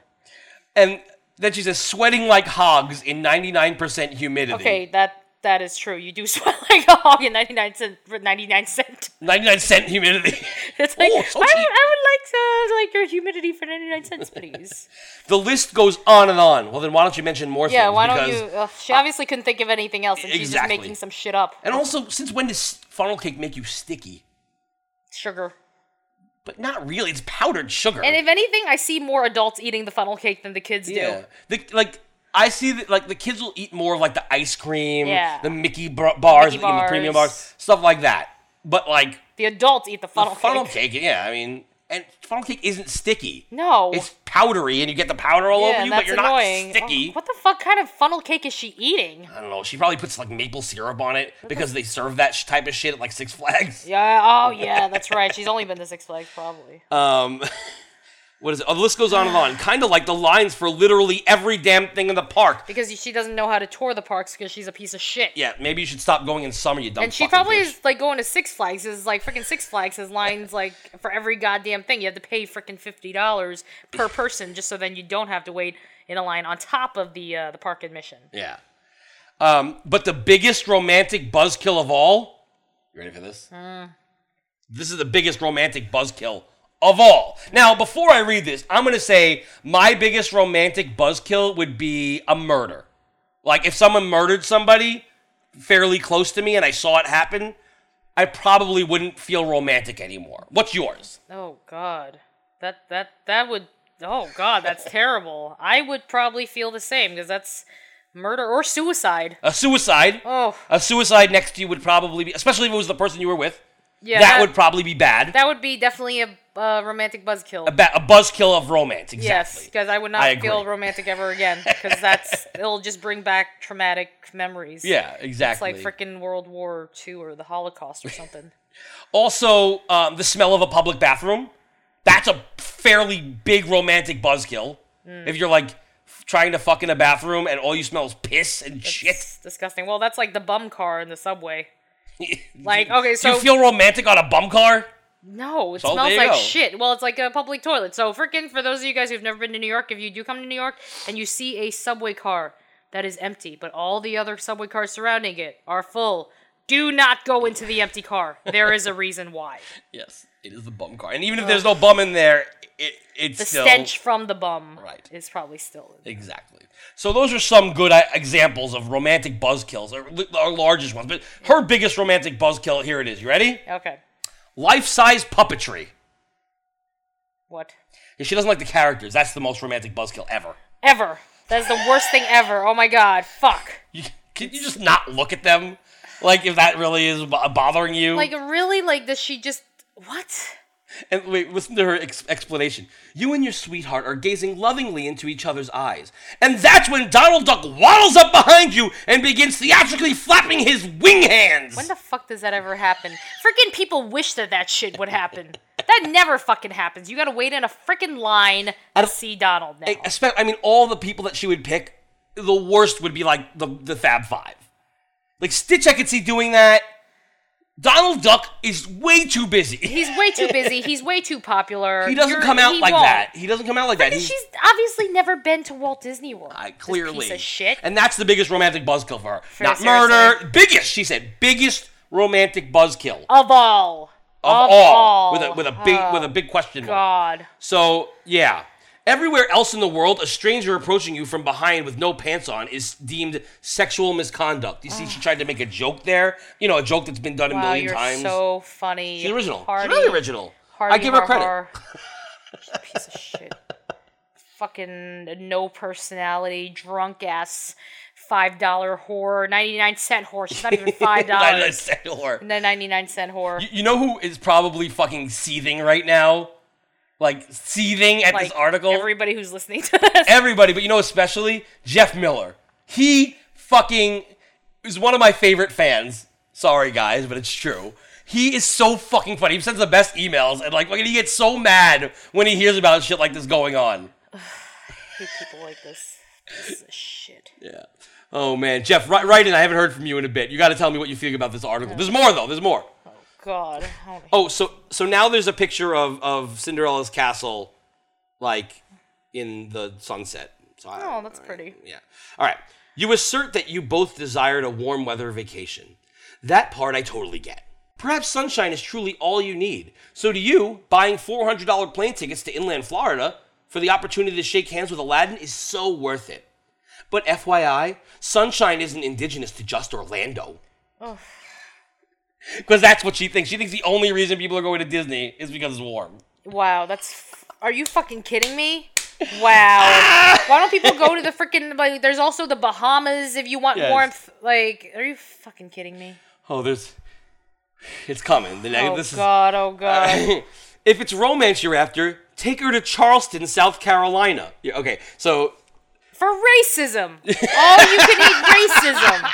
[SPEAKER 2] And then she says, sweating like hogs in 99% humidity.
[SPEAKER 3] Okay, that that is true. You do smell like a hog in ninety nine cent for ninety nine cent.
[SPEAKER 2] 99 cent humidity.
[SPEAKER 3] It's like
[SPEAKER 2] Oh, so
[SPEAKER 3] I, would,
[SPEAKER 2] cheap.
[SPEAKER 3] I would like to like your humidity for ninety nine cents, please.
[SPEAKER 2] the list goes on and on. Well, then why don't you mention more
[SPEAKER 3] yeah,
[SPEAKER 2] things?
[SPEAKER 3] why don't
[SPEAKER 2] Because-
[SPEAKER 3] you? Ugh, she obviously couldn't think of anything else, and she's just
[SPEAKER 2] Exactly.
[SPEAKER 3] making some shit up.
[SPEAKER 2] And also, since when does funnel cake make you sticky?
[SPEAKER 3] Sugar.
[SPEAKER 2] But not really. It's powdered sugar.
[SPEAKER 3] And if anything, I see more adults eating the funnel cake than the kids
[SPEAKER 2] yeah.
[SPEAKER 3] do.
[SPEAKER 2] The, like, I see that, like, the kids will eat more of, like, the ice cream,
[SPEAKER 3] Yeah.
[SPEAKER 2] the Mickey br- bars,
[SPEAKER 3] Mickey
[SPEAKER 2] and the premium
[SPEAKER 3] bars.
[SPEAKER 2] bars, stuff like that. But, like,
[SPEAKER 3] The adults eat the funnel,
[SPEAKER 2] funnel
[SPEAKER 3] cake.
[SPEAKER 2] cake. yeah, I mean, and funnel cake isn't sticky.
[SPEAKER 3] No.
[SPEAKER 2] It's powdery, and you get the powder all
[SPEAKER 3] yeah,
[SPEAKER 2] over
[SPEAKER 3] and
[SPEAKER 2] you,
[SPEAKER 3] that's
[SPEAKER 2] but you're
[SPEAKER 3] annoying.
[SPEAKER 2] not sticky.
[SPEAKER 3] Oh, what the fuck kind of funnel cake is she eating?
[SPEAKER 2] I don't know. She probably puts like maple syrup on it because they serve that sh- type of shit at like Six Flags.
[SPEAKER 3] Yeah. Oh, yeah. That's right. She's only been to Six Flags, probably.
[SPEAKER 2] Um, what is it? Oh, the list goes on and on. Kind of like the lines for literally every damn thing in the park.
[SPEAKER 3] because she doesn't know how to tour the parks because she's a piece of shit.
[SPEAKER 2] Yeah, maybe you should stop going in summer, you dumb.
[SPEAKER 3] And she
[SPEAKER 2] fucking
[SPEAKER 3] probably
[SPEAKER 2] bitch.
[SPEAKER 3] is like going to Six Flags. Is like freaking Six Flags has lines like for every goddamn thing. You have to pay freaking fifty dollars per person just so then you don't have to wait in a line on top of the uh, the park admission.
[SPEAKER 2] Yeah. Um, but the biggest romantic buzzkill of all You ready for this?
[SPEAKER 3] Hmm.
[SPEAKER 2] This is the biggest romantic buzzkill of all. Now, before I read this, I'm going to say my biggest romantic buzzkill would be a murder. Like if someone murdered somebody fairly close to me and I saw it happen, I probably wouldn't feel romantic anymore. What's yours?
[SPEAKER 3] Oh God, that that that would. Oh God, that's terrible. I would probably feel the same because that's murder or suicide.
[SPEAKER 2] A suicide.
[SPEAKER 3] Oh
[SPEAKER 2] A suicide next to you would probably be, especially if it was the person you were with,
[SPEAKER 3] yeah,
[SPEAKER 2] that, would probably be bad.
[SPEAKER 3] that would be definitely a uh, romantic buzzkill.
[SPEAKER 2] a, ba- a buzzkill of romance, exactly.
[SPEAKER 3] Yes, because I would not
[SPEAKER 2] I agree.
[SPEAKER 3] feel romantic ever again because that's it'll just bring back traumatic memories.
[SPEAKER 2] Yeah,
[SPEAKER 3] It's
[SPEAKER 2] exactly.
[SPEAKER 3] like freaking World War II or the Holocaust or something.
[SPEAKER 2] also, um, the smell of a public bathroom. That's a fairly big romantic buzzkill.
[SPEAKER 3] Hmm.
[SPEAKER 2] If you're like f- trying to fuck in a bathroom and all you smell is piss and shit,
[SPEAKER 3] It's disgusting. Well, that's like the bum car in the subway. Like, okay,
[SPEAKER 2] do
[SPEAKER 3] so
[SPEAKER 2] you feel romantic on a bum car?
[SPEAKER 3] no, it
[SPEAKER 2] So
[SPEAKER 3] smells
[SPEAKER 2] there you
[SPEAKER 3] like
[SPEAKER 2] go.
[SPEAKER 3] shit. Well, it's like a public toilet. So freaking for those of you guys who've never been to New York, if you do come to New York and you see a subway car that is empty, but all the other subway cars surrounding it are full, do not go into the empty car. There is a reason why.
[SPEAKER 2] Yes, it is the bum car. And even if there's no bum in there, it, it's
[SPEAKER 3] The
[SPEAKER 2] still
[SPEAKER 3] stench from the bum
[SPEAKER 2] Right.
[SPEAKER 3] is probably still.
[SPEAKER 2] Exactly. So those are some good uh, examples of romantic buzzkills, or li- our largest ones. But her biggest romantic buzzkill, here it is. You ready?
[SPEAKER 3] Okay.
[SPEAKER 2] Life-size puppetry.
[SPEAKER 3] What?
[SPEAKER 2] Yeah, she doesn't like the characters. That's the most romantic buzzkill ever.
[SPEAKER 3] Ever. That is the worst thing ever. Oh my god. Fuck.
[SPEAKER 2] You, can you just not look at them? Like if that really is bo- bothering you.
[SPEAKER 3] Like really? Like does she just what?
[SPEAKER 2] and wait, listen to her ex- explanation. You and your sweetheart are gazing lovingly into each other's eyes, and that's when Donald Duck waddles up behind you and begins theatrically flapping his wing hands.
[SPEAKER 3] When the fuck does that ever happen? Freaking people wish that that shit would happen. That never fucking happens. You gotta wait in a freaking line to see Donald now.
[SPEAKER 2] Espe- I mean, all the people that she would pick, the worst would be like the, the Fab Five. Like Stitch, I could see doing that. Donald Duck is way too busy. He
[SPEAKER 3] He's way too busy. He's way too popular.
[SPEAKER 2] doesn't
[SPEAKER 3] You're-
[SPEAKER 2] come out
[SPEAKER 3] he
[SPEAKER 2] like
[SPEAKER 3] won't.
[SPEAKER 2] that. He doesn't come out like that.
[SPEAKER 3] And
[SPEAKER 2] He's-
[SPEAKER 3] She's obviously never been to Walt Disney World.
[SPEAKER 2] I-
[SPEAKER 3] This
[SPEAKER 2] clearly.
[SPEAKER 3] piece of shit.
[SPEAKER 2] And that's the biggest romantic buzzkill for her. Not
[SPEAKER 3] seriously.
[SPEAKER 2] murder. Biggest, she said. Biggest romantic buzzkill of,
[SPEAKER 3] of all. Of,
[SPEAKER 2] all. With a with a big
[SPEAKER 3] Oh,
[SPEAKER 2] with a big question mark.
[SPEAKER 3] God.
[SPEAKER 2] So yeah. Everywhere else in the world, a stranger approaching you from behind with no pants on is deemed sexual misconduct. You see, she tried to make a joke there. You know, a joke that's been done a
[SPEAKER 3] Wow,
[SPEAKER 2] million
[SPEAKER 3] you're
[SPEAKER 2] times.
[SPEAKER 3] so funny.
[SPEAKER 2] She's original.
[SPEAKER 3] Hardy.
[SPEAKER 2] She's really original. I
[SPEAKER 3] Hardy
[SPEAKER 2] give her credit.
[SPEAKER 3] Har har. Piece of shit. Fucking no personality, drunk ass, five dollar whore, ninety nine cent whore. She's not even five
[SPEAKER 2] Not a
[SPEAKER 3] dollars.
[SPEAKER 2] sexual whore.
[SPEAKER 3] The ninety nine cent whore.
[SPEAKER 2] You know who is probably fucking seething right now? Like seething at this
[SPEAKER 3] Like,
[SPEAKER 2] article?
[SPEAKER 3] Everybody who's listening to this.
[SPEAKER 2] Everybody, but you know especially Jeff Miller. He fucking is one of my favorite fans. Sorry guys, but it's true. He is so fucking funny. He sends the best emails and like fucking he gets so mad when he hears about shit like this going on.
[SPEAKER 3] I hate people like this. Piece of shit.
[SPEAKER 2] Yeah. Oh man, Jeff, write, write in. I haven't heard from you in a bit. You got to tell me what you think about this article. There's more though. There's more.
[SPEAKER 3] God. I don't-
[SPEAKER 2] Oh, so so now there's a picture of of Cinderella's castle, like in the sunset. So I,
[SPEAKER 3] Oh, that's
[SPEAKER 2] all right,
[SPEAKER 3] pretty.
[SPEAKER 2] Yeah. All right. You assert that you both desired a warm weather vacation. That part I totally get. Perhaps sunshine is truly all you need. So to you, buying $400 plane tickets to inland Florida for the opportunity to shake hands with Aladdin is so worth it. But FYI, sunshine isn't indigenous to just Orlando. Because that's what she thinks. She thinks the only reason people are going to Disney is because it's warm.
[SPEAKER 3] Wow, that's. F- Are you fucking kidding me? Wow. Why don't people go to the freaking like? There's also the Bahamas if you want
[SPEAKER 2] Yes.
[SPEAKER 3] warmth. Like, are you fucking kidding me?
[SPEAKER 2] Oh, there's. It's coming. The neg-
[SPEAKER 3] Oh
[SPEAKER 2] this
[SPEAKER 3] god, oh god.
[SPEAKER 2] Is, Uh, if it's romance you're after, take her to Charleston, South Carolina. Yeah, okay, so
[SPEAKER 3] For racism. Oh, you can eat racism.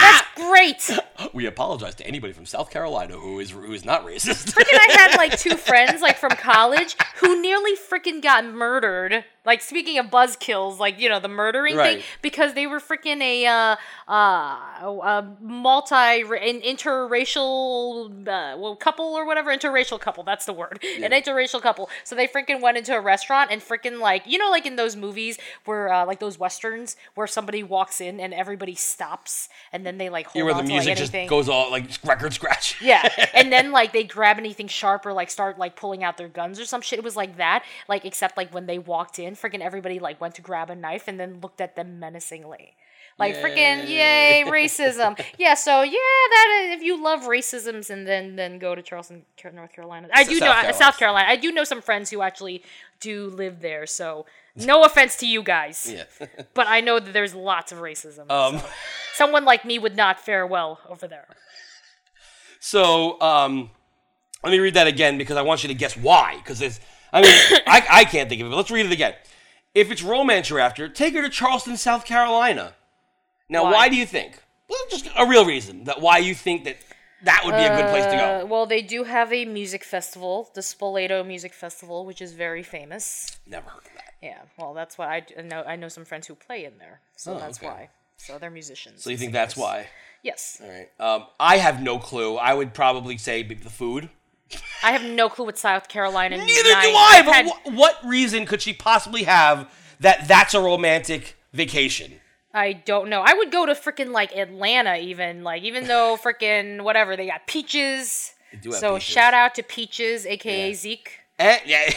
[SPEAKER 3] That's great.
[SPEAKER 2] we apologize to anybody from South Carolina who is who is not racist.
[SPEAKER 3] Freaking I had like two friends like from college who nearly freaking got murdered. Like speaking of buzzkills, like you know the murdering
[SPEAKER 2] Right.
[SPEAKER 3] thing because they were freaking a uh uh a multi an interracial uh, well couple or whatever interracial couple that's the word an interracial couple. So they freaking went into a restaurant and freaking like you know like in those movies where uh, like those westerns where somebody walks in and everybody stops and then they like hold
[SPEAKER 2] where the
[SPEAKER 3] on to
[SPEAKER 2] music
[SPEAKER 3] like
[SPEAKER 2] just
[SPEAKER 3] anything.
[SPEAKER 2] Just goes all like record scratch.
[SPEAKER 3] Yeah. And then like they grab anything sharp or like start like pulling out their guns or some shit. It was like that. Like except like when they walked in, freaking everybody like went to grab a knife and then looked at them menacingly. Like freaking yay racism. yeah, so yeah, that is, if you love racisms and then then go to Charleston, Car- North Carolina. I
[SPEAKER 2] S-
[SPEAKER 3] do know
[SPEAKER 2] South Carolina.
[SPEAKER 3] South Carolina. I do know some friends who actually do live there. So no offense to you guys,
[SPEAKER 2] Yeah.
[SPEAKER 3] but I know that there's lots of racism.
[SPEAKER 2] Um,
[SPEAKER 3] Someone like me would not fare well over there.
[SPEAKER 2] so um, let me read that again because I want you to guess why. Because it's, I mean, I, I can't think of it. But let's read it again. If it's romance you're after, take her to Charleston, South Carolina. Now,
[SPEAKER 3] Why?
[SPEAKER 2] why, do you think? Well, just a real reason that why you think that that would be a good place to
[SPEAKER 3] Uh,
[SPEAKER 2] go.
[SPEAKER 3] well, they do have a music festival, the Spoleto Music Festival, which is very famous.
[SPEAKER 2] Never heard of that.
[SPEAKER 3] Yeah, well, that's what I d- I know. I know some friends who play in there, so
[SPEAKER 2] Oh,
[SPEAKER 3] that's
[SPEAKER 2] okay.
[SPEAKER 3] why. So they're musicians.
[SPEAKER 2] So you think that's why?
[SPEAKER 3] yes,
[SPEAKER 2] All right. Um, I have no clue. I would probably say b- the food.
[SPEAKER 3] I have no clue what South Carolina.
[SPEAKER 2] Neither do
[SPEAKER 3] night-
[SPEAKER 2] I.
[SPEAKER 3] had-
[SPEAKER 2] But wh- what reason could she possibly have that that's a romantic vacation?
[SPEAKER 3] I don't know. I would go to freaking like Atlanta, even like even though freaking whatever they got peaches.
[SPEAKER 2] do have
[SPEAKER 3] so
[SPEAKER 2] peaches.
[SPEAKER 3] shout out to Peaches, aka Zeke
[SPEAKER 2] And, yeah,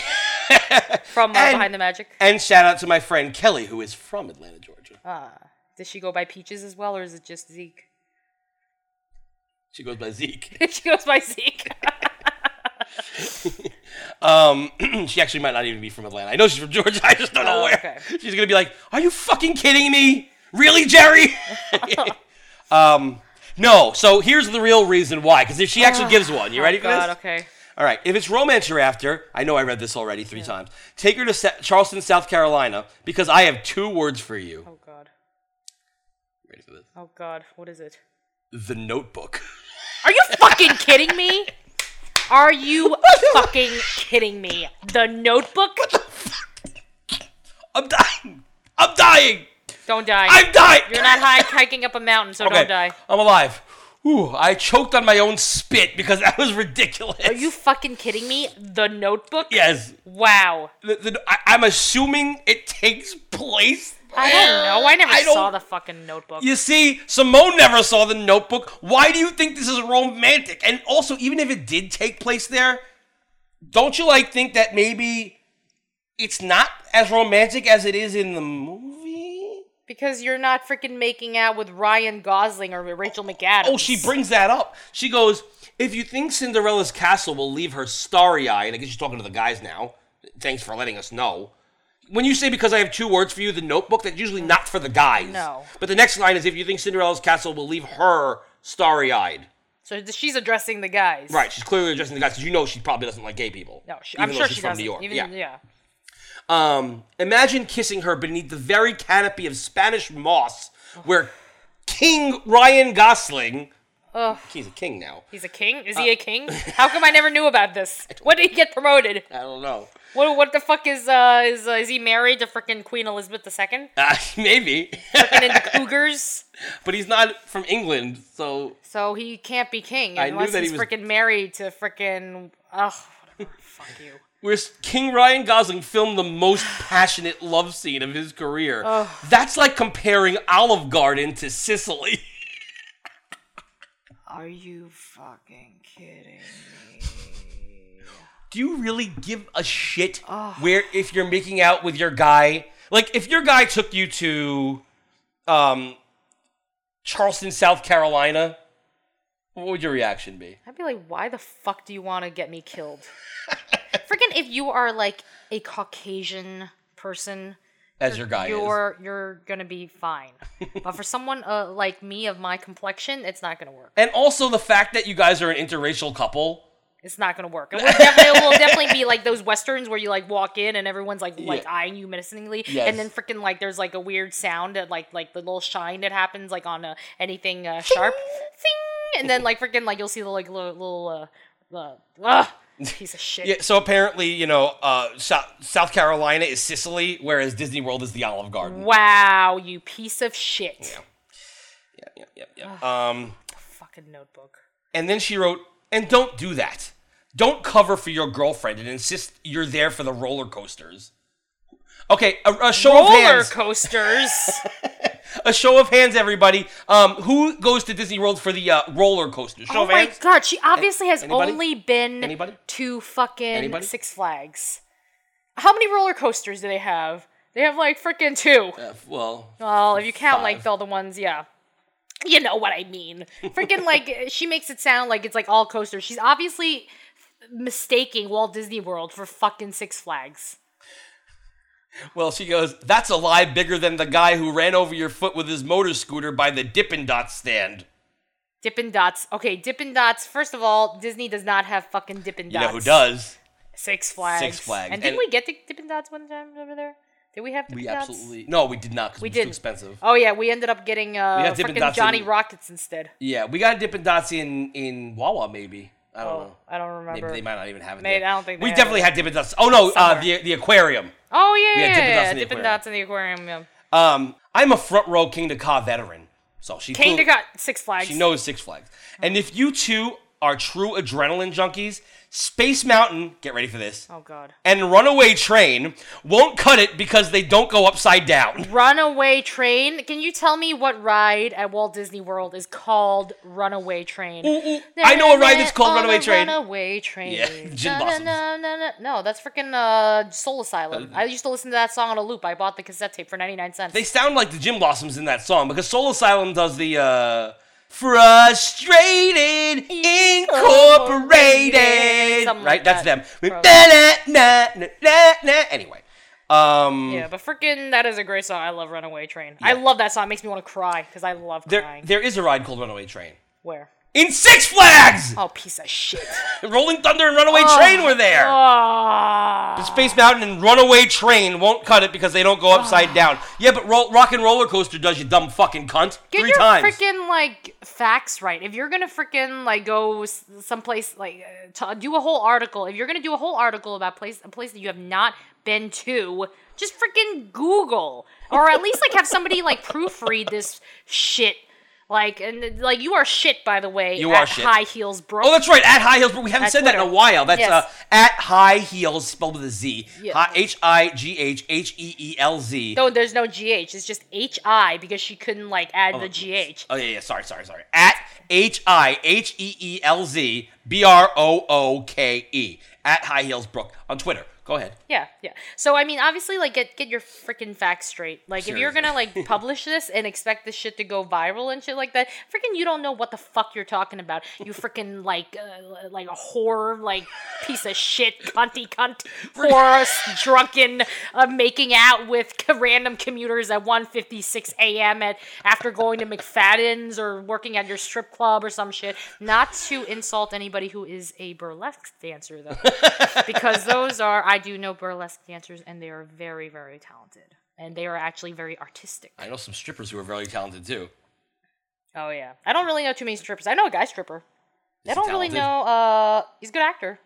[SPEAKER 3] from uh,
[SPEAKER 2] And-
[SPEAKER 3] Behind the Magic.
[SPEAKER 2] and shout out to my friend Kelly, who is from Atlanta, Georgia.
[SPEAKER 3] Ah. Does she go by Peaches as well, or is it just Zeke?
[SPEAKER 2] She goes by Zeke.
[SPEAKER 3] she goes by Zeke.
[SPEAKER 2] Um, she actually might not even be from Atlanta. I know she's from Georgia. I just don't know
[SPEAKER 3] Oh,
[SPEAKER 2] where.
[SPEAKER 3] okay.
[SPEAKER 2] She's gonna be like, "Are you fucking kidding me? Really, Jerry?" um, no. So here's the real reason why. Because if she actually gives one, you ready for this?
[SPEAKER 3] Ah, oh God, okay.
[SPEAKER 2] All right. If it's romance you're after, I know I read this already three times. Take her to Sa- Charleston, South Carolina, because I have two words for you.
[SPEAKER 3] Oh god.
[SPEAKER 2] Ready for this?
[SPEAKER 3] Oh god. What is it?
[SPEAKER 2] The Notebook.
[SPEAKER 3] Are you fucking kidding me? Are you fucking kidding me? The Notebook?
[SPEAKER 2] I'm dying. I'm dying.
[SPEAKER 3] Don't die.
[SPEAKER 2] I'm dying.
[SPEAKER 3] You're not high hiking up a mountain, so
[SPEAKER 2] Okay.
[SPEAKER 3] don't die.
[SPEAKER 2] I'm alive. Ooh, I choked on my own spit because that was ridiculous.
[SPEAKER 3] Are you fucking kidding me? The Notebook?
[SPEAKER 2] Yes.
[SPEAKER 3] Wow.
[SPEAKER 2] The, the, I, I'm assuming it takes place.
[SPEAKER 3] I don't know. I never
[SPEAKER 2] I don't-
[SPEAKER 3] saw the fucking Notebook.
[SPEAKER 2] You see, Simone never saw the notebook. Why do you think this is romantic? And also, even if it did take place there, don't you like think that maybe it's not as romantic as it is in the movie?
[SPEAKER 3] Because you're not freaking making out with Ryan Gosling or Rachel McAdams.
[SPEAKER 2] Oh, she brings that up. She goes, If you think Cinderella's castle will leave her starry eyed, I guess she's talking to the guys now. Thanks for letting us know. When you say because I have two words for you, the notebook, that's usually not for the guys.
[SPEAKER 3] No.
[SPEAKER 2] But the next line is if you think Cinderella's castle will leave her starry eyed.
[SPEAKER 3] So th- she's addressing the guys.
[SPEAKER 2] Right, she's clearly addressing the guys because you know she probably doesn't like gay people.
[SPEAKER 3] No, she,
[SPEAKER 2] even
[SPEAKER 3] I'm
[SPEAKER 2] though
[SPEAKER 3] sure
[SPEAKER 2] she's
[SPEAKER 3] she
[SPEAKER 2] from
[SPEAKER 3] doesn't.
[SPEAKER 2] New York.
[SPEAKER 3] Even,
[SPEAKER 2] yeah.
[SPEAKER 3] yeah.
[SPEAKER 2] Um, imagine kissing her beneath the very canopy of Spanish moss, where King Ryan Gosling. He's a king now.
[SPEAKER 3] He's a king? Is
[SPEAKER 2] Uh,
[SPEAKER 3] he a king? How come I never knew about this? When did he get promoted?
[SPEAKER 2] I don't know.
[SPEAKER 3] What what the fuck is uh is uh, is he married to freaking Queen Elizabeth II?
[SPEAKER 2] Uh, maybe,
[SPEAKER 3] Freaking into cougars,
[SPEAKER 2] but he's not from England, so
[SPEAKER 3] so he can't be king
[SPEAKER 2] I knew
[SPEAKER 3] unless
[SPEAKER 2] that he
[SPEAKER 3] he's
[SPEAKER 2] was-
[SPEAKER 3] freaking married to freaking ugh. Whatever. fuck you.
[SPEAKER 2] where King Ryan Gosling filmed the most passionate love scene of his career. That's like comparing Olive Garden to Sicily.
[SPEAKER 3] Are you fucking kidding?
[SPEAKER 2] do you really give a shit where if you're making out with your guy? Like if your guy took you to um Charleston, South Carolina, what would your reaction be?
[SPEAKER 3] I'd be like, why the fuck do you want to get me killed? freaking if you are like a Caucasian person,
[SPEAKER 2] As your guy is.
[SPEAKER 3] you're you're gonna be fine. but for someone uh, like me of my complexion, it's not gonna work.
[SPEAKER 2] And also the fact that you guys are an interracial couple.
[SPEAKER 3] It's not gonna work. It will, definitely, it will definitely be like those westerns where you like walk in and everyone's like like
[SPEAKER 2] Yeah.
[SPEAKER 3] eyeing you menacingly,
[SPEAKER 2] Yes.
[SPEAKER 3] and then freaking like there's like a weird sound that like like the little shine that happens like on uh, anything uh, sharp, Zing! and then like freaking like you'll see the like little, little uh, uh, ah, piece of shit.
[SPEAKER 2] Yeah, so apparently, you know, uh, Sou- South Carolina is Sicily, whereas Disney World is the Olive
[SPEAKER 3] Mm.
[SPEAKER 2] Garden.
[SPEAKER 3] Wow, you piece of shit.
[SPEAKER 2] Yeah, yeah, yeah. Um,
[SPEAKER 3] Fucking notebook.
[SPEAKER 2] And then she wrote, and don't do that. Don't cover for your girlfriend and insist you're there for the roller coasters. Okay, a, a show of
[SPEAKER 3] Roller
[SPEAKER 2] hands.
[SPEAKER 3] coasters.
[SPEAKER 2] A show of hands, everybody. Um, who goes to Disney World for the uh, roller coaster? Show
[SPEAKER 3] Oh
[SPEAKER 2] of
[SPEAKER 3] my
[SPEAKER 2] hands.
[SPEAKER 3] god, she obviously has
[SPEAKER 2] Anybody?
[SPEAKER 3] only been
[SPEAKER 2] Anybody?
[SPEAKER 3] to fucking
[SPEAKER 2] Anybody?
[SPEAKER 3] Six Flags. How many roller coasters do they have? They have like freaking two.
[SPEAKER 2] Uh, well,
[SPEAKER 3] Well, if you count
[SPEAKER 2] Five.
[SPEAKER 3] like all the ones, yeah. You know what I mean. Freaking like she makes it sound like it's like all coasters. She's obviously mistaking Walt Disney World for fucking Six Flags.
[SPEAKER 2] well, she goes. That's a lie bigger than the guy who ran over your foot with his motor scooter by the Dippin' Dot stand.
[SPEAKER 3] Dippin' Dots. Okay, Dippin' Dots. First of all, Disney does not have fucking Dippin'
[SPEAKER 2] You
[SPEAKER 3] Dots.
[SPEAKER 2] know who does?
[SPEAKER 3] Six Flags.
[SPEAKER 2] Six Flags.
[SPEAKER 3] And didn't
[SPEAKER 2] And-
[SPEAKER 3] we get the Dippin' Dots one time over there? Did we have Dippin'
[SPEAKER 2] We
[SPEAKER 3] Dots?
[SPEAKER 2] absolutely no, we did not. 'cause
[SPEAKER 3] We
[SPEAKER 2] it was too
[SPEAKER 3] didn't.
[SPEAKER 2] expensive.
[SPEAKER 3] Oh yeah, we ended up getting
[SPEAKER 2] We
[SPEAKER 3] uh
[SPEAKER 2] got Dippin'
[SPEAKER 3] freaking
[SPEAKER 2] Dots
[SPEAKER 3] Johnny
[SPEAKER 2] in-
[SPEAKER 3] Rockets instead.
[SPEAKER 2] Yeah, we got Dippin' Dots in in Wawa maybe. I don't
[SPEAKER 3] Oh,
[SPEAKER 2] know.
[SPEAKER 3] I don't
[SPEAKER 2] Maybe
[SPEAKER 3] remember.
[SPEAKER 2] they might not even have it.
[SPEAKER 3] Maybe-
[SPEAKER 2] there.
[SPEAKER 3] I don't think they
[SPEAKER 2] we
[SPEAKER 3] have
[SPEAKER 2] definitely
[SPEAKER 3] it.
[SPEAKER 2] had Dippin' Dots. Oh no, uh,
[SPEAKER 3] Somewhere.
[SPEAKER 2] the the aquarium.
[SPEAKER 3] oh yeah,
[SPEAKER 2] We had
[SPEAKER 3] yeah, yeah,
[SPEAKER 2] Dippin' Dots in the
[SPEAKER 3] Dippin'
[SPEAKER 2] aquarium.
[SPEAKER 3] Dots in the aquarium. Yeah.
[SPEAKER 2] Um, I'm a front row King to Ka veteran, so she
[SPEAKER 3] King
[SPEAKER 2] flew-
[SPEAKER 3] to got Six Flags.
[SPEAKER 2] She knows Six Flags. And if you two are true adrenaline junkies, Space Mountain, get ready for this,
[SPEAKER 3] Oh god.
[SPEAKER 2] and Runaway Train won't cut it because they don't go upside down.
[SPEAKER 3] Runaway Train. Can you tell me what ride at Walt Disney World is called Runaway Train?
[SPEAKER 2] Ooh, ooh, I know a ride that's called
[SPEAKER 3] On a
[SPEAKER 2] Runaway Train.
[SPEAKER 3] Runaway Train.
[SPEAKER 2] Yeah, Gin
[SPEAKER 3] no,
[SPEAKER 2] Blossoms.
[SPEAKER 3] No, no, no, no, no. That's freaking uh, Soul Asylum. I used to listen to that song on a loop. I bought the cassette tape for ninety nine cents.
[SPEAKER 2] They sound like the Gym Blossoms in that song because Soul Asylum does the uh Frustrated Incorporated.
[SPEAKER 3] Something
[SPEAKER 2] Right?
[SPEAKER 3] like
[SPEAKER 2] That's them.
[SPEAKER 3] that.
[SPEAKER 2] Na, na, na, na. Anyway. Um
[SPEAKER 3] yeah, but freaking that is a great song. I love Runaway Train. I love that song. It makes me want to cry because I love
[SPEAKER 2] there,
[SPEAKER 3] crying.
[SPEAKER 2] there is a ride called Runaway Train.
[SPEAKER 3] Where?
[SPEAKER 2] In Six Flags!
[SPEAKER 3] Oh, piece of shit.
[SPEAKER 2] Rolling Thunder and Runaway
[SPEAKER 3] Oh,
[SPEAKER 2] Train were there.
[SPEAKER 3] Ah.
[SPEAKER 2] Space Mountain and Runaway Train won't cut it because they don't go
[SPEAKER 3] Oh.
[SPEAKER 2] upside down. Yeah, but roll, Rock and Roller Coaster does you dumb fucking cunt
[SPEAKER 3] Get
[SPEAKER 2] three
[SPEAKER 3] your
[SPEAKER 2] times.
[SPEAKER 3] freaking like facts right. If you're gonna freaking like go s- someplace like uh, to do a whole article, if you're gonna do a whole article about place a place that you have not been to, just freaking Google or at least like have somebody like proofread this shit. Like and like you are shit by the way.
[SPEAKER 2] You
[SPEAKER 3] at
[SPEAKER 2] are shit.
[SPEAKER 3] High heels, bro.
[SPEAKER 2] oh, that's right, at High Heels, but we haven't
[SPEAKER 3] At
[SPEAKER 2] said that in a
[SPEAKER 3] Twitter.
[SPEAKER 2] while. That's
[SPEAKER 3] Yes.
[SPEAKER 2] uh, at High Heels spelled with a Z.
[SPEAKER 3] Yeah.
[SPEAKER 2] Hi- H I G H H E E L Z.
[SPEAKER 3] no, there's no GH. It's just HI because she couldn't like add the GH.
[SPEAKER 2] Oh yeah, yeah. Sorry, sorry, sorry. At H I H E E L Z B R O O K E at High Heels Brook on Twitter. Go ahead.
[SPEAKER 3] Yeah, yeah. So I mean, obviously, like get get your freaking facts straight. Like if you're gonna like publish this and expect this shit to go viral and shit like that, freaking you don't know what the fuck you're talking about. You freaking like uh, like a whore, like piece of shit, cunty cunt, whore, s- drunken, uh, making out with c- random commuters at 1:56 a.m. at after going to McFadden's or working at your strip club or some shit. Not to insult anybody who is a burlesque dancer though because those are I do know burlesque dancers and they are very very talented and they are actually very artistic.
[SPEAKER 2] I know some strippers who are very talented too.
[SPEAKER 3] Oh yeah, I don't really know too many strippers. I know a guy stripper. I
[SPEAKER 2] he
[SPEAKER 3] don't really
[SPEAKER 2] talented?
[SPEAKER 3] know. Uh, he's a good actor,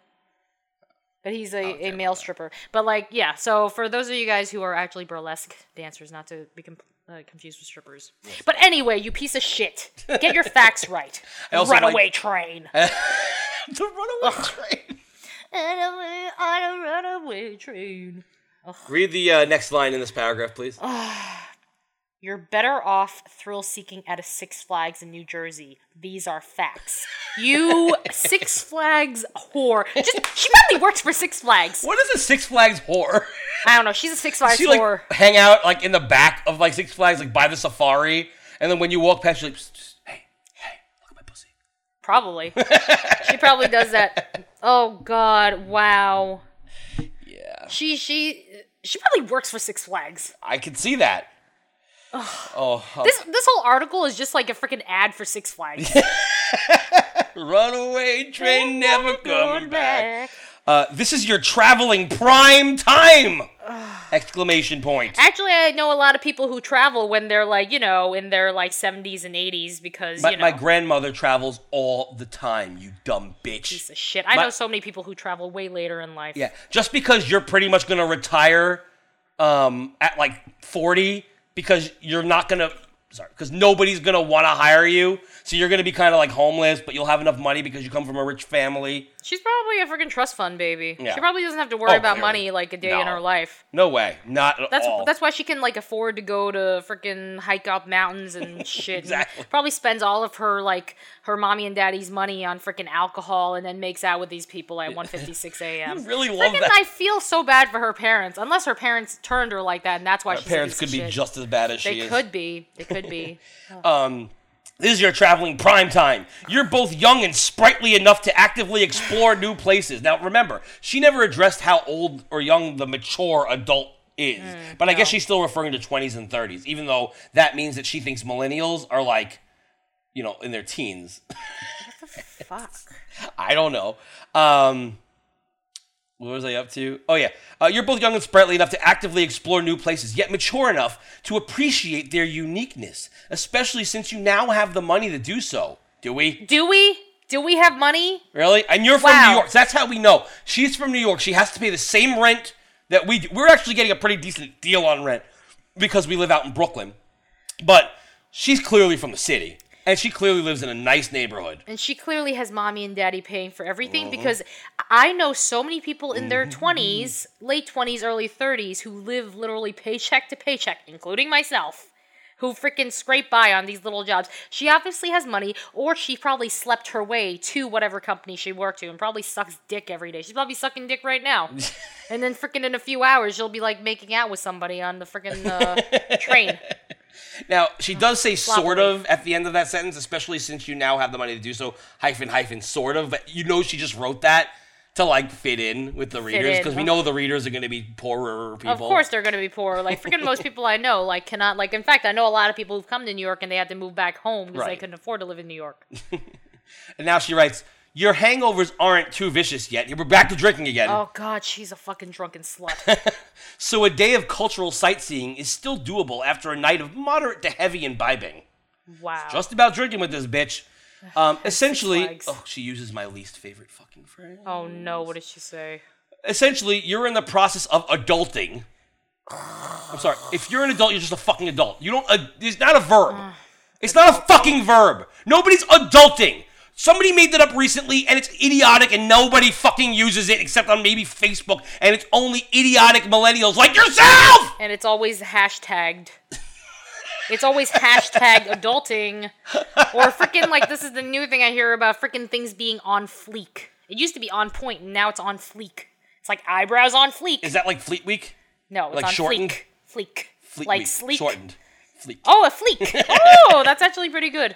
[SPEAKER 3] but he's a, a
[SPEAKER 2] care
[SPEAKER 3] male stripper. But like yeah, so for those of you guys who are actually burlesque dancers, not to be com- uh, confused with strippers. But anyway, you piece of shit, get your facts right.
[SPEAKER 2] also
[SPEAKER 3] Runaway train.
[SPEAKER 2] the Runaway Train.
[SPEAKER 3] Runaway, on a runaway train.
[SPEAKER 2] Read the uh, next line in this paragraph, please.
[SPEAKER 3] You're better off thrill seeking at a Six Flags in New Jersey. These are facts. You Six Flags whore. Just she probably works for Six Flags.
[SPEAKER 2] What is a Six Flags whore?
[SPEAKER 3] I don't know. She's a Six Flags
[SPEAKER 2] she like
[SPEAKER 3] whore.
[SPEAKER 2] hang out like in the back of like Six Flags, like by the safari, and then when you walk past, she's like, "Psst, psst, "Hey, hey, look at my pussy."
[SPEAKER 3] Probably. she probably does that. Oh God! Wow.
[SPEAKER 2] Yeah,
[SPEAKER 3] She she she probably works for Six Flags.
[SPEAKER 2] I can see that. Oh, uh,
[SPEAKER 3] This this whole article is just like a freaking ad for Six Flags.
[SPEAKER 2] runaway train never coming back. Uh, this is your traveling prime time! Exclamation point.
[SPEAKER 3] Actually, I know a lot of people who travel when they're like, you know, in their like 70s and 80s because,
[SPEAKER 2] My,
[SPEAKER 3] you know,
[SPEAKER 2] my grandmother travels all the time. You dumb bitch.
[SPEAKER 3] piece of shit. I
[SPEAKER 2] my-
[SPEAKER 3] know so many people who travel way later in life.
[SPEAKER 2] Yeah, just because you're pretty much gonna retire um, at like 40, because you're not gonna, sorry, because nobody's gonna want to hire you, so you're gonna be kind of like homeless, but you'll have enough money because you come from a rich family.
[SPEAKER 3] She's probably a freaking trust fund baby.
[SPEAKER 2] Yeah.
[SPEAKER 3] She probably doesn't have to worry
[SPEAKER 2] Oh,
[SPEAKER 3] about
[SPEAKER 2] clearly.
[SPEAKER 3] money like a day in
[SPEAKER 2] No.
[SPEAKER 3] her life.
[SPEAKER 2] No way. Not at
[SPEAKER 3] That's
[SPEAKER 2] all.
[SPEAKER 3] that's why she can like afford to go to freaking hike up mountains and shit. and
[SPEAKER 2] Exactly.
[SPEAKER 3] probably spends all of her like her mommy and daddy's money on freaking alcohol and then makes out with these people at 1:56 a.m.
[SPEAKER 2] You really love
[SPEAKER 3] Freaking,
[SPEAKER 2] that.
[SPEAKER 3] I feel so bad for her parents, unless her parents turned her like that, and that's why
[SPEAKER 2] Her
[SPEAKER 3] she's a
[SPEAKER 2] parents
[SPEAKER 3] piece
[SPEAKER 2] could
[SPEAKER 3] of
[SPEAKER 2] be
[SPEAKER 3] shit.
[SPEAKER 2] just as bad as
[SPEAKER 3] They
[SPEAKER 2] she is.
[SPEAKER 3] could be. They could be.
[SPEAKER 2] Um, this is your traveling prime time. You're both young and sprightly enough to actively explore new places. Now, remember, she never addressed how old or young the mature adult is,
[SPEAKER 3] Mm,
[SPEAKER 2] but I guess she's still referring to 20s and 30s, even though that means that she thinks millennials are like, you know, in their teens.
[SPEAKER 3] Fuck.
[SPEAKER 2] I don't know. Um, what was I up to? Oh, yeah. Uh, you're both young and sprightly enough to actively explore new places, yet mature enough to appreciate their uniqueness, especially since you now have the money to do so. Do we?
[SPEAKER 3] Do we? Do we have money?
[SPEAKER 2] Really? And you're from
[SPEAKER 3] Wow.
[SPEAKER 2] New York. So that's how we know. She's from New York. She has to pay the same rent that we do. We're actually getting a pretty decent deal on rent because we live out in Brooklyn. But she's clearly from the city, and she clearly lives in a nice neighborhood.
[SPEAKER 3] And she clearly has mommy and daddy paying for everything
[SPEAKER 2] Uh-huh.
[SPEAKER 3] because I know so many people in
[SPEAKER 2] Mm-hmm.
[SPEAKER 3] their 20s, late 20s, early 30s, who live literally paycheck to paycheck, including myself, who freaking scrape by on these little jobs. She obviously has money, or she probably slept her way to whatever company she worked to and probably sucks dick every day. She's probably sucking dick right now. and then freaking in a few hours, she'll be like making out with somebody on the freaking uh, train.
[SPEAKER 2] Now she does say sort
[SPEAKER 3] Sloppily.
[SPEAKER 2] of at the end of that sentence, especially since you now have the money to do so. Hyphen hyphen sort of, but you know she just wrote that to like fit in with the
[SPEAKER 3] in.
[SPEAKER 2] readers because we know the readers are going to be poorer people.
[SPEAKER 3] Of course they're gonna be poor. Like freaking most people I know, like cannot like in fact I know a lot of people who've come to New York and they had to move back home because they
[SPEAKER 2] Right.
[SPEAKER 3] couldn't afford to live in New York.
[SPEAKER 2] And now she writes, "Your hangovers aren't too vicious yet. We're back to drinking again."
[SPEAKER 3] Oh god, she's a fucking drunken slut.
[SPEAKER 2] So a day of cultural sightseeing is still doable after a night of moderate to heavy imbibing.
[SPEAKER 3] Wow.
[SPEAKER 2] Just about drinking with this bitch. Um, essentially,
[SPEAKER 3] Flags.
[SPEAKER 2] oh, she uses my least favorite fucking phrase.
[SPEAKER 3] oh no, what did she say?
[SPEAKER 2] essentially you're in the process of adulting. I'm sorry. If you're an adult, you're just a fucking adult. You don't. Uh, it's not a verb.
[SPEAKER 3] Ah.
[SPEAKER 2] It's not a fucking verb. Nobody's adulting. Somebody made that up recently, and it's idiotic, and nobody fucking uses it except on maybe Facebook, and it's only idiotic millennials like yourself.
[SPEAKER 3] And it's always hashtagged. It's always hashtag adulting. Or freaking like this is the new thing I hear about freaking things being on fleek. It used to be on point and now it's on fleek. It's like eyebrows on fleek.
[SPEAKER 2] Is that like Fleet Week?
[SPEAKER 3] no, it's
[SPEAKER 2] like
[SPEAKER 3] on
[SPEAKER 2] shortened?
[SPEAKER 3] fleek. Fleek.
[SPEAKER 2] Fleet
[SPEAKER 3] like
[SPEAKER 2] Week,
[SPEAKER 3] sleek.
[SPEAKER 2] shortened. Fleet.
[SPEAKER 3] Oh, a fleek. Oh, that's actually pretty good.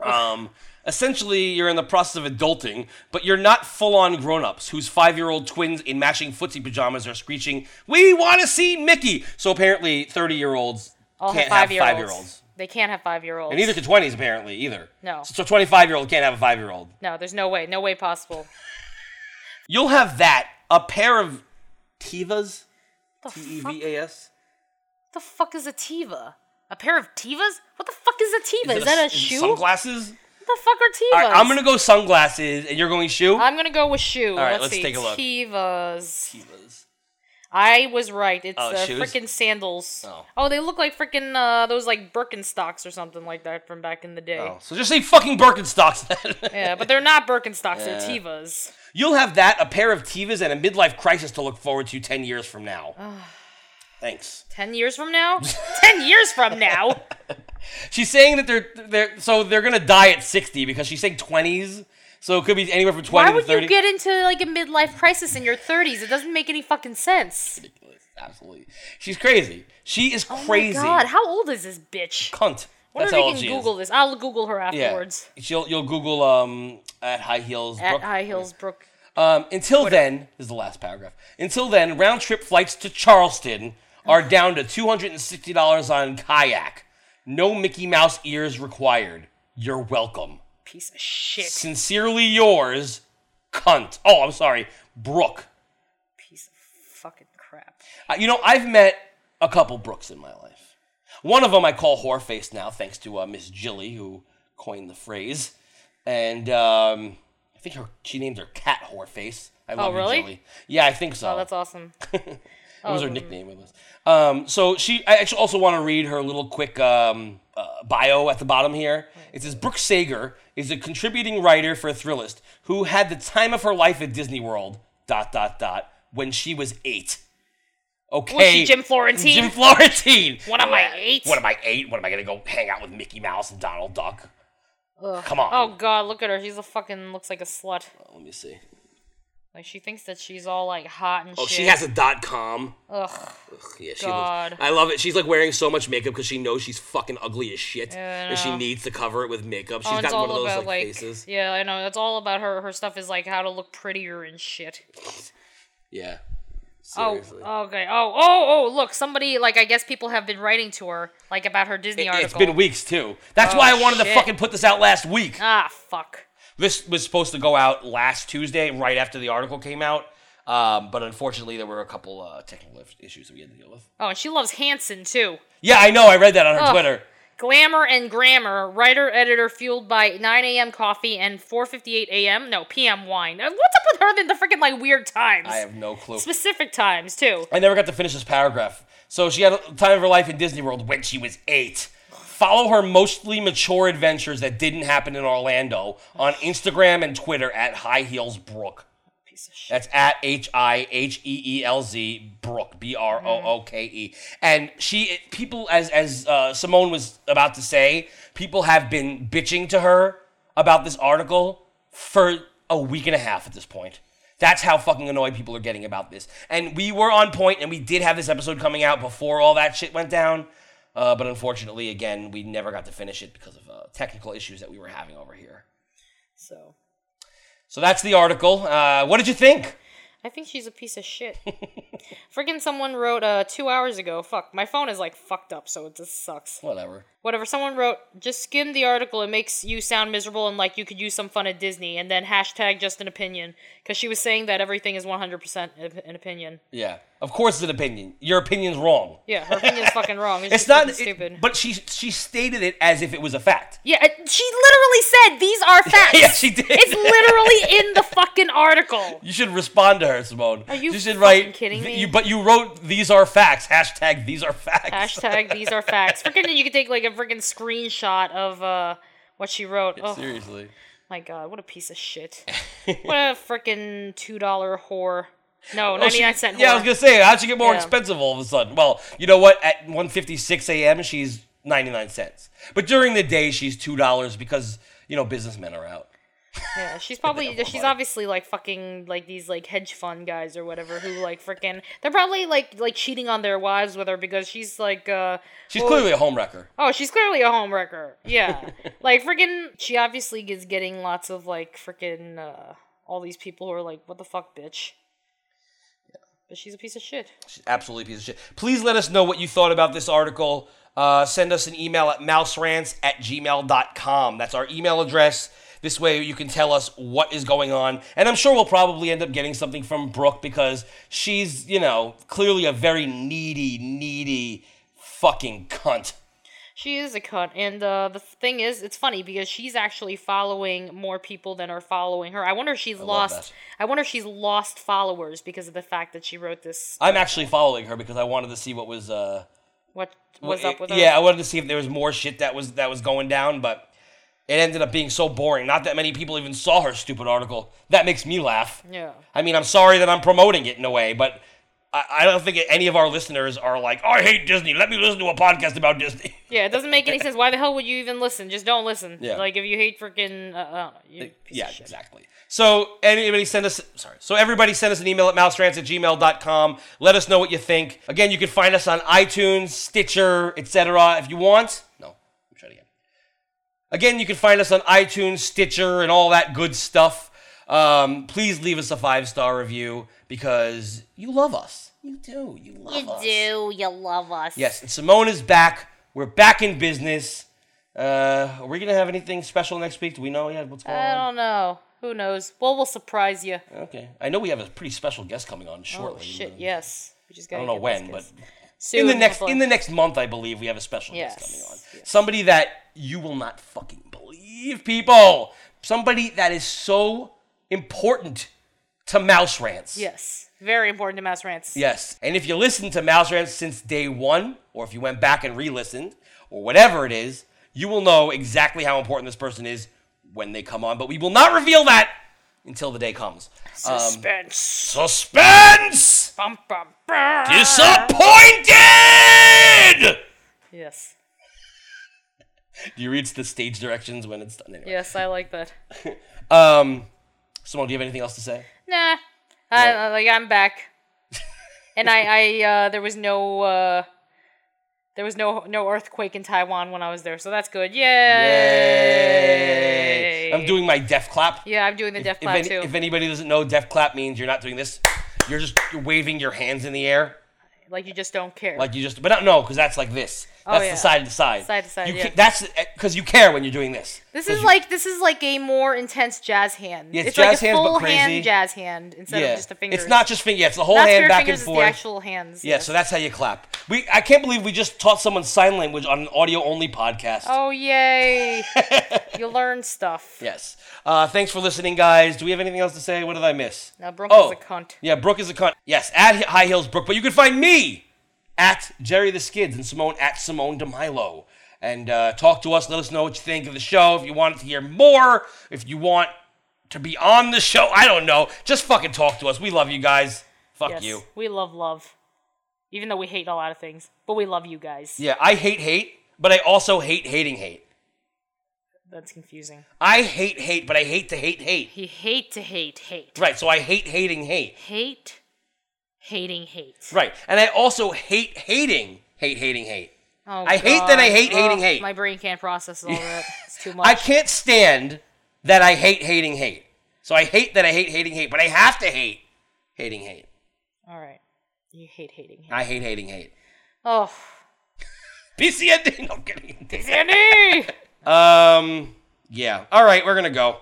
[SPEAKER 2] Um, essentially, you're in the process of adulting, but you're not full-on grown-ups whose five-year-old twins in matching footsie pajamas are screeching, "We want to see Mickey!" So apparently, thirty-year-olds
[SPEAKER 3] All
[SPEAKER 2] can't
[SPEAKER 3] have five-year-olds.
[SPEAKER 2] five-year-olds,
[SPEAKER 3] They can't have five-year-olds.
[SPEAKER 2] and neither can twenties apparently either.
[SPEAKER 3] No.
[SPEAKER 2] So twenty-five-year-old can't have a five-year-old.
[SPEAKER 3] no, there's no way. No way possible.
[SPEAKER 2] You'll have that a pair of tivas,
[SPEAKER 3] The
[SPEAKER 2] T E
[SPEAKER 3] fuck?
[SPEAKER 2] V A S.
[SPEAKER 3] the fuck is a tiva? A pair of tivas? What the fuck is a tiva? Is,
[SPEAKER 2] it
[SPEAKER 3] that a,
[SPEAKER 2] is it
[SPEAKER 3] shoe? What
[SPEAKER 2] Sunglasses.
[SPEAKER 3] the fuck are tivas?
[SPEAKER 2] All right, I'm gonna go sunglasses, and you're going shoe.
[SPEAKER 3] I'm gonna go with shoe.
[SPEAKER 2] right,
[SPEAKER 3] let's,
[SPEAKER 2] let's
[SPEAKER 3] see.
[SPEAKER 2] take a look.
[SPEAKER 3] Tivas.
[SPEAKER 2] Tivas.
[SPEAKER 3] I was right. It's
[SPEAKER 2] Oh,
[SPEAKER 3] uh,
[SPEAKER 2] shoes?
[SPEAKER 3] freaking sandals.
[SPEAKER 2] Oh.
[SPEAKER 3] they look like freaking uh, those like Birkenstocks or something like that from back in the day.
[SPEAKER 2] Oh, so just say fucking Birkenstocks. then.
[SPEAKER 3] Yeah, but they're not Birkenstocks. They're tivas.
[SPEAKER 2] You'll have that, a pair of Tivas, and a midlife crisis to look forward to 10 years from now. Thanks.
[SPEAKER 3] Ten years from now. Ten years from now.
[SPEAKER 2] She's saying that they're, they're so they're going to die at 60 because she's saying 20s. So it could be anywhere from 20
[SPEAKER 3] Why
[SPEAKER 2] to
[SPEAKER 3] would
[SPEAKER 2] 30.
[SPEAKER 3] you get into like a midlife crisis in your 30s? It doesn't make any fucking sense.
[SPEAKER 2] Absolutely. She's crazy. She is crazy.
[SPEAKER 3] Oh my god, how old is this bitch?
[SPEAKER 2] Cunt.
[SPEAKER 3] wonder if
[SPEAKER 2] That's how
[SPEAKER 3] you
[SPEAKER 2] old
[SPEAKER 3] can
[SPEAKER 2] she
[SPEAKER 3] Google
[SPEAKER 2] is.
[SPEAKER 3] this. I'll Google her
[SPEAKER 2] Yeah.
[SPEAKER 3] afterwards.
[SPEAKER 2] She'll, you'll Google um, at high heels.
[SPEAKER 3] At
[SPEAKER 2] Brooke-
[SPEAKER 3] High Hills Brook.
[SPEAKER 2] Um, until then, this is the last paragraph. Until then, round trip flights to Charleston are down to $260 on kayak. No Mickey Mouse ears required. You're welcome.
[SPEAKER 3] Piece of shit.
[SPEAKER 2] Sincerely yours, cunt. Oh, I'm sorry, Brooke.
[SPEAKER 3] Piece of fucking crap.
[SPEAKER 2] Uh, you know, I've met a couple Brooks in my life. One of them I call Whoreface now, thanks to uh, Miss Jilly, who coined the phrase. And um, I think her, she named her cat Whoreface. I love you,
[SPEAKER 3] Oh, really?
[SPEAKER 2] Joey. Yeah, I think so.
[SPEAKER 3] Oh, that's awesome.
[SPEAKER 2] That
[SPEAKER 3] Oh,
[SPEAKER 2] was her nickname. It was. Um, so she. I actually also want to read her little quick um, uh, bio at the bottom here. It says Brooke Sager is a contributing writer for Thrillist who had the time of her life at Disney World. Dot dot dot. When she was eight. Okay.
[SPEAKER 3] Was she Jim Florentine?
[SPEAKER 2] Jim Florentine.
[SPEAKER 3] One of my eight.
[SPEAKER 2] What am I eight? What am I gonna go hang out with Mickey Mouse and Donald Duck? Come on.
[SPEAKER 3] Oh god, look at her. She's a fucking looks like a slut.
[SPEAKER 2] Let me see.
[SPEAKER 3] Like she thinks that she's all like hot and
[SPEAKER 2] Oh,
[SPEAKER 3] shit.
[SPEAKER 2] she has a dot com.
[SPEAKER 3] Ugh.
[SPEAKER 2] Yeah, she
[SPEAKER 3] God.
[SPEAKER 2] Looks, I love it. She's like wearing so much makeup because she knows she's fucking ugly as shit,
[SPEAKER 3] Yeah, I
[SPEAKER 2] and she
[SPEAKER 3] know.
[SPEAKER 2] needs to cover it with makeup. She's
[SPEAKER 3] Oh,
[SPEAKER 2] got
[SPEAKER 3] it's
[SPEAKER 2] one of
[SPEAKER 3] all
[SPEAKER 2] those
[SPEAKER 3] about
[SPEAKER 2] like,
[SPEAKER 3] like,
[SPEAKER 2] faces.
[SPEAKER 3] yeah, I know. It's all about her. Her stuff is like how to look prettier and shit.
[SPEAKER 2] Yeah.
[SPEAKER 3] Oh,
[SPEAKER 2] Seriously.
[SPEAKER 3] okay. Oh, oh, oh. Look, somebody like I guess people have been writing to her like about her Disney
[SPEAKER 2] It-
[SPEAKER 3] article.
[SPEAKER 2] it's been weeks too. That's why I wanted to
[SPEAKER 3] Oh, shit.
[SPEAKER 2] fucking put this out last week.
[SPEAKER 3] Ah, fuck.
[SPEAKER 2] this was supposed to go out last Tuesday, right after the article came out. Um, but unfortunately, there were a couple uh, technical issues that we had to deal with.
[SPEAKER 3] Oh, and she loves Hanson too.
[SPEAKER 2] Yeah, I know. I read that on her
[SPEAKER 3] Ugh.
[SPEAKER 2] Twitter.
[SPEAKER 3] Glamour and Grammar, writer editor fueled by 9 a.m. coffee and 4:58 a.m. no p.m. wine. Uh, What's up with her in the freaking like weird times?
[SPEAKER 2] I have no clue.
[SPEAKER 3] Specific times too.
[SPEAKER 2] I never got to finish this paragraph. So she had a time of her life in Disney World when she was eight. Follow her mostly mature adventures that didn't happen in Orlando on Instagram and Twitter at High Heels Brooke.
[SPEAKER 3] Piece of shit.
[SPEAKER 2] That's at H I H E E L Z Brooke B R O O K E. And she people as as uh, Simone was about to say, people have been bitching to her about this article for a week and a half at this point. That's how fucking annoyed people are getting about this. And we were on point, and we did have this episode coming out before all that shit went down. Uh, but unfortunately, again, we never got to finish it because of uh, technical issues that we were having over here.
[SPEAKER 3] So
[SPEAKER 2] So that's the article. Uh, what did you think?
[SPEAKER 3] I think she's a piece of shit. Freaking someone wrote uh two hours ago. Fuck, my phone is like fucked up, so it just sucks.
[SPEAKER 2] Whatever.
[SPEAKER 3] Whatever. Someone wrote, just skim the article. It makes you sound miserable and like you could use some fun at Disney. And then hashtag just an opinion because she was saying that everything is 100% op- an opinion.
[SPEAKER 2] Yeah, of course it's an opinion. Your opinion's wrong.
[SPEAKER 3] Yeah, her opinion's fucking wrong. It's,
[SPEAKER 2] It's
[SPEAKER 3] just fucking
[SPEAKER 2] not
[SPEAKER 3] stupid.
[SPEAKER 2] It, but she she stated it as if it was a fact.
[SPEAKER 3] Yeah, it- she literally said these are facts.
[SPEAKER 2] Yeah, she did.
[SPEAKER 3] It's literally in the fucking article.
[SPEAKER 2] You should respond to her, Simone. Are
[SPEAKER 3] you
[SPEAKER 2] should
[SPEAKER 3] fucking kidding
[SPEAKER 2] "Th-
[SPEAKER 3] me?"
[SPEAKER 2] You, but you wrote these are facts. Hashtag these are facts.
[SPEAKER 3] Hashtag these are facts. Freaking, you could take like a freaking screenshot of uh, what she wrote. Oh
[SPEAKER 2] Seriously.
[SPEAKER 3] my god, what a piece of shit. What a freaking two dollar whore. No,
[SPEAKER 2] Oh, she-
[SPEAKER 3] ninety nine cent.
[SPEAKER 2] yeah, I was gonna say how'd she get more
[SPEAKER 3] Yeah.
[SPEAKER 2] expensive all of a sudden? Well, you know what? At 1:56 a.m. she's 99 cents, but during the day she's two dollars because you know businessmen are out.
[SPEAKER 3] Yeah, she's probably she's obviously like fucking like these like hedge fund guys or whatever who like freaking they're probably like like cheating on their wives with her because she's like uh
[SPEAKER 2] She's clearly a homewrecker.
[SPEAKER 3] oh she's clearly a homewrecker. Yeah, like freaking she obviously is getting lots of like freaking uh, all these people who are like what the fuck bitch. But she's a piece of shit.
[SPEAKER 2] absolutely a piece of shit. Please let us know what you thought about this article. Uh, send us an email at mouserants at gmail.com. That's our email address. This way you can tell us what is going on. And I'm sure we'll probably end up getting something from Brooke because she's, you know, clearly a very needy, needy fucking cunt.
[SPEAKER 3] She is a cunt, and uh, the thing is, it's funny because she's actually following more people than are following her. I wonder if she's
[SPEAKER 2] that.
[SPEAKER 3] lost. I wonder if she's lost followers because of the fact that she wrote this.
[SPEAKER 2] I'm actually following her because I wanted to see what was uh
[SPEAKER 3] What was
[SPEAKER 2] Well,
[SPEAKER 3] up with
[SPEAKER 2] it-
[SPEAKER 3] her?
[SPEAKER 2] Yeah, I wanted to see if there was more shit that was that was going down, but it ended up being so boring. Not that many people even saw her stupid article. That makes me laugh.
[SPEAKER 3] Yeah.
[SPEAKER 2] I mean, I'm sorry that I'm promoting it in a way, but I, I don't think any of our listeners are like, "Oh, I hate Disney. Let me listen to a podcast about Disney.
[SPEAKER 3] Yeah, it doesn't make any sense. Why the hell would you even listen? Just don't listen.
[SPEAKER 2] Yeah.
[SPEAKER 3] Like if you hate freaking. Uh, uh, you piece
[SPEAKER 2] yeah,
[SPEAKER 3] of shit.
[SPEAKER 2] exactly. So anybody send us sorry. So everybody send us an email at mouserants at gmail.com. Let us know what you think. Again, you can find us on iTunes, Stitcher, etc. if you want. No, I'm trying again. Again, you can find us on iTunes, Stitcher, and all that good stuff. Um, please leave us a five star review because you love us. You do. You love us.
[SPEAKER 3] Do you love us?
[SPEAKER 2] Yes, and Simone is back. We're back in business. Uh, are we gonna have anything special next week? Do we know yet what's going
[SPEAKER 3] I
[SPEAKER 2] on?
[SPEAKER 3] don't know. Oh, Who knows? Well, we'll surprise you.
[SPEAKER 2] Okay. I know we have a pretty special guest coming on
[SPEAKER 3] Oh
[SPEAKER 2] shortly.
[SPEAKER 3] shit!
[SPEAKER 2] but
[SPEAKER 3] Yes. We just
[SPEAKER 2] I
[SPEAKER 3] gotta
[SPEAKER 2] don't know
[SPEAKER 3] get this
[SPEAKER 2] when, but
[SPEAKER 3] guest.
[SPEAKER 2] in
[SPEAKER 3] Soon,
[SPEAKER 2] the next
[SPEAKER 3] hopefully.
[SPEAKER 2] in the next month, I believe we have a special guest
[SPEAKER 3] Yes,
[SPEAKER 2] coming on.
[SPEAKER 3] yes.
[SPEAKER 2] Somebody that you will not fucking believe, people. Somebody that is so important to Mouse Rants.
[SPEAKER 3] Yes. Very important to Mouse Rants.
[SPEAKER 2] Yes. And if you listened to Mouse Rants since day one, or if you went back and re listened, or whatever it is, you will know exactly how important this person is when they come on. But we will not reveal that until the day comes.
[SPEAKER 3] Suspense.
[SPEAKER 2] Suspense!
[SPEAKER 3] Bum, bum, bum.
[SPEAKER 2] Disappointed!
[SPEAKER 3] Yes.
[SPEAKER 2] Do you read the stage directions when it's done? Anyway.
[SPEAKER 3] Yes, I like that.
[SPEAKER 2] Um, Simone, do you have anything else to say?
[SPEAKER 3] Nah. I, I- like I'm back. and I, I uh, there was no uh, there was no no earthquake in Taiwan when I was there, so that's good. Yay!
[SPEAKER 2] Yay. I'm doing my deaf clap.
[SPEAKER 3] Yeah, I'm doing the deaf
[SPEAKER 2] If,
[SPEAKER 3] clap
[SPEAKER 2] any-
[SPEAKER 3] too.
[SPEAKER 2] if anybody doesn't know, deaf clap means you're not doing this. You're just you're waving your hands in the air,
[SPEAKER 3] like you just don't care.
[SPEAKER 2] like you just. But not no, because that's like this. That's
[SPEAKER 3] Oh, yeah.
[SPEAKER 2] the side to side.
[SPEAKER 3] Side to side,
[SPEAKER 2] You
[SPEAKER 3] yeah.
[SPEAKER 2] ca- that's because you care when you're doing this.
[SPEAKER 3] this
[SPEAKER 2] 'Cause
[SPEAKER 3] is
[SPEAKER 2] you-
[SPEAKER 3] like this is like a more intense jazz hand.
[SPEAKER 2] Yeah, it's
[SPEAKER 3] like
[SPEAKER 2] jazz hands, but
[SPEAKER 3] full
[SPEAKER 2] crazy.
[SPEAKER 3] hand jazz hand instead
[SPEAKER 2] yeah.
[SPEAKER 3] of just a finger.
[SPEAKER 2] It's not just finger. Yeah, it's the whole
[SPEAKER 3] not
[SPEAKER 2] hand
[SPEAKER 3] spirit
[SPEAKER 2] back
[SPEAKER 3] fingers,
[SPEAKER 2] and
[SPEAKER 3] it's
[SPEAKER 2] forth.
[SPEAKER 3] the actual hands.
[SPEAKER 2] yeah, so that's how you clap. We I can't believe we just taught someone sign language on an audio only podcast.
[SPEAKER 3] Oh yay! you learn stuff.
[SPEAKER 2] Yes. Uh, thanks for listening, guys. Do we have anything else to say? What did I miss?
[SPEAKER 3] Now Brunk
[SPEAKER 2] Oh,
[SPEAKER 3] is a cunt.
[SPEAKER 2] Yeah, Brooke is a cunt. Yes, at Hi- High Heels Brooke. But you can find me at Jerry the Skids and Simone at Simone DeMilo. And uh, talk to us. Let us know what you think of the show. If you want to hear more, if you want to be on the show, I don't know. Just fucking talk to us. We love you guys. Fuck
[SPEAKER 3] Yes,
[SPEAKER 2] you.
[SPEAKER 3] we love love, even though we hate a lot of things, but we love you guys.
[SPEAKER 2] Yeah, I hate hate, but I also hate hating hate.
[SPEAKER 3] That's confusing.
[SPEAKER 2] I hate hate, but I hate to hate hate.
[SPEAKER 3] He hate to hate hate
[SPEAKER 2] Right, so I hate hating hate.
[SPEAKER 3] hate hating hate.
[SPEAKER 2] Right, and I also hate hating hate hating hate.
[SPEAKER 3] Oh,
[SPEAKER 2] I hate that I hate
[SPEAKER 3] God.
[SPEAKER 2] hating
[SPEAKER 3] Oh,
[SPEAKER 2] hate.
[SPEAKER 3] My brain can't process all that. It's too much.
[SPEAKER 2] I can't stand that I hate hating hate. So I hate that I hate hating hate, but I have to hate hating hate.
[SPEAKER 3] All right, you hate hating hate.
[SPEAKER 2] I hate hating hate.
[SPEAKER 3] Oh,
[SPEAKER 2] PCND. No, I'm kidding.
[SPEAKER 3] Danny!
[SPEAKER 2] Um, yeah. All right, we're gonna go.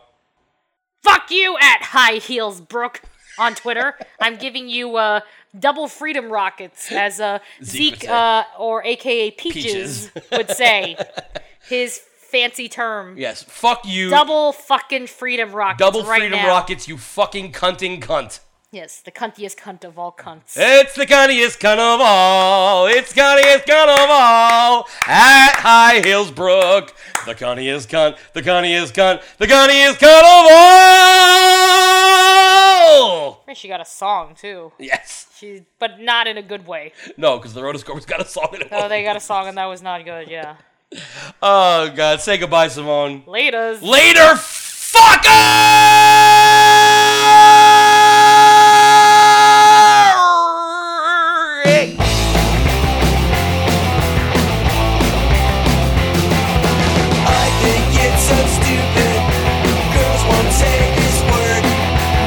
[SPEAKER 3] Fuck you at High Heels Brook on Twitter. I'm giving you uh, double freedom rockets, as uh,
[SPEAKER 2] Zeke would
[SPEAKER 3] Zeke
[SPEAKER 2] say.
[SPEAKER 3] uh, or AKA Peaches,
[SPEAKER 2] Peaches.
[SPEAKER 3] would say. His fancy term.
[SPEAKER 2] Yes. Fuck you.
[SPEAKER 3] Double fucking freedom rockets.
[SPEAKER 2] Mm. Double
[SPEAKER 3] right
[SPEAKER 2] freedom
[SPEAKER 3] now.
[SPEAKER 2] rockets. You fucking cunting cunt.
[SPEAKER 3] Yes, the cuntiest cunt of all cunts.
[SPEAKER 2] It's the cuntiest cunt of all. It's cuntiest cunt of all. At High Hills Brook. The cuntiest cunt. The cuntiest cunt. The cuntiest cunt of all.
[SPEAKER 3] I think She got a song too.
[SPEAKER 2] Yes.
[SPEAKER 3] She, but not in a good way.
[SPEAKER 2] No, because the Rotoscope's got a song in it.
[SPEAKER 3] Oh, they got a song and that was not good. Yeah.
[SPEAKER 2] Oh, God. Say goodbye, Simone.
[SPEAKER 3] Laters.
[SPEAKER 2] Later, fucker! Hey.
[SPEAKER 7] I think it's so stupid. Girls won't take this word.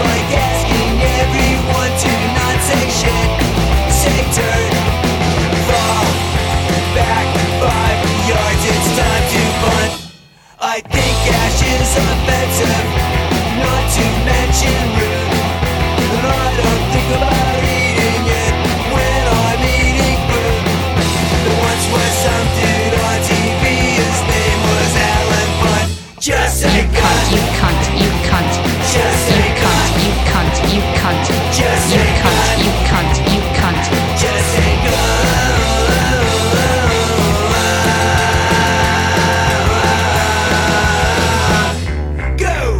[SPEAKER 7] Like asking everyone to not take shit. Take dirt. Fall back five yards. It's time to bunt. I think ash is offensive. Not to mention rude. And I don't think about eating it when I'm eating food. There once was some dude on TV, his name was Alan Butt. Just a cunt,
[SPEAKER 8] You cunt, you cunt,
[SPEAKER 7] just a
[SPEAKER 8] you cunt,
[SPEAKER 7] cunt,
[SPEAKER 8] you cunt, you cunt,
[SPEAKER 7] just
[SPEAKER 8] you
[SPEAKER 7] a
[SPEAKER 8] cunt,
[SPEAKER 7] cunt,
[SPEAKER 8] you cunt, you cunt.
[SPEAKER 7] just a cunt. Go!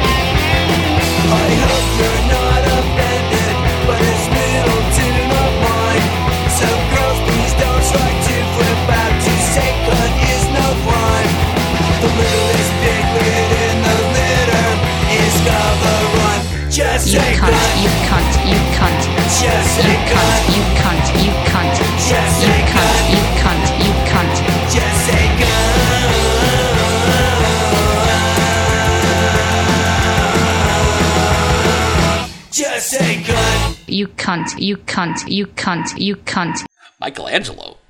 [SPEAKER 7] I hope you're not offended by this little tune of mine. Some girls, please don't try to flip out to say cut is no crime. The littlest piglet in the litter is Gavaron. Just
[SPEAKER 8] You
[SPEAKER 7] say
[SPEAKER 8] cunt,
[SPEAKER 7] cut,
[SPEAKER 8] you cunt, you cunt,
[SPEAKER 7] just
[SPEAKER 8] you
[SPEAKER 7] say
[SPEAKER 8] cunt,
[SPEAKER 7] cut,
[SPEAKER 8] you cunt, you cunt,
[SPEAKER 7] Just
[SPEAKER 8] you
[SPEAKER 7] a
[SPEAKER 8] cunt,
[SPEAKER 7] cunt.
[SPEAKER 8] you cunt, you cunt.
[SPEAKER 7] just say cut. Just say cut.
[SPEAKER 8] You cunt, you cunt, you cunt, you cunt.
[SPEAKER 9] Michelangelo.